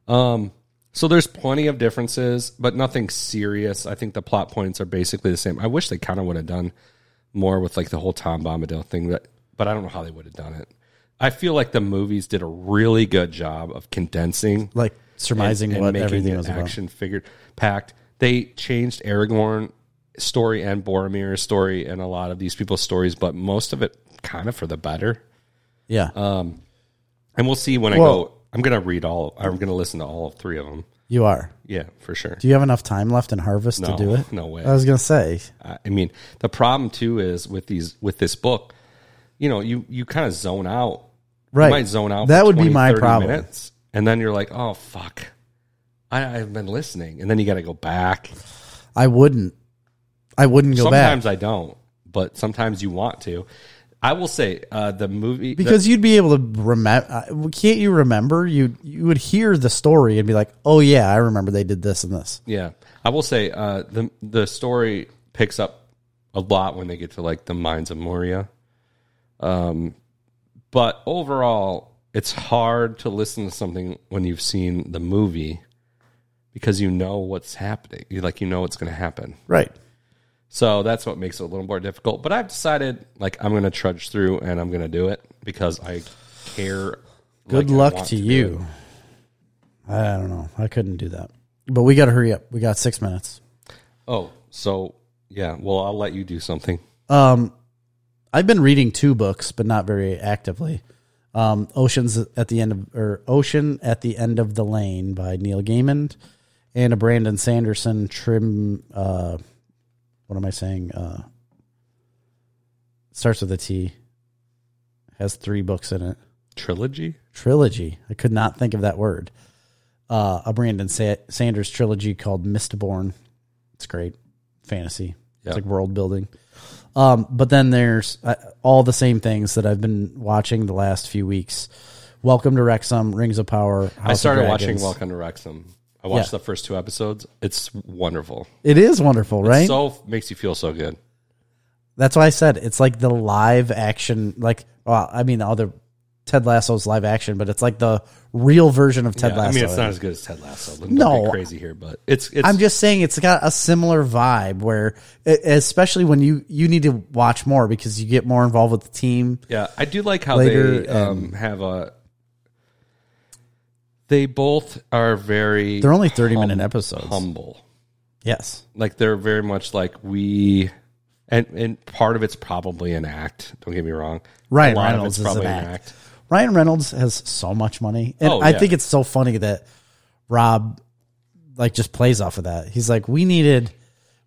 Um, so there's plenty of differences, but nothing serious. I think the plot points are basically the same. I wish they kind of would have done more with like the whole Tom Bombadil thing, but but I don't know how they would have done it. I feel like the movies did a really good job of condensing
Like surmising
and
what
making
everything
it
was about.
action figure packed. They changed Aragorn story and Boromir's story and a lot of these people's stories, but most of it kind of for the better.
Yeah,
uh, And we'll see when I go.
Well-
I'm gonna read all. I'm gonna listen to all three of them.
you are.
Yeah, for sure.
Do you have enough time left in Harvest
No,
to do it? Uh,
no way.
I was gonna say
I I mean, the problem too is with these with this book. You know, you you kind of zone out.
right.
You might zone out.
That
for
would be
20,
my
30
problem.
Minutes, and then you're like, oh fuck, I, I've been listening, and then you got to go back.
I wouldn't. I wouldn't go
sometimes
back
I don't, but sometimes you want to. I will say uh, the movie
because you'd be able to remember. Can't you remember? You you would hear the story and be like, "Oh yeah, I remember they did this and this."
the- yeah, I will say uh, the the story picks up a lot when they get to like the mines of Moria. Um, but overall, it's hard to listen to something when you've seen the movie because you know what's happening. You like you know what's going to happen.
Right.
So that's what makes it a little more difficult. But I've decided like I'm going to trudge through and I'm going to do it because I care. like,
Good
I
luck
want
to
do it.
you. I don't know. I couldn't do that. But we got to hurry up. We got six minutes.
Oh, so yeah. Well, I'll let you do something.
Um, I've been reading two books, but not very actively. Um, Oceans at the end of or Ocean at the End of the Lane by Neil Gaiman, and a Brandon Sanderson trim. Uh, what am I saying? Uh, starts with a T. Has three books in it.
Trilogy.
trilogy. I could not think of that word. Uh, a Brandon Sa- Sanders trilogy called Mistborn. It's great fantasy.
Yeah.
It's like world building. Um, but then there's uh, all the same things that I've been watching the last few weeks. Welcome to Wrexham, Rings of Power. House
I
of
started
Dragons.
watching Welcome to Wrexham. I watched
Yeah.
the first two episodes. It's wonderful.
It is wonderful, right?
So makes you feel so good.
That's why I said it's like the live action. Like, well, I mean, the other Ted Lasso's live action, but it's like the real version of Ted
Yeah,
Lasso.
I mean, it's not as good as Ted Lasso. Don't
No.
get crazy here, but it's it's
I'm just saying it's got a similar vibe where, e, especially when you you need to watch more because you get more involved with the team.
Yeah, I do like how
Later,
they um, have a. They both are very.
They're only 30 minute episodes.
humble.
Yes,
Like they're very much like we, and and part of it's probably an act. Don't get me wrong.
Ryan
a lot
Reynolds
of
is
it's probably
an act. Ryan Reynolds has so much money, and
Oh,
I
yeah.
think it's so funny that Rob like just plays off of that. He's like, we needed,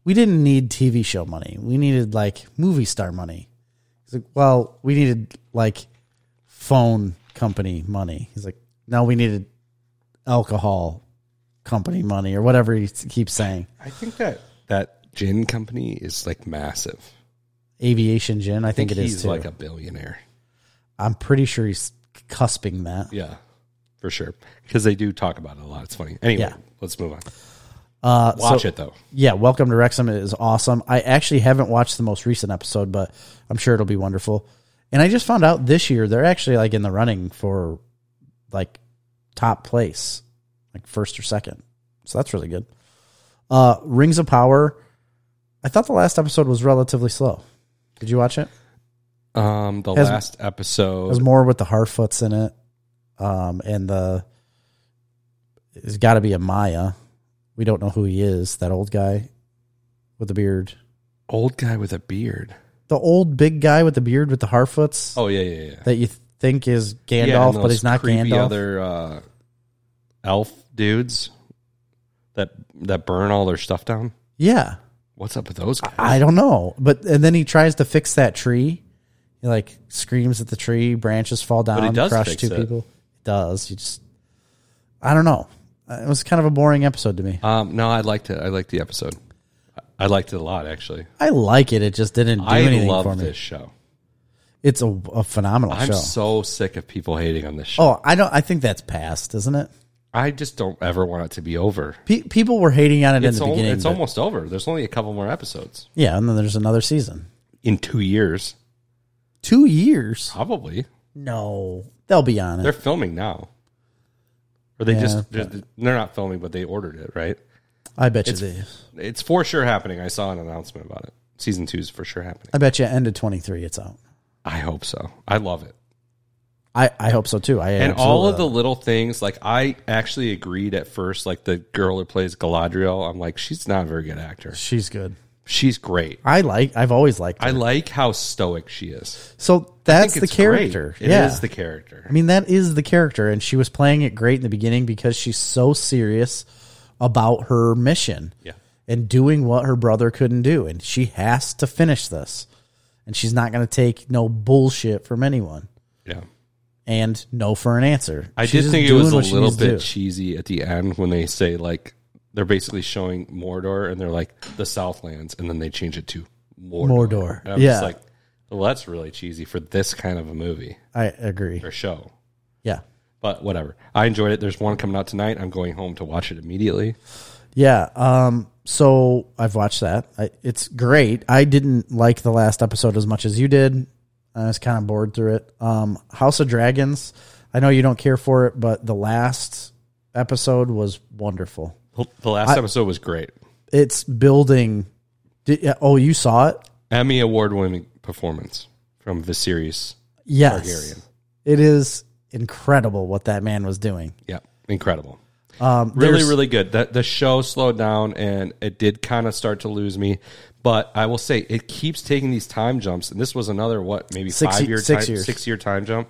we didn't need TV show money. We needed like movie star money. He's like, well, we needed like phone company money. He's like, no, we needed alcohol company money or whatever he s- keeps saying.
I think that that gin company is like massive.
Aviation gin, I
I think,
think, it
he's
is too.
like a billionaire.
I'm pretty sure he's cusping that.
Yeah, for sure. Because they do talk about it a lot. It's funny. Anyway,
Yeah.
let's move on.
Uh, so-
Watch it though.
yeah, Welcome to Wrexham is awesome. I actually haven't watched the most recent episode, but I'm sure it'll be wonderful. And I just found out this year they're actually like in the running for like top place, like first or second. So that's really good. Uh Rings of Power. I thought the last episode was relatively slow. Did you watch it?
Um, the
Has-
last episode.
It was more with the Harfoots in it. Um and the it's gotta be a Maya. We don't know who he is, that old guy with the beard.
old guy with a beard.
the old big guy with the beard with the Harfoots
Oh yeah, yeah, yeah.
that you think is
Yeah,
Gandalf,
and
but
those
he's not
creepy
Gandalf.
Other uh, elf dudes that that burn all their stuff down.
yeah,
What's up with those guys?
I don't know, but and then he tries to fix that tree. He like screams at the tree, branches fall down,
he does
crush
fix
two
it.
people. It does. You just, I don't know. Uh, It was kind of a boring episode to me.
um, no, I liked it. I liked the episode. I- I liked it a lot, actually.
I like it. It just didn't do
I
anything for
love
me.
this show.
It's a, a phenomenal
I'm
show.
so sick of people hating on this show.
oh, I don't. I think that's past, isn't it?
I just don't ever want it to be over.
Pe- people were hating on it in
It's,
the
al-
beginning.
it's
but-
almost over. There's only a couple more episodes
yeah, and then there's another season.
in two years,
Two years.
probably.
No, they'll be on it.
They're filming now, or they
Yeah,
just they're, they're not filming, but they ordered it right.
I bet you they.
It's for sure happening. I saw an announcement about it. Season two is for sure happening.
I bet you end of twenty three. It's out.
I hope so. I love it.
I, I hope so too. I
And all of
absolutely-
the little things, like I actually agreed at first, like the girl who plays Galadriel, I'm like, she's not a very good actor.
she's good.
She's great.
I like. I've always liked. Her.
I like how stoic she is.
so
I
that's
think
the
it's great.
character.
It is
yeah,
the character.
I mean that is the character, and she was playing it great in the beginning because she's so serious about her mission.
Yeah.
and doing what her brother couldn't do, and she has to finish this, and she's not going to take no bullshit from anyone,
Yeah.
and no for an answer.
I
She's
did
just
think it
doing
was a
what she
little
needs to do.
bit cheesy at the end when they say like they're basically showing Mordor and they're like the Southlands, and then they change it to Mordor.
Mordor.
And I'm
Yeah.
just like, well, that's really cheesy for this kind of a movie
I agree.
or show.
Yeah.
But whatever, I enjoyed it. There's one coming out tonight. I'm going home to watch it immediately.
Yeah. Um, so I've watched that. I, it's great. I didn't like the last episode as much as you did. I was kind of bored through it. Um, House of Dragons. I know you don't care for it, but the last episode was wonderful.
The last episode was great.
It's building. Did, yeah, oh, you saw it?
Emmy award winning performance from Viserys.
Yes.
Targaryen.
It is incredible what that man was doing.
Yeah, incredible.
Um,
Really,
there's-
really good. The, the show slowed down and it did kind of start to lose me. But I will say it keeps taking these time jumps. And this was another, what, maybe
Six
five
ye-
year,
six
time,
years.
six year time jump.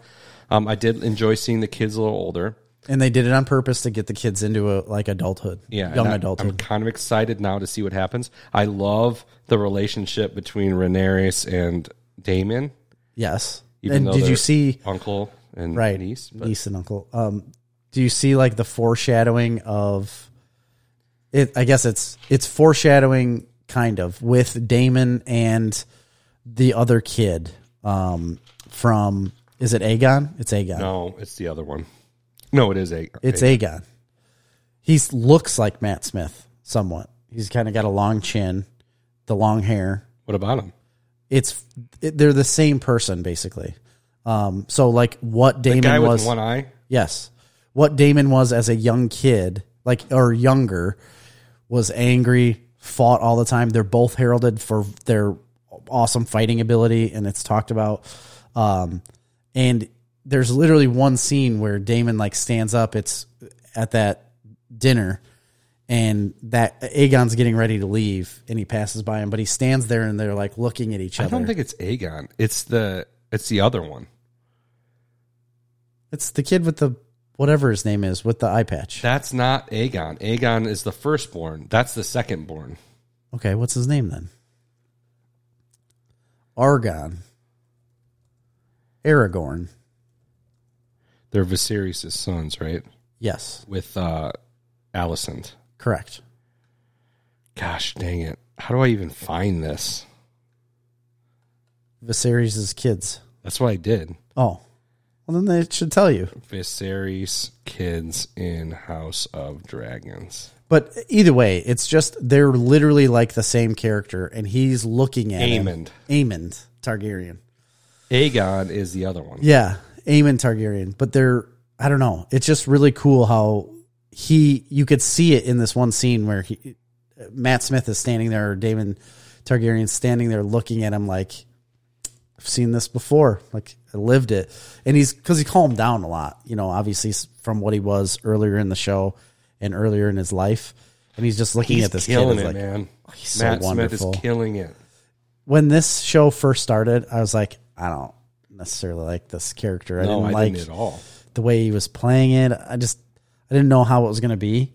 Um, I did enjoy seeing the kids a little older.
and they did it on purpose to get the kids into a like adulthood,
Yeah,
young
and I- I'm
adulthood.
kind of excited now to see what happens. I love the relationship between Rhaenyra and Damon.
yes.
Even
And
though
did
they're
you see
uncle and
right
niece? But
niece and uncle? Um, do you see like the foreshadowing of it? I guess it's it's foreshadowing kind of with Damon and the other kid um, from is it Aegon? It's Aegon.
no, it's the other one. No, it is a.
It's Aegon. He looks like Matt Smith somewhat. He's kind of got a long chin, the long hair.
what about him?
It's it, they're the same person basically. Um, so like what Damon
Guy
was,
with one eye.
yes, what Damon was as a young kid, like or younger, was angry, fought all the time. They're both heralded for their awesome fighting ability, and it's talked about. Um, and there's literally one scene where Damon like stands up. It's at that dinner, and that Aegon's getting ready to leave, and he passes by him, but he stands there, and they're like looking at each
I
other.
don't think it's Aegon. It's the it's the other one.
it's the kid with the whatever his name is with the eye patch.
That's not Aegon. Aegon is the firstborn. That's the secondborn.
Okay, what's his name then? Argon. Aragorn.
They're Viserys' sons, right?
Yes,
With uh Alicent.
correct.
Gosh dang it. How do I even find this?
Viserys' kids.
That's what I did.
Oh. Well, then they should tell you.
Viserys kids in House of Dragons.
But either way, it's just they're literally like the same character, and he's looking at him.
Aemond.
Aemond Targaryen.
Aegon is the other one.
Yeah, Aemon Targaryen. But they're I don't know. It's just really cool how he you could see it in this one scene where he Matt Smith is standing there or Damon Targaryen standing there looking at him like I've seen this before. Like I lived it. And he's cuz he calmed down a lot, you know, obviously s- from what he was earlier in the show and earlier in his life. And he's just looking
He's
at this kid
killing
is
it,
like oh,
man.
so
Matt
wonderful.
Smith is killing it.
when this show first started, I was like, I don't necessarily like this character. I
No, I
didn't like
didn't at all.
the way he was playing it. I just I didn't know how it was going to be.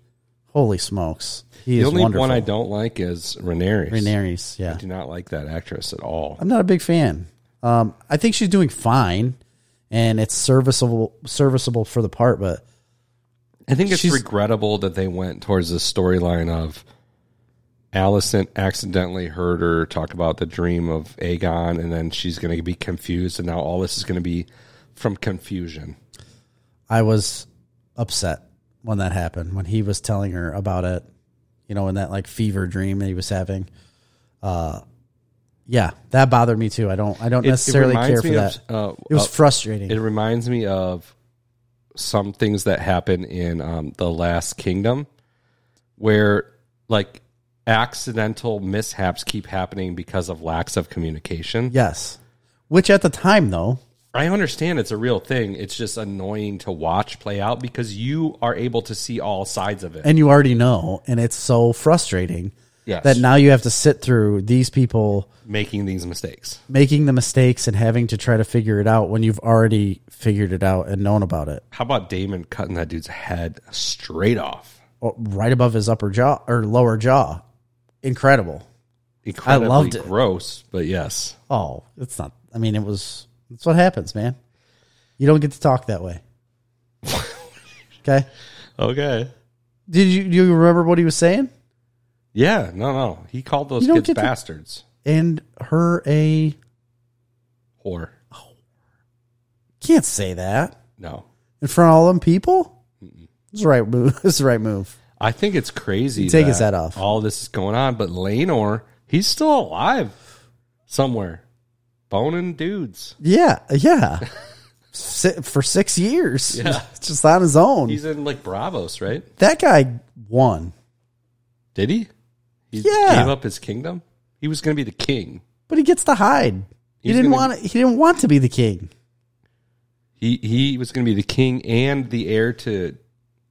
Holy smokes, he
The
is
only
wonderful.
one I don't like is Rhaenyra.
Daenerys, yeah,
I do not like that actress at all.
I'm not a big fan. Um, I think she's doing fine, and it's serviceable serviceable for the part, but
I think it's
She's-
regrettable that they went towards the storyline of Allison accidentally heard her talk about the dream of Aegon, and then she's going to be confused, and now all this is going to be from confusion.
I was upset when that happened when he was telling her about it. You know, in that like fever dream that he was having. Uh, yeah, that bothered me too. I don't I don't necessarily care for that.
Of, uh,
it was
uh,
frustrating.
it reminds me of some things that happen in um, the Last Kingdom, where like accidental mishaps keep happening because of lacks of communication.
yes, which at the time though,
I understand it's a real thing. It's just annoying to watch play out because you are able to see all sides of it.
and you already know and it's so frustrating
yes.
that now you have to sit through these people
making these mistakes.
making the mistakes and having to try to figure it out when you've already figured it out and known about it
How about Damon cutting that dude's head straight off?
Oh, right above his upper jaw or lower jaw incredible
Incredibly
loved it.
gross, but yes.
oh it's not i mean it was that's what happens man you don't get to talk that way okay
Okay.
did you do you remember what he was saying
Yeah, no, no. He called those
You don't
kids
get to-
bastards.
and her a
Whore.
can't say that
No.
in front of all them people it's the right move it's the right move
I think it's crazy.
take his head off.
All this is going on, but Lanor, he's still alive somewhere. Boning dudes.
Yeah, yeah. Si- For six years, yeah, just on his own.
He's in like Bravos, right?
that guy won.
Did he? He
Yeah.
gave up his kingdom? He was going to be the king.
But he gets to hide. He
He's
didn't
gonna-
want. He didn't want to be the king
He he was going to be the king and the heir to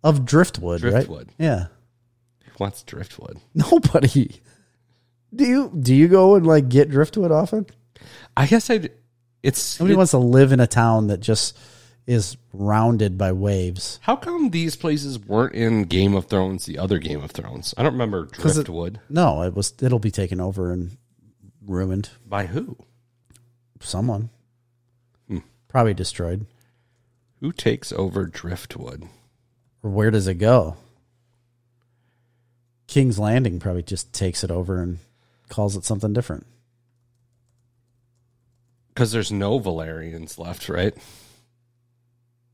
of driftwood.
Driftwood.
Right? Yeah.
who wants driftwood.
Nobody. Do you do you go and like get driftwood often?
I guess I. It's
Nobody
it-
wants to live in a town that just is rounded by waves.
how come these places weren't in Game of Thrones, the other Game of Thrones. I don't remember
it-
driftwood
No, it was. It'll be taken over and ruined.
by who?
Someone Hmm. probably destroyed.
Who takes over driftwood?
Or where does it go? King's Landing probably just takes it over and calls it something different.
Because there's no Valerians left, right?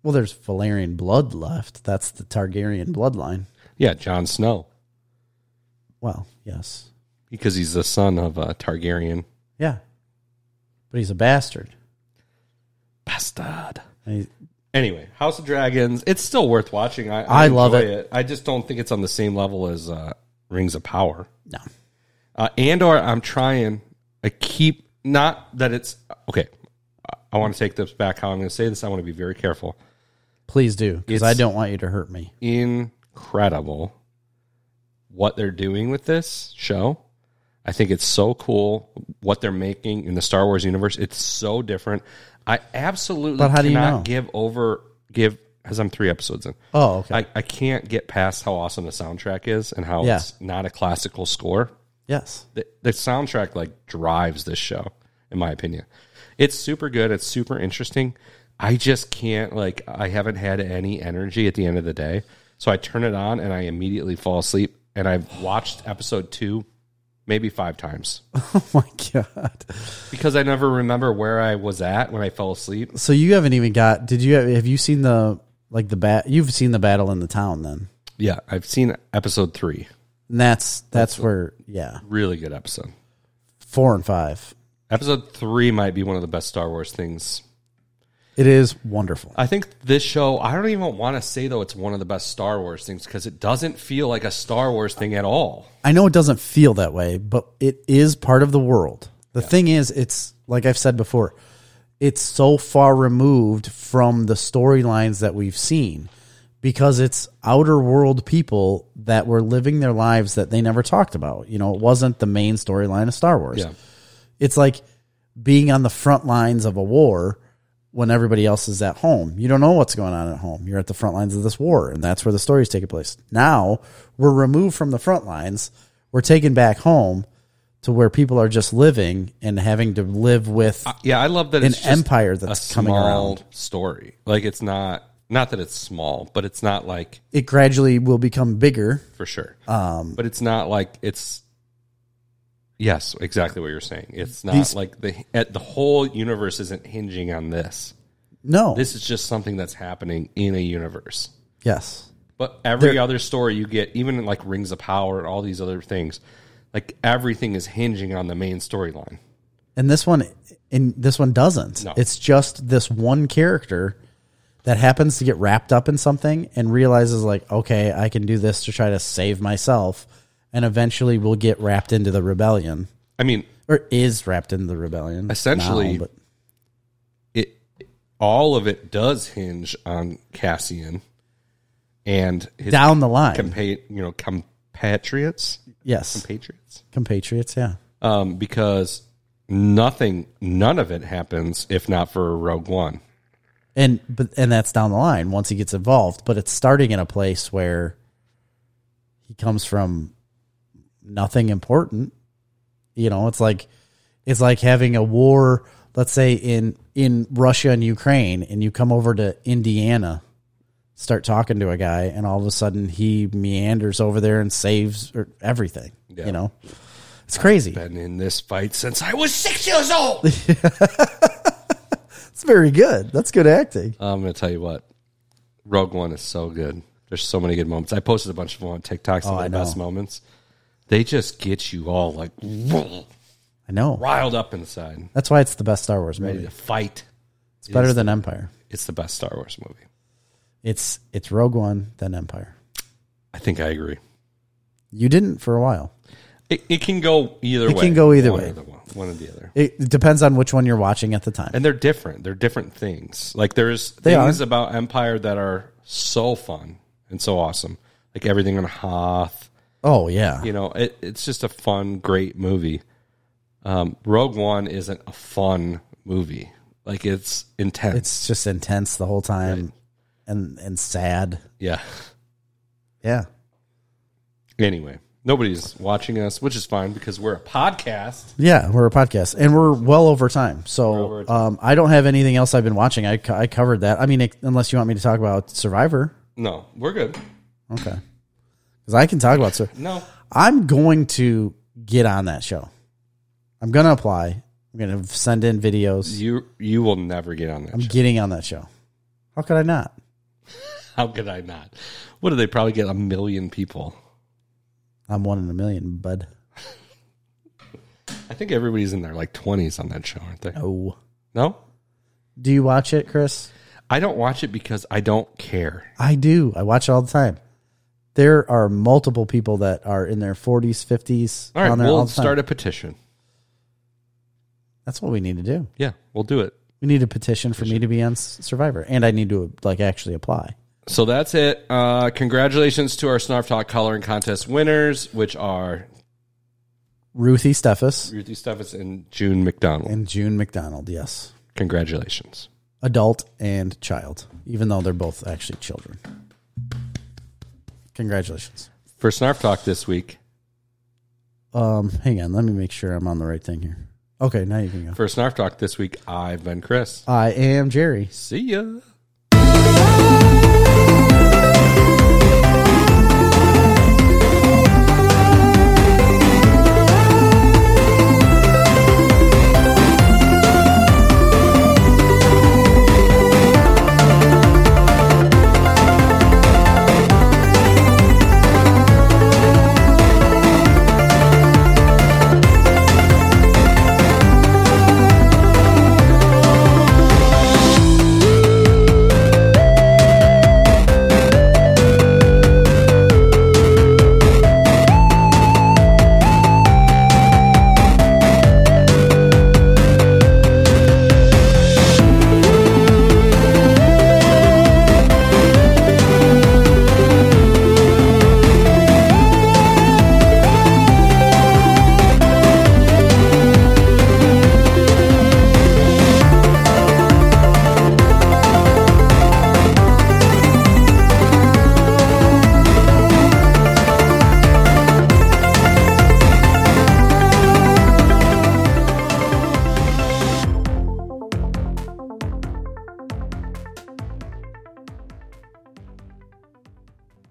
Well, there's Valerian blood left. That's the Targaryen bloodline.
Yeah, Jon Snow
Well, yes.
because he's the son of a Targaryen
Yeah. But he's a bastard.
bastard.
And he-
Anyway, House of Dragons. It's still worth watching. I,
I love
enjoy
it.
I just don't think it's on the same level as uh, Rings of Power.
no.
Uh, Andor, I'm trying. I keep not that it's okay. I- I want to take this back. How I'm going to say this, I want to be very careful.
Please do, because I
It's-
don't want you to hurt me.
Incredible what they're doing with this show. I think it's so cool what they're making in the Star Wars universe. It's so different. I absolutely
But how do you
cannot
know?
give over give as I'm three episodes in.
Oh, okay.
I, I can't get past how awesome the soundtrack is and how
Yeah.
it's not a classical score.
yes.
The, the soundtrack like drives this show, in my opinion. It's super good. It's super interesting. I just can't like I haven't had any energy at the end of the day, so I turn it on and I immediately fall asleep. And I've watched episode two, maybe five times
Oh my god.
because I never remember where I was at when I fell asleep.
So you haven't even got did you have you seen the like the bat you've seen the battle in the town then?
Yeah, I've seen episode three.
And that's that's where yeah.
Really good episode.
Four and five.
Episode three might be one of the best Star Wars things.
It is wonderful.
I think this show, I don't even want to say though it's one of the best Star Wars things because it doesn't feel like a Star Wars thing at all.
I know it doesn't feel that way, but it is part of the world. The thing is, it's like I've said before, it's so far removed from the storylines that we've seen because it's outer world people that were living their lives that they never talked about. You know, it wasn't the main storyline of Star Wars.
Yeah.
It's like being on the front lines of a war when everybody else is at home. You don't know what's going on at home. You're at the front lines of this war, and that's where the story's taking place. Now we're removed from the front lines. We're taken back home to where people are just living and having to live with
Yeah, I love that
an
it's just
empire
a
that's coming
small
around.
story. Like it's not not that it's small, but it's not like
It gradually will become bigger.
for sure. Um, but it's not like it's Yes, exactly what you're saying. It's not
These-
like the at the whole universe isn't hinging on this.
No.
This is just something that's happening in a universe.
yes.
But every other story you get, even in like Rings of Power and all these other things, like everything is hinging on the main storyline.
and this one and this one doesn't
No.
it's just this one character that happens to get wrapped up in something and realizes like okay i can do this to try to save myself and eventually will get wrapped into the rebellion
I mean,
or is wrapped into the rebellion
Essentially-
but
it all of it does hinge on Cassian and his
down the line
compa- you know compatriots,
yes
patriots,
compatriots yeah
um, because nothing, none of it happens if not for Rogue One.
and but and that's down the line once he gets involved but it's starting in a place where he comes from nothing important you know it's like it's like having a war let's say in in russia and ukraine and you come over to indiana start talking to a guy and all of a sudden he meanders over there and saves er, everything
Yeah.
you know it's crazy
Been in this fight since I was six years old.
it's very good that's good acting
I'm gonna tell you what, Rogue One is so good. There's so many good moments. I posted a bunch of them on TikTok. Some
Oh, I
of the
know.
best moments. They just get you all like
i know
riled up inside,
that's why it's the best star wars
ready
movie
to fight.
it's better than empire
It's the best Star Wars movie.
It's it's Rogue One, then Empire.
I think I agree.
You didn't for a while.
It, it can go either
It
way.
can go either
One
way.
or the one, one or the other.
It depends on which one you're watching at the time.
And they're different. They're different things. Like there's
They
things
are.
about Empire that are so fun and so awesome. Like everything on Hoth.
oh yeah.
You know, it, it's just a fun, great movie. Um, Rogue One isn't a fun movie. Like it's intense.
it's just intense the whole time, and and sad.
yeah.
Yeah.
Anyway, nobody's watching us, which is fine because we're a podcast.
Yeah, we're a podcast, and we're well over time. So
over
Um, I don't have anything else I've been watching. I, co- I covered that. I mean, it, unless you want me to talk about Survivor,
No, we're good.
okay? Because I can talk about Survivor.
No.
I'm going to get on that show. I'm going to apply. I'm going to send in videos.
You you will never get on that
I'm
show.
getting on that show. How could I not?
How could I not? What do they probably get a million people?
I'm one in a million, bud.
I think everybody's in their like twenties on that show, aren't they?
Oh,
No?
do you watch it, Chris?
I don't watch it because I don't care.
I do. I watch it all the time. There are multiple people that are in their 40s, 50s.
All right,
on there
we'll
all the time.
start a petition.
That's what we need to do.
Yeah, we'll do it.
We need a petition for me to be on S- Survivor, and I need to like actually apply.
So that's it. Uh, congratulations to our Snarf Talk coloring contest winners, which are
Ruthie Steffes
Ruthie Steffes and June McDonald.
and June McDonald. Yes,
Congratulations.
adult and child, even though they're both actually children. Congratulations.
For Snarf Talk this week,
Um, hang on, let me make sure I'm on the right thing here. Okay, now you can go.
for Snarf Talk this week, I've been Chris.
I am Jerry.
See ya.